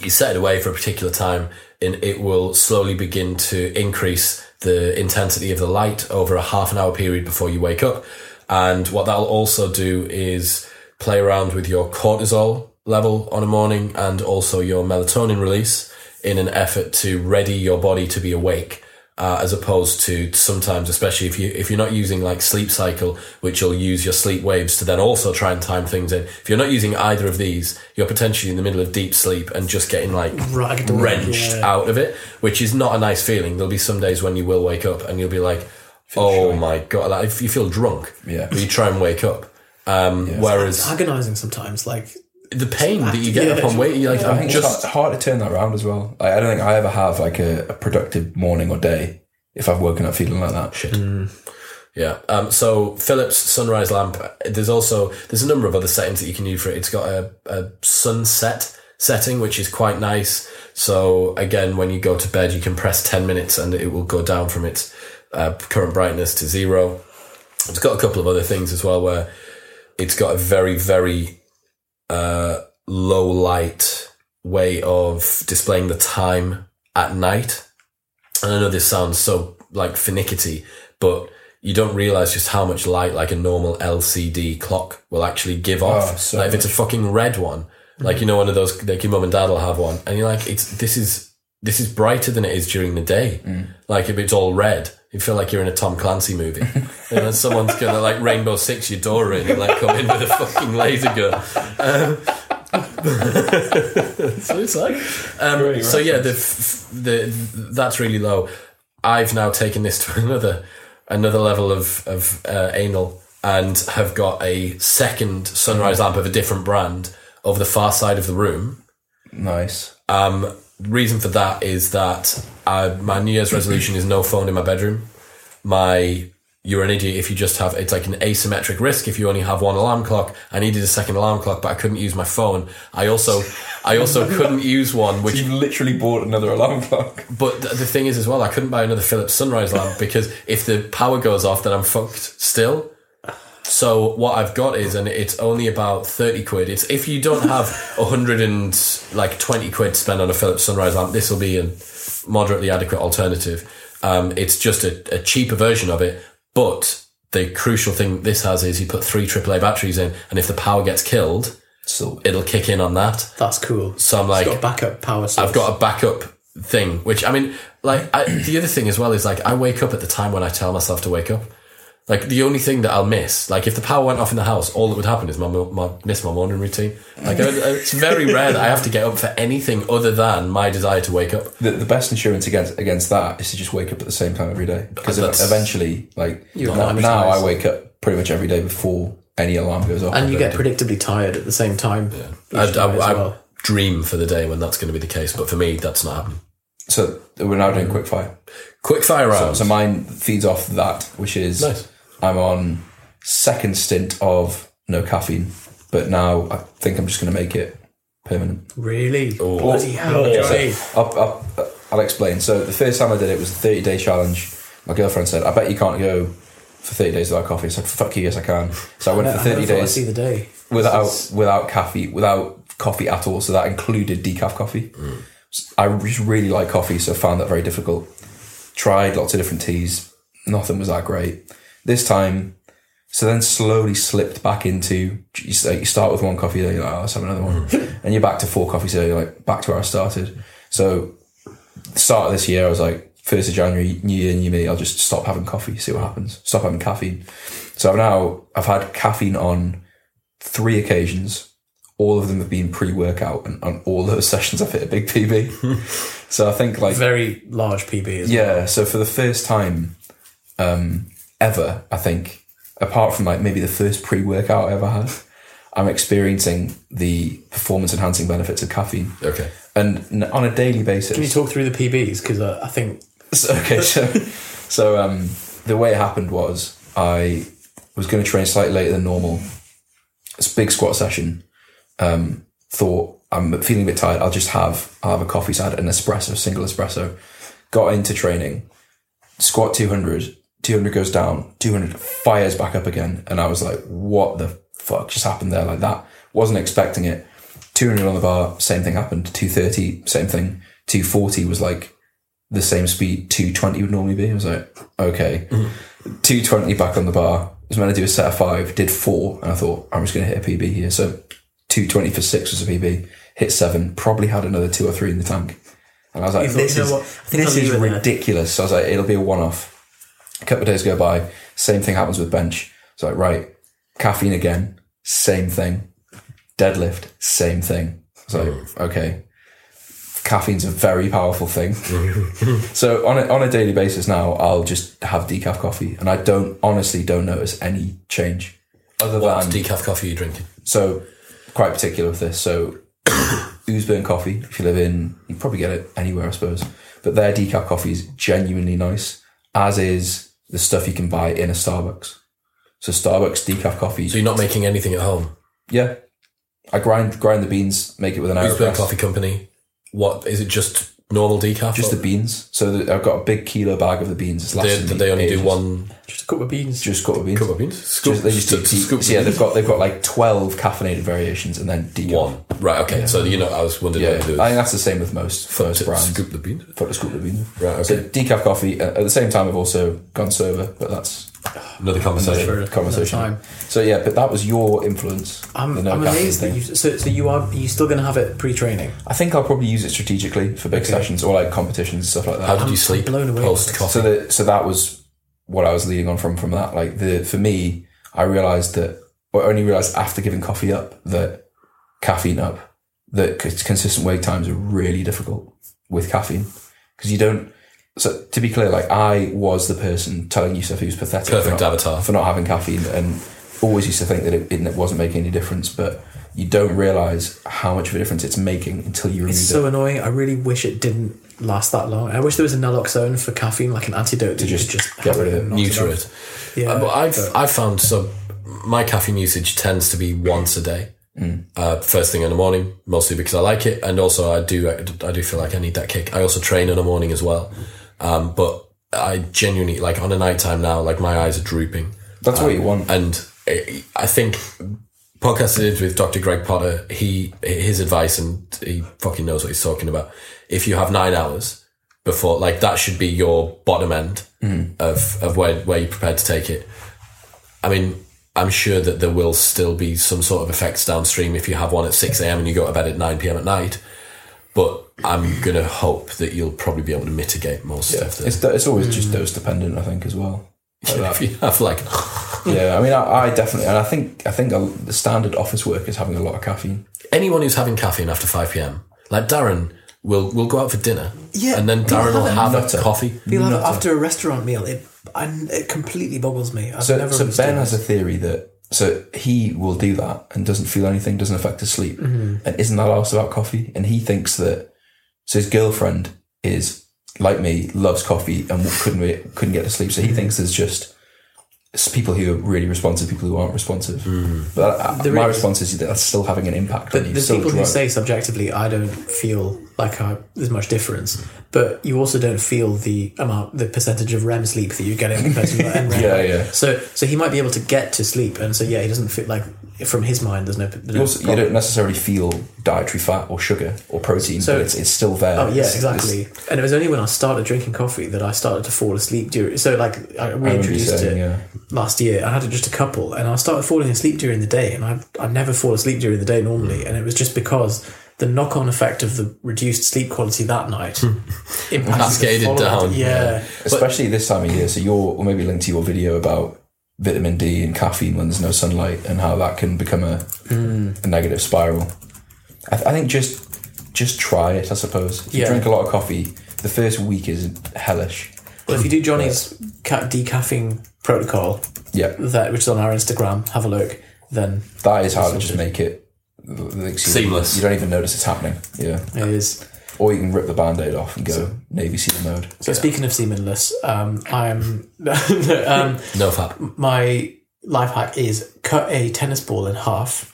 B: you set it away for a particular time, and it will slowly begin to increase the intensity of the light over a half an hour period before you wake up. And what that'll also do is play around with your cortisol level on a morning and also your melatonin release in an effort to ready your body to be awake. Uh, as opposed to sometimes, especially if you if you're not using like sleep cycle, which you'll use your sleep waves to then also try and time things in. If you're not using either of these, you're potentially in the middle of deep sleep and just getting like
D: Ragged,
B: wrenched
D: yeah.
B: out of it, which is not a nice feeling. There'll be some days when you will wake up and you'll be like, "Oh my god!" Like if you feel drunk,
C: Yeah.
B: but you try and wake up. Um, Whereas
D: agonizing sometimes. Like
B: the pain that you get
D: Yeah.
B: upon waking, you're like,
C: I
B: "I'm
C: think
B: just
C: it's hard, hard to turn that around as well. Like, I don't think I ever have like a, a productive morning or day if I've woken up feeling like that. Mm. Shit.
B: Yeah. Um, so Philips sunrise lamp. There's also there's a number of other settings that you can use for it. It's got a, a sunset setting, which is quite nice. So again, when you go to bed, you can press ten minutes, and it will go down from its uh, current brightness to zero. It's got a couple of other things as well, where it's got a very very uh, low light way of displaying the time at night. And I know this sounds so like finickety, but you don't realize just how much light like a normal LCD clock will actually give off.
C: Oh, so
B: like if it's a fucking red one, like you know one of those like your mum and dad will have one, and you're like, it's this is this is brighter than it is during the day.
C: Mm.
B: Like if it's all red, you feel like you're in a Tom Clancy movie. and then someone's gonna like Rainbow Six your door in and like come in with a fucking laser gun. So it's like, um, so yeah, the, f- the that's really low. I've now taken this to another another level of of uh, anal and have got a second sunrise lamp of a different brand over the far side of the room.
C: Nice.
B: Um, reason for that is that uh, my New Year's resolution is no phone in my bedroom. My you're an idiot if you just have it's like an asymmetric risk if you only have one alarm clock. I needed a second alarm clock, but I couldn't use my phone. I also I also couldn't use one which
C: You've literally bought another alarm clock.
B: but th- the thing is, as well, I couldn't buy another Philips Sunrise lamp because if the power goes off, then I'm fucked still. So what I've got is, and it's only about thirty quid. It's if you don't have a hundred and like twenty quid to spend on a Philips Sunrise lamp, this will be a moderately adequate alternative. Um, it's just a, a cheaper version of it, but the crucial thing this has is you put three AAA batteries in, and if the power gets killed,
C: So
B: it'll kick in on that.
D: that's cool.
B: So I'm like,
D: it's got backup power. Source.
B: I've got a backup thing, which I mean, like I, the other thing as well is like I wake up at the time when I tell myself to wake up. Like the only thing that I'll miss, like if the power went off in the house, all that would happen is my, mo- my miss my morning routine. Like I, it's very rare that I have to get up for anything other than my desire to wake up.
C: the, the best insurance against against that is to just wake up at the same time every day because e-
B: That's-
C: eventually, like now,
D: acclimatise.
C: now I wake up pretty much every day before any alarm goes off.
D: and you get predictably tired at the same time. each
B: I,
D: night as
B: I- I
D: well.
B: dream for the day when that's going to be the case, but for me, that's not happening.
C: so we're now doing quick fire.
B: Quick fire round.
C: So mine feeds off that, which is
B: Nice.
C: I'm on second stint of no caffeine. But now I think I'm just going to make it permanent.
D: Really? Bloody hell, Johnny.
C: I'll, I'll, I'll explain. So the first time I did it was a 30 day challenge. My girlfriend said, "I bet you can't go for 30 days without coffee." I said, "Fuck you, yes I can." So I went for
D: I never
C: 30
D: thought I'd see
C: days
D: the day.
C: without without caffeine, without coffee at all. So that included decaf coffee. I just really like coffee, so found that very difficult. Tried lots of different teas. Nothing was that great. This time, so then slowly slipped back into you s- like, you start with one coffee, then you're like, oh, let's have another one, and you're back to four coffees. So you're like back to where I started. So start of this year, I was like, first of January, new year, new me. I'll just stop having coffee, see what happens. Stop having caffeine. So I've now I've had caffeine on three occasions. All of them have been pre-workout, and on all those sessions, I've hit a big PB. so I think like
D: Very large PB as well.
C: yeah, so for the first time um, ever, I think, apart from like maybe the first pre workout I ever had, I'm experiencing the performance enhancing benefits of caffeine.
B: Okay.
C: And n- on a daily basis.
D: Can you talk through the PBs? Because uh, I think
C: So- okay, so so um, the way it happened was I was going to train slightly later than normal. It's a big squat session. Um, thought I'm feeling a bit tired. I'll just have I'll have a coffee. So I had an espresso, a single espresso. Got into training, squat 200. 200 goes down. 200 fires back up again, and I was like, "What the fuck just happened there like that?" Wasn't expecting it. 200 on the bar, same thing happened. 230, same thing. 240 was like the same speed 220 would normally be. I was like, okay,
D: Mm-hmm.
C: 220 back on the bar. I was meant to do a set of five, did four, and I thought I'm just going to hit a PB here. So 220 for six was a PB. Hit seven, probably had another two or three in the tank, and I was like,
D: You thought,
C: this
D: you know
C: is
D: what? I think
C: this
D: I'll
C: is
D: leave it there.
C: ridiculous. So I was like, it'll be a one-off. A couple of days go by, same thing happens with bench. It's like, right, caffeine again, same thing. Deadlift, same thing. It's like, okay, caffeine's a very powerful thing. so on a, on a daily basis now, I'll just have decaf coffee, and I don't honestly don't notice any change. Other
B: What
C: than
B: decaf coffee are you drinking?
C: so quite particular with this. So Oozburn coffee, if you live in, you probably get it anywhere, I suppose. But their decaf coffee is genuinely nice, as is the stuff you can buy in a Starbucks. So Starbucks decaf coffee,
B: So you're not making anything at home.
C: yeah. I grind grind the beans, make it with an
B: Uzbek
C: Aeropress.
B: Coffee Company. What is it? Just normal decaf?
C: Just
B: or-
C: the beans. So the, I've got a big kilo bag of the beans. It's
B: They,
C: lasted
B: they,
C: me
B: they only do
C: ages.
B: one
D: just a couple of beans.
C: Just cut of beans.
B: cup of beans. Scoop,
C: Just- they just do
B: scoop-
C: deep-
B: scoop
C: so yeah,
B: beans.
C: they've got they've got like twelve caffeinated variations, and then decaf.
B: one. Right. Okay. So you know, I was wondering.
C: Yeah,
B: what
C: I
B: to do
C: think that's the same with most
B: Fuck
C: first
B: it,
C: brands.
B: Scoop the beans.
C: for the scoop of beans.
B: Right,
C: So
B: okay.
C: decaf coffee. uh, At the same time, I've also gone sober, but that's
B: Another conversation.
C: a conversation.
D: time.
C: So yeah, but that was your influence.
D: I'm,
C: the no
D: I'm
C: caffeine
D: amazed that
C: thing.
D: you. So, so you are you still going to have it pre-training?
C: I think I'll probably use it strategically for big sessions or like competitions stuff like that.
B: How did you sleep
D: blown away.
B: post
C: so
B: coffee?
C: that so that was what I was leading on from from that. Like the for me, I realized that, or only realized after giving coffee up that caffeine up that c- consistent wake times are really difficult with caffeine because you don't. So to be clear, like I was the person telling you stuff who was pathetic. for
B: Perfect
C: not-
B: avatar.
C: for not having caffeine, and always used to think that it, it wasn't making any difference, but. You don't realize how much of a difference it's making until you remove
D: It's
C: it.
D: so annoying. I really wish it didn't last that long. I wish there was a naloxone for caffeine, like an antidote to
C: just
D: just, just
C: get rid of it.
B: Neuter it.
D: Yeah,
B: Uh, but I've I've found so my caffeine usage tends to be once a day,
C: Mm.
B: uh, first thing in the morning, mostly because I like it, and also I do I do feel like I need that kick. I also train in the morning as well, um, but I genuinely like on a night time now, like my eyes are drooping,
C: That's what you want.
B: and I, I think podcast I did with Dr. Greg Potter, he his advice and he fucking knows what he's talking about. If you have nine hours before, like that should be your bottom end
C: Hmm.
B: of of where where you're prepared to take it. I mean, I'm sure that there will still be some sort of effects downstream if you have one at six a.m. and you go to bed at nine p.m. at night. But I'm gonna hope that you'll probably be able to mitigate most of the.
C: It's, it's
D: Hmm.
C: always just dose dependent, I think, as well. Like that.
B: If you have like
C: Yeah, I mean, I, I definitely, and I think, I think a, the standard office work is having a lot of caffeine.
B: anyone who's having caffeine after 5 p.m., like Darren, will will go out for dinner.
D: Yeah,
B: And then
D: people
B: Darren will
D: have it.
B: have
C: Nutter.
B: a coffee.
D: Feel like after a restaurant meal, it I, it completely boggles me. I've
C: So,
D: never
C: so
D: understood
C: Ben
D: this.
C: has a theory that so he will do that and doesn't feel anything, doesn't affect his sleep,
D: Mm-hmm.
C: and isn't that asked about coffee? And he thinks that so his girlfriend
D: Mm-hmm.
C: is like me, loves coffee, and couldn't re- couldn't get to sleep. So he thinks there's just it's people who are really responsive, people who aren't responsive.
D: Mm-hmm.
C: But I, I-
D: There
C: my
D: is-
C: response is that's still having an impact on you.
D: There's
C: still
D: people who
C: drunk.
D: say subjectively, I don't feel like I, there's much difference, but you also don't feel the amount, the percentage of REM sleep that you get in comparison to NREM.
C: Yeah, yeah.
D: So, so he might be able to get to sleep, and so yeah, he doesn't feel like from his mind. There's no. There's
C: You
D: no
C: also- you don't necessarily feel dietary fat or sugar or protein,
D: So-
C: but it's, it's still there.
D: Oh yeah,
C: It's-
D: exactly.
C: it's-
D: and it was only when I started drinking coffee that I started to fall asleep during. So like I
C: you
D: reintroduced
C: saying,
D: it
C: yeah.
D: last year. I had it just a couple, and I started falling asleep during the day. And I I never fall asleep during the day normally, and it was just because the knock on effect of the reduced sleep quality that night impacted
B: Cascaded
D: the
B: down.
D: follow-up. Yeah.
C: especially this time of year. So your or maybe linked to your video about vitamin D and caffeine when there's no sunlight and how that can become a,
D: Hmm.
C: a negative spiral. I, I think just just try it. I suppose if you
D: Yeah.
C: drink a lot of coffee, the first week is hellish.
D: Well, if you do Johnny's ca- decaffeine protocol,
C: Yeah,
D: that which is on our Instagram, have a look. Then
C: that is how to just make it like, so you-
B: Seamless.
C: You don't even notice it's happening. Yeah,
D: it is.
C: or you can rip the band-aid off and go Navy SEAL mode.
D: So speaking of semenless, um, I am. um,
B: No fab.
D: my life hack is cut a tennis ball in half.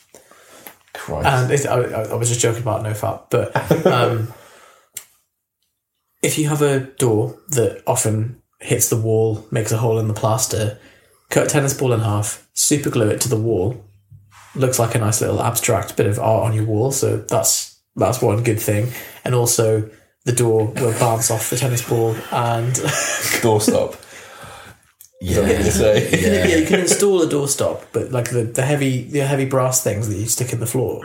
C: Christ.
D: And it's, I, I I was just joking about no fat, but um, if you have a door that often hits the wall, makes a hole in the plaster, cut a tennis ball in half, super glue it to the wall. Looks like a nice little abstract bit of art on your wall. So that's that's one good thing. And also, the door will bounce off the tennis ball and.
C: doorstop.
B: Yeah.
C: You say.
D: Yeah. you can install a doorstop, but like the, the heavy the heavy brass things that you stick in the floor,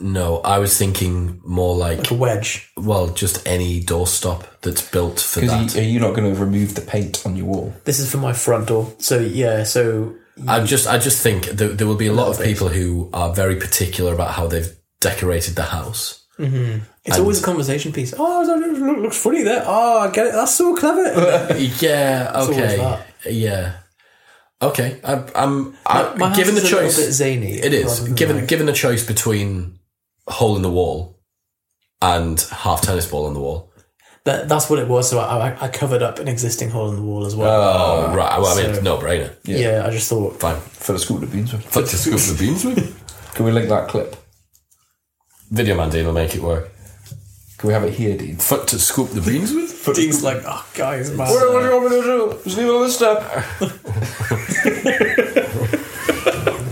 B: No, I was thinking more like,
D: like a wedge.
B: well, just any doorstop that's built for that.
C: Because are you not going to remove the paint on your wall?
D: This is for my front door. So yeah, so
B: I just, I just think there, there will be a lot of people who are very particular about how they've decorated the house.
D: it's always a conversation piece. Oh, that looks- look- looks funny there. Oh, I get it. That's so clever.
B: Yeah.
D: always
B: Okay.
D: that.
B: Yeah. Okay. I, I'm. I,
D: My house
B: given the
D: is a little
B: choice,
D: bit zany.
B: it is
D: rather than
B: given
D: like-
B: given the choice between hole in the wall and half tennis ball on the wall.
D: that, that's what it was. So I, I, I covered up an existing hole in the wall as well.
B: Oh, right. Well, I mean,
D: so-
B: no brainer.
D: yeah. I just thought
B: Fine.
C: For the school to be into.
B: But to scoop the beans with
C: Can we link that clip?
B: Video man Dean will make it work.
C: Can we have it here, Dean?
B: Foot to scoop the beans with?
D: Dean's like, oh guys, man.
C: do you want me to do? Just leave all this stuff.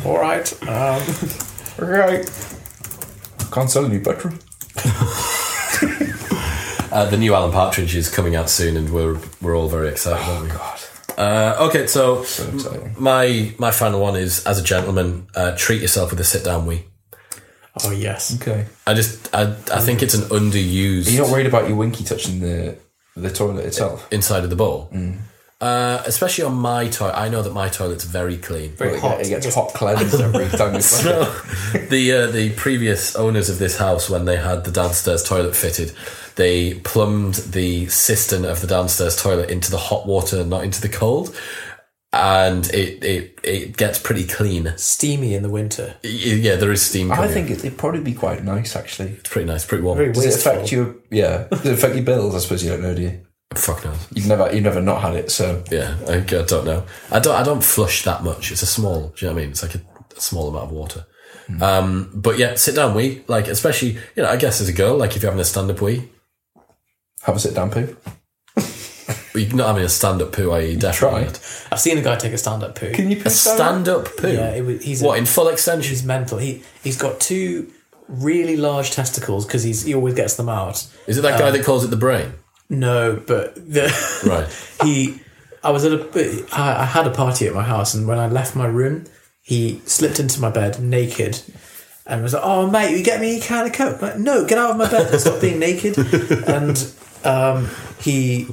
D: all right. Um,
C: Right. Can't sell any bedroom.
B: Uh, the new Alan Partridge is coming out soon, and we're we're all very excited, aren't we?
C: God.
B: Uh, okay, so,
C: exciting.
B: my my final one is as a gentleman, uh, treat yourself with a sit down wee.
D: oh yes.
C: Okay.
B: I just I, I think it's an underused
C: You're not worried about your winky touching the the toilet itself.
B: inside of the bowl.
C: Mm.
B: Uh, especially on my toilet, I know that my toilet's very clean.
D: Very
C: It,
D: hot.
C: it gets
D: Just-
C: hot cleansed every time you flush it.
B: the uh, the previous owners of this house, when they had the downstairs toilet fitted, they plumbed the cistern of the downstairs toilet into the hot water, not into the cold, and it it, it gets pretty clean. Y-
D: Steamy in the winter.
B: Yeah, there is steam.
C: I
B: coming in.
C: think it, it'd probably be quite nice, actually.
B: it's pretty nice, pretty warm.
D: Very
C: Does it
D: wasteful.
C: affect your yeah? Does it affect your bills? I suppose you don't know, do you?
B: Fuck knows.
C: You've never you've never not had it, so
B: Yeah, I, I don't know. I don't. I don't flush that much. It's a small. Do you know what I mean? It's like a, a small amount of water.
D: Hmm.
B: Um, but yeah, sit down. We like, especially you know. I guess as a girl, like if you're having a stand up wee,
C: have a sit down poo.
B: you're not having a stand up poo. I.e., definitely
C: try.
B: not.
D: I've seen a guy take a stand up poo.
C: Can you
B: a
C: put
B: stand up poo.
D: Yeah, it was, he's a-
B: what in full extension?
D: He's mental. He he's got two really large testicles because he's he always gets them out.
B: Is it that
D: Uh,
B: guy that calls it the brain?
D: No, but the,
B: Right.
D: he. I was at a. I, I had a party at my house, and when I left my room, he slipped into my bed naked, and was like, "Oh, mate, you get me a can of coke." I'm like, no, get out of my bed. Stop being naked. And um, he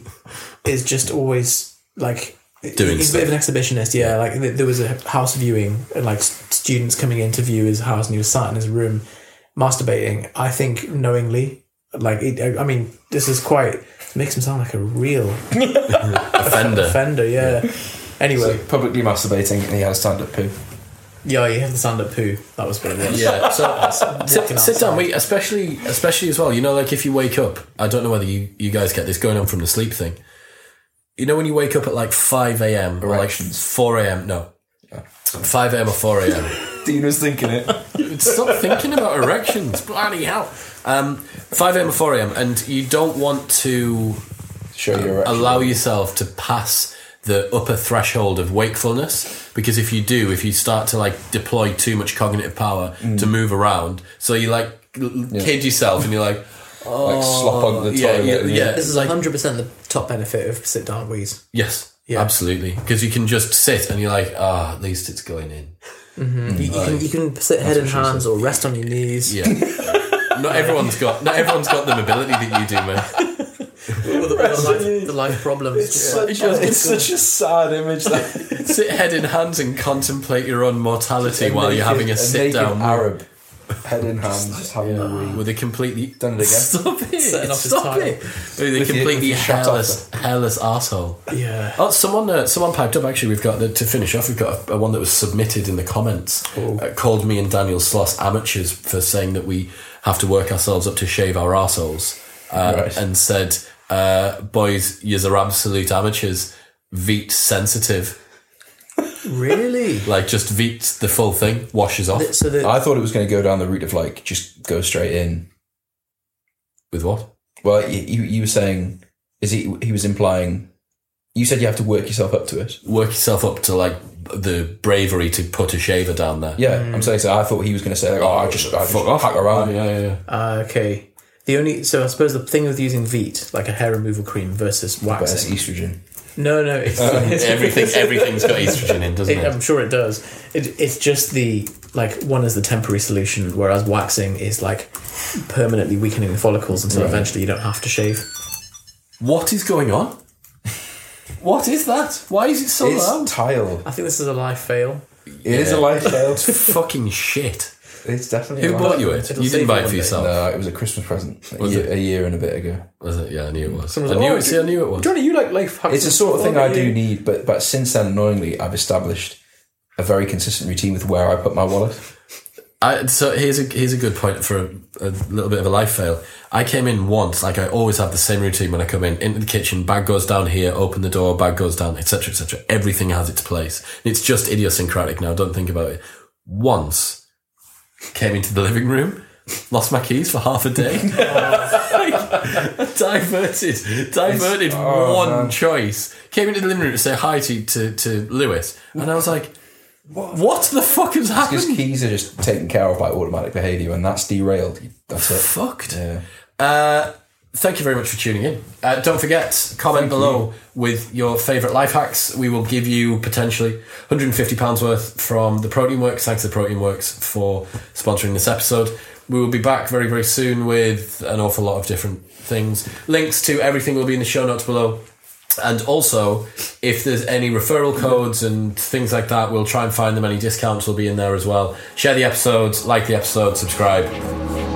D: is just always like
B: Doing
D: he's a bit of an exhibitionist yeah like th- there was a house viewing and like s- students coming in to view his house and he was sat in his room masturbating i think knowingly like it, I- i mean this is quite makes him sound like a real
B: Offender.
D: offender yeah, anyway
C: publicly masturbating and he had a stand up poo.
D: yeah you have the stand up poo that was what it was
B: Yeah. So
D: Walking
B: sit, sit
D: outside.
B: down. We especially especially as well. You know, like if you wake up, I don't know whether you you guys get this going on from the sleep thing. you know when you wake up at like 5 a.m. or like
C: Erections.
B: 4 a.m. No. 5 a.m. or 4 a.m.
C: Dina's thinking it.
B: Stop thinking about erections. Bloody hell. Um, 5 a.m. or 4 a.m. And you don't want to
C: Show your erection.
B: allow yourself to pass the upper threshold of wakefulness because if you do if you start to like deploy too much cognitive power to move around so you like l- kid yourself and you're like
C: like slop on the toilet.
B: yeah yeah,
C: and
B: yeah
D: This is hundred percent the top benefit of sit down wheeze.
B: yes absolutely because you can just sit and you're like ah at least it's going in Mm,
D: You, you can you can sit head in hands or rest on your knees.
B: yeah not everyone's got not everyone's got the mobility that you do man
D: All the, all the life, the life problems.
C: It's, such a sad image. That
B: sit head in hands and contemplate your own mortality while you're having a sit down
C: Arab head in hand, just having a wee.
B: with a completely
C: Done it again.
B: Stop it!
D: Setting off his
B: Stop
D: title.
B: it! With a
C: your- with
B: completely
C: your shut
B: hairless, hairless arsehole.
D: Yeah.
B: Oh, someone, uh, someone piped up. Actually, we've got uh, to finish off. We've got a, a one that was submitted in the comments. Uh, called me and Daniel Sloss amateurs for saying that we have to work ourselves up to shave our arseholes, uh,
C: Right.
B: and said, uh, "Boys, you're absolute amateurs. Veet sensitive.
D: Really?
B: Like just veet the full thing washes off
D: So the
C: I thought it was going to go down the route of like just go straight in.
B: with what?
C: Well, you, you, you were saying is he? He was implying. You said you have to work yourself up to it.
B: Work yourself up to like." The bravery to put a shaver down there.
C: Yeah, I'm saying so. I thought he was going to say like, oh, I just I just hack around.
B: Hmm. yeah, yeah.
D: uh, okay. The only so I suppose the thing with using Veet like a hair removal cream versus
C: But it's
D: waxing.
C: estrogen.
D: No, no, it's, it's
B: Everything, everything's got estrogen in, doesn't
D: It,
B: it?
D: I'm sure it does. It, it's just the like one is the temporary solution, whereas waxing is like permanently weakening the follicles until eventually you don't have to shave.
B: What is going on? What is that? Why is it so
C: It's
B: loud?
C: tile.
D: I think this is a life fail.
C: It is a lifestyle.
B: Fucking shit.
C: it's definitely. a
B: Who bought you it?
D: It'll
B: You
D: save
B: didn't
D: you
B: buy it
D: one
B: for
D: day.
B: yourself.
C: No, uh, it was a Christmas present a,
B: Was
C: year,
B: it?
C: a year and a bit ago.
B: Was it? Yeah, I knew it was. I
D: Someone's like,
B: knew
D: "Oh,
B: it. See, I knew it was.
D: Johnny, you like life hacks.
C: It's the sort of thing
D: What
C: I
D: about
C: do
D: you?
C: need, but but since then, annoyingly, I've established a very consistent routine with where I put my wallet.
B: I, so here's a here's a good point for a, a little bit of a life fail. I came in once, like I always have the same routine when I come in, into the kitchen, bag goes down here, open the door, bag goes down, etc., etc. Everything has its place. It's just idiosyncratic now. Don't think about it. Once came into the living room, lost my keys for half a day. Like, diverted, diverted
C: oh,
B: one
C: man.
B: choice. Came into the living room to say hi to to, to Lewis, and I was like. What? the fuck has happened?
C: Because keys are just taken care of by automatic behaviour, and that's derailed. That's it.
B: fucked.
C: Yeah.
B: Uh, thank you very much for tuning in. Uh, don't forget, comment below with your favourite life hacks. We will give you potentially £150 worth from the Protein Works. Thanks to the Protein Works for sponsoring this episode. We will be back very, very soon with an awful lot of different things. Links to everything will be in the show notes below. And also, if there's any referral codes and things like that, we'll try and find them. Any discounts will be in there as well. Share the episodes, like the episode, subscribe.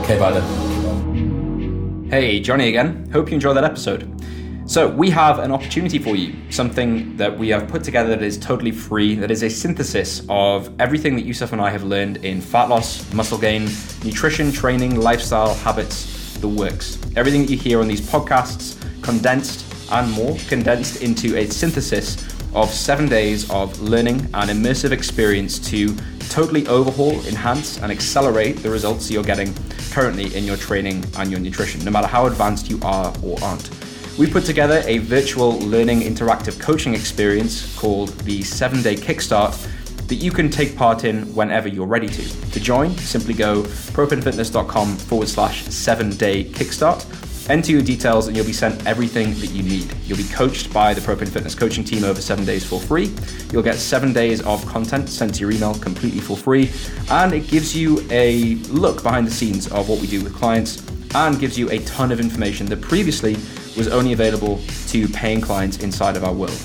B: Okay, bye then.
G: Hey, Johnny again. Hope you enjoyed that episode. So, we have an opportunity for you, something that we have put together that is totally free, that is a synthesis of everything that Yusuf and I have learned in fat loss, muscle gain, nutrition, training, lifestyle, habits, the works. Everything that you hear on these podcasts, condensed and more, condensed into a synthesis of seven days of learning and immersive experience to totally overhaul, enhance, and accelerate the results you're getting currently in your training and your nutrition, no matter how advanced you are or aren't. We put together a virtual learning interactive coaching experience called the Seven Day Kickstart that you can take part in whenever you're ready to. To join, simply go propinfitness.com forward slash seven day kickstart. Enter your details and you'll be sent everything that you need. You'll be coached by the Propane Fitness coaching team over seven days for free. You'll get seven days of content sent to your email completely for free. And it gives you a look behind the scenes of what we do with clients and gives you a ton of information that previously was only available to paying clients inside of our world.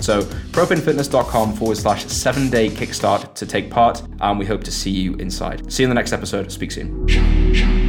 G: So, propinfitness.com forward slash seven day kickstart to take part. And we hope to see you inside. See you in the next episode. Speak soon.
H: Jump, jump.